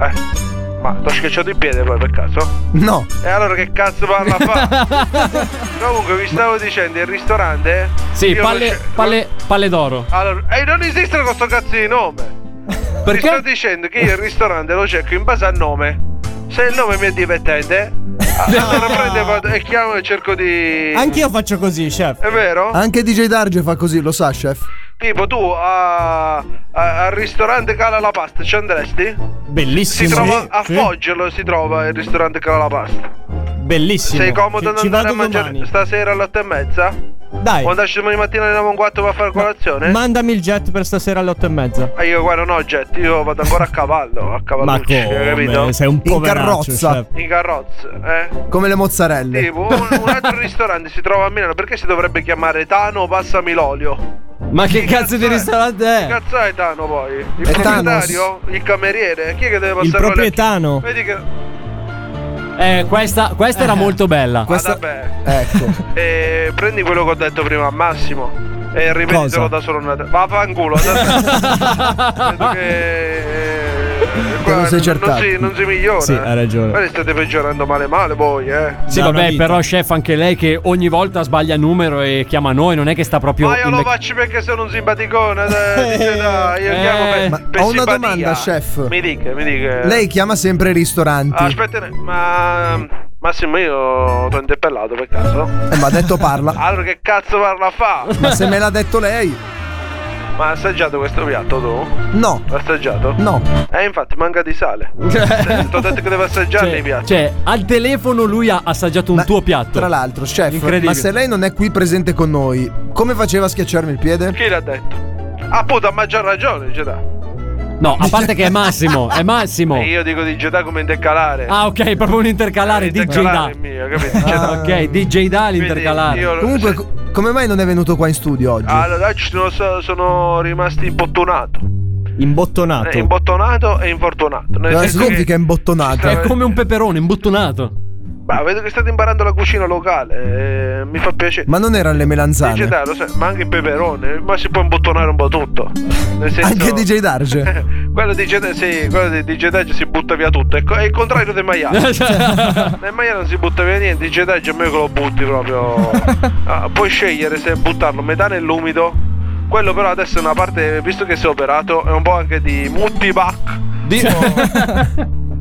[SPEAKER 10] Eh. Ma ti ho schiacciato il piede poi per caso?
[SPEAKER 18] No.
[SPEAKER 10] E allora che cazzo parla a fa? Comunque vi stavo dicendo il ristorante.
[SPEAKER 9] Sì,
[SPEAKER 10] io lo
[SPEAKER 9] palle,
[SPEAKER 10] sce-
[SPEAKER 9] palle, palle d'oro.
[SPEAKER 10] Allora, e non esiste questo cazzo di nome. Ti sto dicendo che io il ristorante lo cerco in base al nome. Se il nome mi è divertente, allora prendo e vado- e chiamo e cerco di.
[SPEAKER 15] Anch'io faccio così, chef.
[SPEAKER 10] È vero?
[SPEAKER 3] Ah.
[SPEAKER 18] Anche DJ Darge fa così, lo sa, chef?
[SPEAKER 10] Tipo tu a- a- al ristorante Cala la Pasta ci andresti? Si
[SPEAKER 15] Bellissimo.
[SPEAKER 10] trova a
[SPEAKER 15] Sì.
[SPEAKER 10] Foggiolo si trova il ristorante Cala la Pasta.
[SPEAKER 15] Bellissimo.
[SPEAKER 10] Sei comodo ad
[SPEAKER 15] Ci- ci
[SPEAKER 10] andare
[SPEAKER 15] vado
[SPEAKER 10] a mangiare
[SPEAKER 15] domani. Eh.
[SPEAKER 10] stasera alle 8 e mezza?
[SPEAKER 15] Dai.
[SPEAKER 10] O andarci domani mattina alle 9 e un quarto per fare colazione?
[SPEAKER 15] Mandami il jet per stasera alle otto e mezza.
[SPEAKER 10] Ah, io guarda non ho jet, io vado ancora a cavallo, a
[SPEAKER 15] Ma
[SPEAKER 10] cavallucci, hai capito?
[SPEAKER 15] come? Sei un po'
[SPEAKER 18] carrozza.
[SPEAKER 10] In carrozza, eh?
[SPEAKER 18] Come le mozzarelle.
[SPEAKER 10] Tipo, un, un altro ristorante si trova a Milano, perché si dovrebbe chiamare Tano Passami l'olio?
[SPEAKER 9] Ma che cazzo di
[SPEAKER 10] è?
[SPEAKER 9] ristorante
[SPEAKER 10] Che
[SPEAKER 9] è?
[SPEAKER 10] cazzo è Tano poi? Il
[SPEAKER 15] Eh. È
[SPEAKER 10] proprietario? Il cameriere? Chi è che Ah, deve passare
[SPEAKER 15] Il
[SPEAKER 10] l'olio?
[SPEAKER 15] proprietano.
[SPEAKER 10] Vedi che...
[SPEAKER 9] Eh, questa, questa era molto bella.
[SPEAKER 10] Questa...
[SPEAKER 18] Ecco.
[SPEAKER 10] E prendi quello che ho detto prima a Massimo e ripetitelo
[SPEAKER 9] Cosa?
[SPEAKER 10] da solo una Vaffanculo,
[SPEAKER 18] [LAUGHS]
[SPEAKER 10] andate. Vedo che eh,
[SPEAKER 9] lo
[SPEAKER 10] qua
[SPEAKER 9] sei
[SPEAKER 10] non- non
[SPEAKER 9] cercato.
[SPEAKER 10] si, non si migliora.
[SPEAKER 9] Sì, hai ragione.
[SPEAKER 10] Ma le state peggiorando male male voi, eh.
[SPEAKER 9] Sì, vabbè, però, chef, anche lei che ogni volta sbaglia numero e chiama noi, non è che sta proprio.
[SPEAKER 10] Ma io lo
[SPEAKER 9] invec-
[SPEAKER 10] faccio perché sono un simpaticone. dai, dice, dai, io
[SPEAKER 18] Eh,
[SPEAKER 10] chiamo per,
[SPEAKER 18] ma
[SPEAKER 10] per
[SPEAKER 18] ho una
[SPEAKER 10] simpatia.
[SPEAKER 18] domanda, chef.
[SPEAKER 10] Mi dica, mi dica. Ah,
[SPEAKER 18] Lei chiama sempre i ristoranti.
[SPEAKER 10] Aspetta, ma Massimo io t'ho interpellato per caso?
[SPEAKER 18] Eh, ma ha detto
[SPEAKER 10] [LAUGHS]
[SPEAKER 18] parla.
[SPEAKER 10] Allora che cazzo parla fa?
[SPEAKER 18] Ma se me l'ha detto lei,
[SPEAKER 10] Ma hai assaggiato questo piatto tu?
[SPEAKER 18] no.
[SPEAKER 10] L'hai assaggiato?
[SPEAKER 18] No.
[SPEAKER 10] Eh infatti manca di sale.
[SPEAKER 9] [LAUGHS]
[SPEAKER 10] Ti ho detto che devo assaggiarli i piatti.
[SPEAKER 9] Cioè, al telefono lui ha assaggiato un tuo piatto.
[SPEAKER 18] Tra l'altro, chef,
[SPEAKER 9] Incredibile.
[SPEAKER 18] ma se lei non è qui presente con noi, come faceva a schiacciarmi il piede?
[SPEAKER 10] Chi l'ha detto? Ah puto, ha maggior ragione, Gedà.
[SPEAKER 9] No, a parte che è Massimo, è
[SPEAKER 10] [LAUGHS]
[SPEAKER 9] Massimo.
[SPEAKER 10] E io dico di Gedà come intercalare.
[SPEAKER 9] Oh. Ah, ok, proprio un intercalare DJ Da.
[SPEAKER 10] Intercalare è mio, capito? Cioè,
[SPEAKER 9] Ah, ok, DJ Da l'intercalare.
[SPEAKER 10] io-
[SPEAKER 18] Comunque, co- come mai non è venuto qua in studio oggi?
[SPEAKER 10] Allora, oggi sono, sono rimasto imbottonato.
[SPEAKER 15] Imbottonato.
[SPEAKER 10] Eh, Imbottonato e infortunato.
[SPEAKER 8] Eh,
[SPEAKER 10] Nel
[SPEAKER 18] Cosa
[SPEAKER 10] senso che-
[SPEAKER 18] significa
[SPEAKER 10] [LAUGHS]
[SPEAKER 18] imbottonata?
[SPEAKER 10] È come
[SPEAKER 9] un peperone imbottonato.
[SPEAKER 10] Bah, vedo che state imparando la cucina locale. eh, mi fa piacere.
[SPEAKER 18] Ma non erano le
[SPEAKER 10] DJ
[SPEAKER 18] melanzane.
[SPEAKER 10] Dai, lo sai, ma anche il peperone, ma si può imbottonare un po' tutto. Nel senso,
[SPEAKER 18] Anche DJ
[SPEAKER 10] [LAUGHS]
[SPEAKER 18] Darge.
[SPEAKER 10] quello di Jedi- sì, quello di DJ Dai si butta via tutto. È, co- è il contrario del maiale.
[SPEAKER 9] [LAUGHS] Cioè,
[SPEAKER 10] [LAUGHS] Nel maiale non si butta via niente, DJ Dai a me che lo
[SPEAKER 9] [LAUGHS]
[SPEAKER 10] butti proprio. Ah, puoi scegliere se buttarlo metà nell'umido. Quello però adesso è una parte, visto che si è operato, è un po' anche di multiback.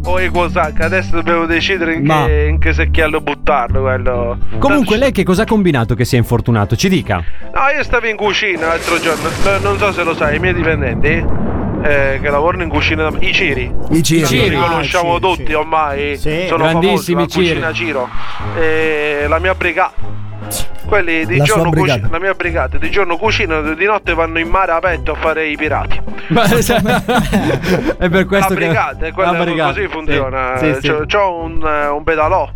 [SPEAKER 10] O, o Equosac, adesso dobbiamo decidere in
[SPEAKER 9] Ma-
[SPEAKER 10] che, in che secchiello buttarlo quello.
[SPEAKER 9] [LAUGHS] Comunque, lei che cosa ha combinato che si è infortunato? Ci dica.
[SPEAKER 10] No, io stavo in cucina l'altro giorno, no, non so se lo sai, i miei dipendenti eh, che lavorano in cucina, da- i Ciri.
[SPEAKER 18] I Ciri.
[SPEAKER 10] Li
[SPEAKER 18] Ah,
[SPEAKER 10] conosciamo tutti ormai, sono famosi,
[SPEAKER 9] grandissimi
[SPEAKER 10] la cucina Ciro. Eh, la mia brigata. Quelli di
[SPEAKER 18] La sua
[SPEAKER 10] giorno
[SPEAKER 18] brigata.
[SPEAKER 10] cucinano, la mia brigata, di giorno cucinano, di notte vanno in mare aperto a fare i pirati.
[SPEAKER 9] cioè, [LAUGHS] È per questo
[SPEAKER 10] la
[SPEAKER 9] che.
[SPEAKER 10] brigata, è quella,
[SPEAKER 9] la brigata,
[SPEAKER 10] così
[SPEAKER 9] sì.
[SPEAKER 10] funziona.
[SPEAKER 9] Sì, sì.
[SPEAKER 10] C'ho, c'ho un, eh, un pedalò.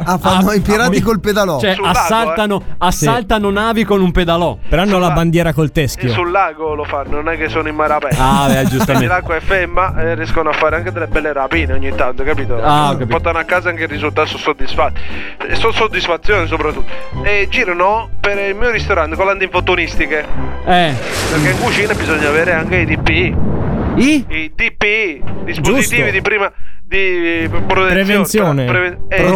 [SPEAKER 18] [LAUGHS] Ah, fanno i pirati col pedalò.
[SPEAKER 9] Cioè,
[SPEAKER 10] sul lago, eh.
[SPEAKER 9] assaltano, assaltano navi con un pedalò.
[SPEAKER 15] Però hanno la bandiera col
[SPEAKER 10] Sì,
[SPEAKER 15] teschio.
[SPEAKER 10] sul lago lo fanno, non è che sono in mare aperto.
[SPEAKER 9] Ah, beh, giustamente.
[SPEAKER 10] [LAUGHS] Quindi L'acqua è ferma e riescono a fare anche delle belle rapine ogni tanto, capito?
[SPEAKER 9] Ah, ho capito.
[SPEAKER 10] Portano a casa anche il risultato, sono soddisfatti. E sono soddisfazione soprattutto. E girano per il mio ristorante con le infotonistiche.
[SPEAKER 9] Eh.
[SPEAKER 10] Perché in cucina bisogna avere anche i DPI.
[SPEAKER 9] I?
[SPEAKER 10] DPI, dispositivi
[SPEAKER 15] Giusto.
[SPEAKER 10] di prima di protezione.
[SPEAKER 15] Prevenzione.
[SPEAKER 10] Preven- eh,
[SPEAKER 15] Protezione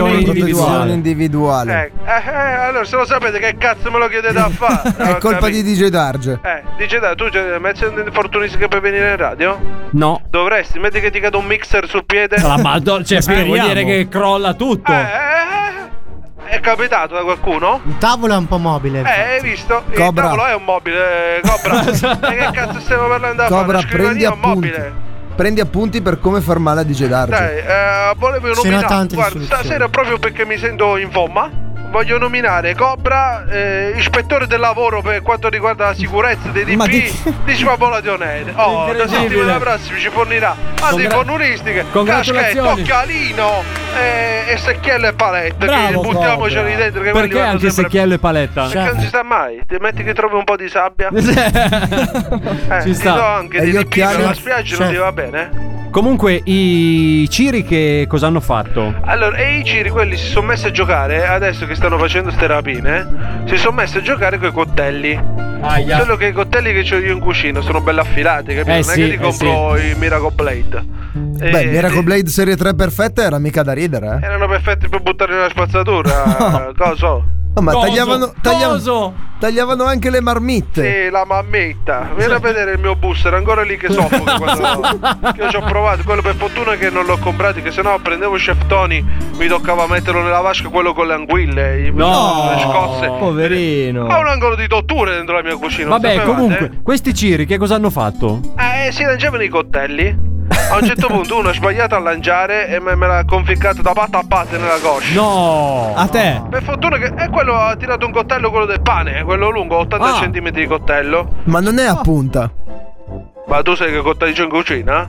[SPEAKER 18] Protezione
[SPEAKER 15] individuale.
[SPEAKER 18] individuale.
[SPEAKER 10] Eh, eh, eh, allora se lo sapete che cazzo me lo chiedete a fare?
[SPEAKER 18] È colpa di DJ Darge.
[SPEAKER 10] Eh, dice dai, tu c'è mezzo infortunistica per venire in radio?
[SPEAKER 9] No.
[SPEAKER 10] Dovresti, metti che ti cade un mixer sul piede.
[SPEAKER 9] La madonna, cioè, vuol
[SPEAKER 10] Speriamo.
[SPEAKER 9] dire che crolla tutto.
[SPEAKER 10] Eh, È capitato da qualcuno?
[SPEAKER 3] Il tavolo è un po' mobile.
[SPEAKER 10] Eh, hai visto? Il
[SPEAKER 3] Cobra.
[SPEAKER 10] tavolo è un mobile, eh,
[SPEAKER 18] [LAUGHS]
[SPEAKER 10] Cobra. E che cazzo stiamo parlando a fare?
[SPEAKER 18] Cobra,
[SPEAKER 10] Una scrivania
[SPEAKER 18] prendi
[SPEAKER 10] è un
[SPEAKER 18] appunti.
[SPEAKER 10] mobile.
[SPEAKER 18] Prendi appunti per come far male a DJ
[SPEAKER 10] Dai,
[SPEAKER 18] Darge.
[SPEAKER 10] eh, volevo
[SPEAKER 18] Ce n'ho
[SPEAKER 10] nominare.
[SPEAKER 18] tante di
[SPEAKER 10] Guarda,
[SPEAKER 18] soluzioni.
[SPEAKER 10] stasera proprio perché mi sento in forma. Voglio nominare Cobra, eh, ispettore del lavoro per quanto riguarda la sicurezza dei DP di Svabola Dionere. Oh, la
[SPEAKER 9] Incredibile.
[SPEAKER 10] settimana prossima ci fornirà anche
[SPEAKER 9] Congra-
[SPEAKER 10] fornuristiche, caschetto,
[SPEAKER 9] Congratulazioni.
[SPEAKER 10] occhialino eh, e secchiello e palette.
[SPEAKER 9] Bravo,
[SPEAKER 10] Quindi buttiamoceli
[SPEAKER 9] Cobra.
[SPEAKER 10] dentro che quelli
[SPEAKER 9] Perché
[SPEAKER 10] vanno
[SPEAKER 9] anche
[SPEAKER 10] sempre-
[SPEAKER 9] Secchiello e Paletta?
[SPEAKER 10] Perché non si sa mai, ti metti che trovi un po'
[SPEAKER 9] [LAUGHS]
[SPEAKER 10] di sabbia. eh,
[SPEAKER 9] Cioè, Ci
[SPEAKER 10] ti
[SPEAKER 9] sta.
[SPEAKER 10] do anche
[SPEAKER 9] E
[SPEAKER 10] dei
[SPEAKER 9] gli
[SPEAKER 10] DP per
[SPEAKER 9] occhiali- Certo.
[SPEAKER 10] la spiaggia, non
[SPEAKER 9] Chef.
[SPEAKER 10] ti va bene?
[SPEAKER 9] Comunque, i Ciri che cosa hanno fatto?
[SPEAKER 10] Allora, e i Ciri quelli si sono messi a giocare, adesso che stanno facendo ste rapine, si sono messi a giocare coi coltelli.
[SPEAKER 9] Aia.
[SPEAKER 10] Solo che i coltelli che ho io in cucina sono belli affilati, capito?
[SPEAKER 18] Eh
[SPEAKER 10] non
[SPEAKER 18] sì,
[SPEAKER 10] è che li
[SPEAKER 18] eh
[SPEAKER 10] compro
[SPEAKER 18] sì.
[SPEAKER 10] i Miracle Blade.
[SPEAKER 18] Beh,
[SPEAKER 10] Eh,
[SPEAKER 18] Miracle Blade serie 3 perfetta era mica da ridere, eh.
[SPEAKER 10] Erano perfetti per buttare nella spazzatura, coso.
[SPEAKER 18] [LAUGHS] No, ma
[SPEAKER 10] Coso,
[SPEAKER 18] tagliavano, tagliavano,
[SPEAKER 10] coso.
[SPEAKER 18] tagliavano anche le marmitte.
[SPEAKER 10] Sì, la mammetta. Vieni a vedere il mio bus, era ancora lì che soffoca quando... che Io ci ho provato, quello per fortuna che non l'ho comprato, che sennò prendevo il Chef Tony, mi toccava metterlo nella vasca quello con le anguille, i-
[SPEAKER 9] No,
[SPEAKER 10] le scosse.
[SPEAKER 9] poverino.
[SPEAKER 10] Ho un angolo di torture dentro la mia cucina. lo
[SPEAKER 9] Vabbè,
[SPEAKER 10] sapevate?
[SPEAKER 9] comunque, questi Ciri che cosa hanno fatto?
[SPEAKER 10] Eh, si lanciavano i coltelli. A un
[SPEAKER 9] [LAUGHS]
[SPEAKER 10] certo punto uno ha sbagliato a lanciare e me, me l'ha conficcato da patta a patta nella coscia.
[SPEAKER 9] No!
[SPEAKER 10] Ah,
[SPEAKER 9] A te?
[SPEAKER 10] Per fortuna che. E quello ha tirato un coltello, quello del pane, eh, quello lungo, 80
[SPEAKER 9] Ah.
[SPEAKER 10] cm di coltello.
[SPEAKER 18] Ma non è a punta.
[SPEAKER 10] Ma tu sai che coltelli c'è in cucina?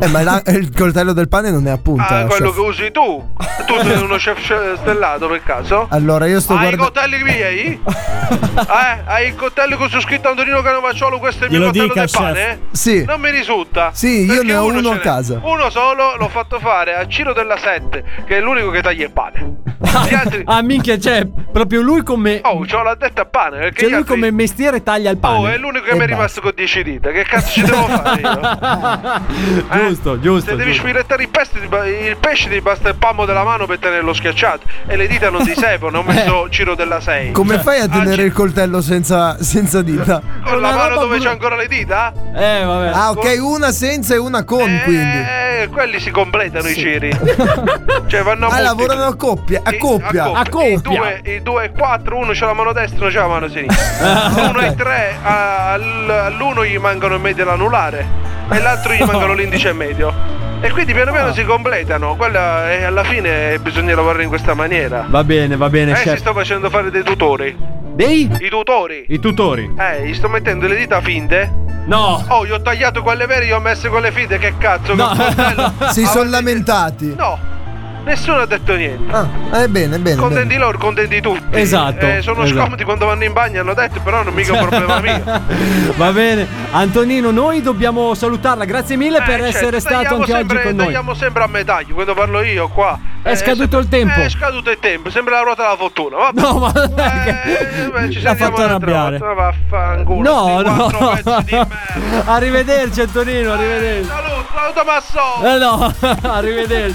[SPEAKER 18] Eh, ma la- il coltello del pane Eh, non è a punta.
[SPEAKER 10] Ah, quello
[SPEAKER 18] chef.
[SPEAKER 10] che usi tu. Tu
[SPEAKER 9] [LAUGHS]
[SPEAKER 10] sei uno chef stellato per caso?
[SPEAKER 18] Allora, io sto
[SPEAKER 10] Hai i
[SPEAKER 18] guardando.
[SPEAKER 10] coltelli
[SPEAKER 18] [LAUGHS]
[SPEAKER 10] miei? eh? Hai il coltello con su scritto Antonino Canovacciolo, questo è il mio
[SPEAKER 18] Glielo
[SPEAKER 10] coltello
[SPEAKER 18] dica,
[SPEAKER 10] del pane?
[SPEAKER 18] chef.
[SPEAKER 10] eh?
[SPEAKER 18] Sì.
[SPEAKER 10] Non mi risulta.
[SPEAKER 18] Sì, io
[SPEAKER 10] Perché
[SPEAKER 18] ne ho uno
[SPEAKER 10] ce
[SPEAKER 18] a
[SPEAKER 10] n'è.
[SPEAKER 18] casa.
[SPEAKER 10] Uno solo l'ho fatto fare a Ciro della Sette, che è l'unico che taglia il pane.
[SPEAKER 18] [LAUGHS]
[SPEAKER 9] Ah, minchia, cioè, proprio lui come.
[SPEAKER 10] Oh, c'ho la detta a pane. Perché
[SPEAKER 9] Cioè,
[SPEAKER 10] gli
[SPEAKER 9] lui
[SPEAKER 10] altri-
[SPEAKER 9] come mestiere taglia il pane.
[SPEAKER 10] Oh, è l'unico che mi è rimasto con 10 dita. Che cazzo ci devo
[SPEAKER 18] [LAUGHS]
[SPEAKER 10] fare io?
[SPEAKER 9] Giusto, giusto.
[SPEAKER 10] eh. Se devi
[SPEAKER 9] giusto.
[SPEAKER 10] spilettare il, pesce, ti ba- il pesce ti basta il palmo della mano per tenerlo schiacciato e le
[SPEAKER 18] [LAUGHS]
[SPEAKER 10] dita non ti servono, ho messo Ciro della 6.
[SPEAKER 3] Cioè.
[SPEAKER 18] Come fai a tenere il coltello senza, senza dita?
[SPEAKER 10] Con la mano dove c'è ancora le dita?
[SPEAKER 9] Eh, vabbè.
[SPEAKER 18] Ah, ok, una senza e una con, quindi.
[SPEAKER 10] Eh, quelli si completano i ciri. cioè vanno a
[SPEAKER 18] Ah,
[SPEAKER 10] multipli.
[SPEAKER 18] lavorano a coppia, a coppia.
[SPEAKER 10] A coppia. I 2 e 4, uno c'ha la mano destra, uno c'ha la
[SPEAKER 18] [LAUGHS]
[SPEAKER 10] mano
[SPEAKER 18] Ah,
[SPEAKER 10] sinistra. Uno e 3, all'uno gli mancano il medio e l'anulare e l'altro
[SPEAKER 18] [LAUGHS]
[SPEAKER 10] gli mancano l'indice e medio. E quindi piano
[SPEAKER 18] Ah.
[SPEAKER 10] piano si completano. Quella è- alla fine bisogna lavorare in questa maniera.
[SPEAKER 9] Va bene, va bene,
[SPEAKER 10] eh, si
[SPEAKER 18] certo.
[SPEAKER 9] chef.
[SPEAKER 10] sto facendo fare dei tutori.
[SPEAKER 9] Dei?
[SPEAKER 10] I tutori.
[SPEAKER 9] I tutori.
[SPEAKER 10] Eh, gli sto mettendo le dita finte.
[SPEAKER 9] No! [LAUGHS]
[SPEAKER 10] Oh, gli ho tagliato quelle vere, gli ho messe quelle finte, che cazzo, che coltello.
[SPEAKER 18] [LAUGHS] Si
[SPEAKER 10] Ah,
[SPEAKER 18] sono lamentati.
[SPEAKER 10] No, nessuno ha detto niente.
[SPEAKER 18] Ah, eh, bene, bene. bene.
[SPEAKER 10] Contenti loro, contenti tutti.
[SPEAKER 9] Esatto,
[SPEAKER 10] Eh, sono
[SPEAKER 9] esatto.
[SPEAKER 10] scomodi quando vanno in bagno, hanno detto, però non mica un
[SPEAKER 9] [LAUGHS]
[SPEAKER 10] problema mio. Eh,
[SPEAKER 9] Va bene, Antonino, noi dobbiamo salutarla. Grazie mille per
[SPEAKER 10] Cioè,
[SPEAKER 9] essere stato
[SPEAKER 10] tagliamo
[SPEAKER 9] anche
[SPEAKER 10] sempre-
[SPEAKER 9] oggi con noi.
[SPEAKER 10] tagliamo sempre a metaglio, quando parlo io qua. Eh,
[SPEAKER 9] È scaduto il tempo.
[SPEAKER 10] È scaduto il tempo, sembra la ruota della fortuna. Vabbè.
[SPEAKER 9] No, ma non è
[SPEAKER 10] Eh, beh, ci
[SPEAKER 9] l'ha
[SPEAKER 10] sentiamo
[SPEAKER 9] fatto
[SPEAKER 10] un'altra
[SPEAKER 9] arrabbiare.
[SPEAKER 10] volta, Vaffanculo.
[SPEAKER 9] No,
[SPEAKER 10] sti quattro
[SPEAKER 9] no.
[SPEAKER 10] pezzi
[SPEAKER 9] [LAUGHS]
[SPEAKER 10] di
[SPEAKER 9] Arrivederci, Antonino, arrivederci.
[SPEAKER 10] Saluto, saluto Masso.
[SPEAKER 9] Eh, no, [LAUGHS] arrivederci.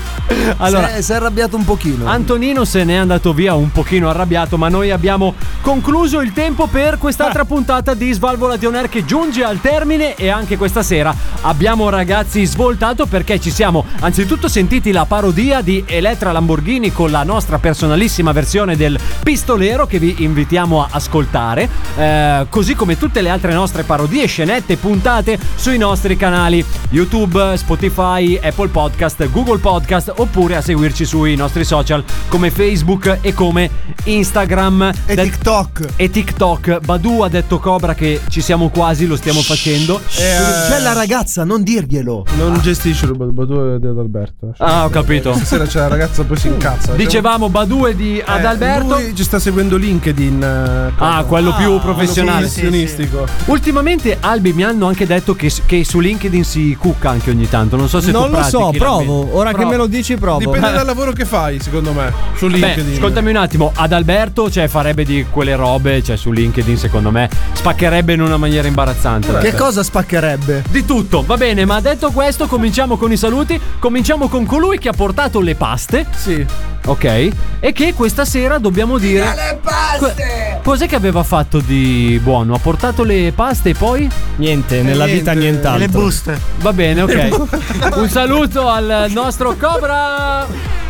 [SPEAKER 9] Allora,
[SPEAKER 18] si, è, si è arrabbiato un pochino.
[SPEAKER 3] Eh,
[SPEAKER 9] Antonino se n'è andato via un pochino arrabbiato, ma noi abbiamo concluso il tempo per quest'altra puntata di Svalvolati On Air che giunge al termine e anche questa sera abbiamo ragazzi svoltato perché ci siamo anzitutto sentiti la parodia di Elettra Lamborghini con la nostra personalissima versione del Pistolero che vi invitiamo a ascoltare, eh, così come tutte le altre nostre parodie, scenette, puntate sui nostri canali YouTube, Spotify, Apple Podcast, Google Podcast oppure a seguirci sui nostri social come Facebook e come Instagram e
[SPEAKER 18] TikTok.
[SPEAKER 9] E TikTok, Badu ha detto Cobra che ci siamo quasi, lo stiamo facendo.
[SPEAKER 3] eh.
[SPEAKER 18] C'è la ragazza, non dirglielo.
[SPEAKER 8] Non gestisce il Badu di Adalberto.
[SPEAKER 9] Ah, ho capito.
[SPEAKER 8] Stasera c'è la ragazza, poi si incazza.
[SPEAKER 9] Dicevamo Badu e di Adalberto.
[SPEAKER 8] Eh, Lui ci sta seguendo LinkedIn. eh,
[SPEAKER 9] Ah, quello più professionale.
[SPEAKER 8] quello più professionistico.
[SPEAKER 9] Ultimamente Albi mi hanno anche detto che, che su LinkedIn si cucca anche ogni tanto. Non so se
[SPEAKER 8] Non
[SPEAKER 9] tu
[SPEAKER 8] lo
[SPEAKER 9] pratichi
[SPEAKER 8] so, provo.
[SPEAKER 9] l'ambiente.
[SPEAKER 8] Ora che me lo
[SPEAKER 9] dici, provo.
[SPEAKER 8] Dipende dal lavoro che fai, secondo me. Su LinkedIn.
[SPEAKER 9] Beh, ascoltami un attimo, ad Alberto cioè, farebbe di quelle robe, cioè su LinkedIn secondo me, spaccherebbe in una maniera imbarazzante.
[SPEAKER 18] Che cosa spaccherebbe?
[SPEAKER 9] Di tutto, va bene, ma detto questo cominciamo con i saluti, cominciamo con colui che ha portato le paste.
[SPEAKER 8] Sì.
[SPEAKER 9] Ok, e che questa sera dobbiamo dire... Que- Cos'è che aveva fatto di buono? Ha portato le paste e poi?
[SPEAKER 15] Niente, nella vita Niente. nient'altro. Le buste.
[SPEAKER 9] Va bene, ok. Un saluto al nostro Cobra.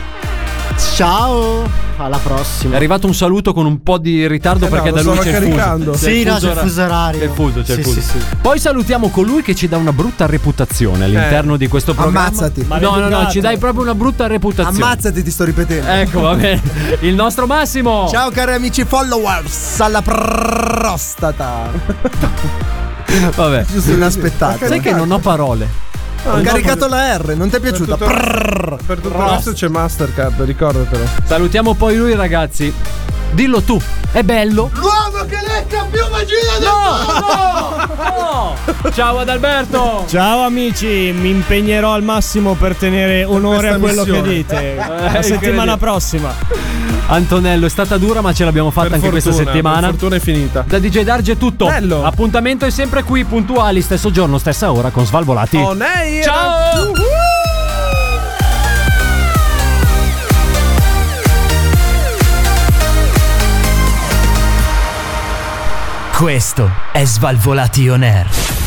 [SPEAKER 3] Ciao, alla prossima.
[SPEAKER 9] È arrivato un saluto con un po' di ritardo
[SPEAKER 3] Eh no,
[SPEAKER 9] perché
[SPEAKER 3] lo
[SPEAKER 9] da lui
[SPEAKER 3] stava
[SPEAKER 9] c'è il
[SPEAKER 3] caricando.
[SPEAKER 9] fuso.
[SPEAKER 3] Sì,
[SPEAKER 9] il
[SPEAKER 3] no, c'è il
[SPEAKER 9] ora-
[SPEAKER 3] fuso orario.
[SPEAKER 9] C'è il fuso, c'è il
[SPEAKER 3] Sì,
[SPEAKER 9] fuso.
[SPEAKER 3] sì, sì.
[SPEAKER 9] Poi salutiamo colui che ci dà una brutta reputazione all'interno
[SPEAKER 18] Eh,
[SPEAKER 9] di questo programma.
[SPEAKER 18] ammazzati.
[SPEAKER 9] No, no, no,
[SPEAKER 18] Maleducato.
[SPEAKER 9] ci dai proprio una brutta reputazione.
[SPEAKER 18] Ammazzati, ti sto ripetendo.
[SPEAKER 9] Ecco, va bene. Il nostro Massimo.
[SPEAKER 18] Ciao cari amici followers, alla prostata.
[SPEAKER 9] [LAUGHS] Vabbè.
[SPEAKER 18] Giusto inaspettato.
[SPEAKER 9] Sai che non ho parole.
[SPEAKER 18] Ho caricato la R, non ti è piaciuta?
[SPEAKER 8] tutto- Per tutto il resto c'è Mastercard, ricordatelo.
[SPEAKER 9] Salutiamo poi lui, ragazzi. Dillo tu, è bello.
[SPEAKER 13] L'uomo che lecca più magia del
[SPEAKER 9] mondo! Ciao ad Alberto!
[SPEAKER 15] Ciao amici, mi impegnerò al massimo per tenere onore
[SPEAKER 9] questa
[SPEAKER 15] a quello
[SPEAKER 9] missione.
[SPEAKER 15] che dite.
[SPEAKER 9] Eh,
[SPEAKER 15] La settimana
[SPEAKER 9] incredibile.
[SPEAKER 15] prossima.
[SPEAKER 9] Antonello, è stata dura, ma ce l'abbiamo fatta
[SPEAKER 8] Per
[SPEAKER 9] anche questa
[SPEAKER 8] fortuna,
[SPEAKER 9] settimana.
[SPEAKER 8] per fortuna è finita.
[SPEAKER 9] Da DJ Darge è tutto.
[SPEAKER 8] Bello.
[SPEAKER 9] Appuntamento è sempre qui, puntuali, stesso giorno, stessa ora con Svalvolati.
[SPEAKER 8] Oh,
[SPEAKER 6] Ciao!
[SPEAKER 7] Questo è Svalvolati On Air.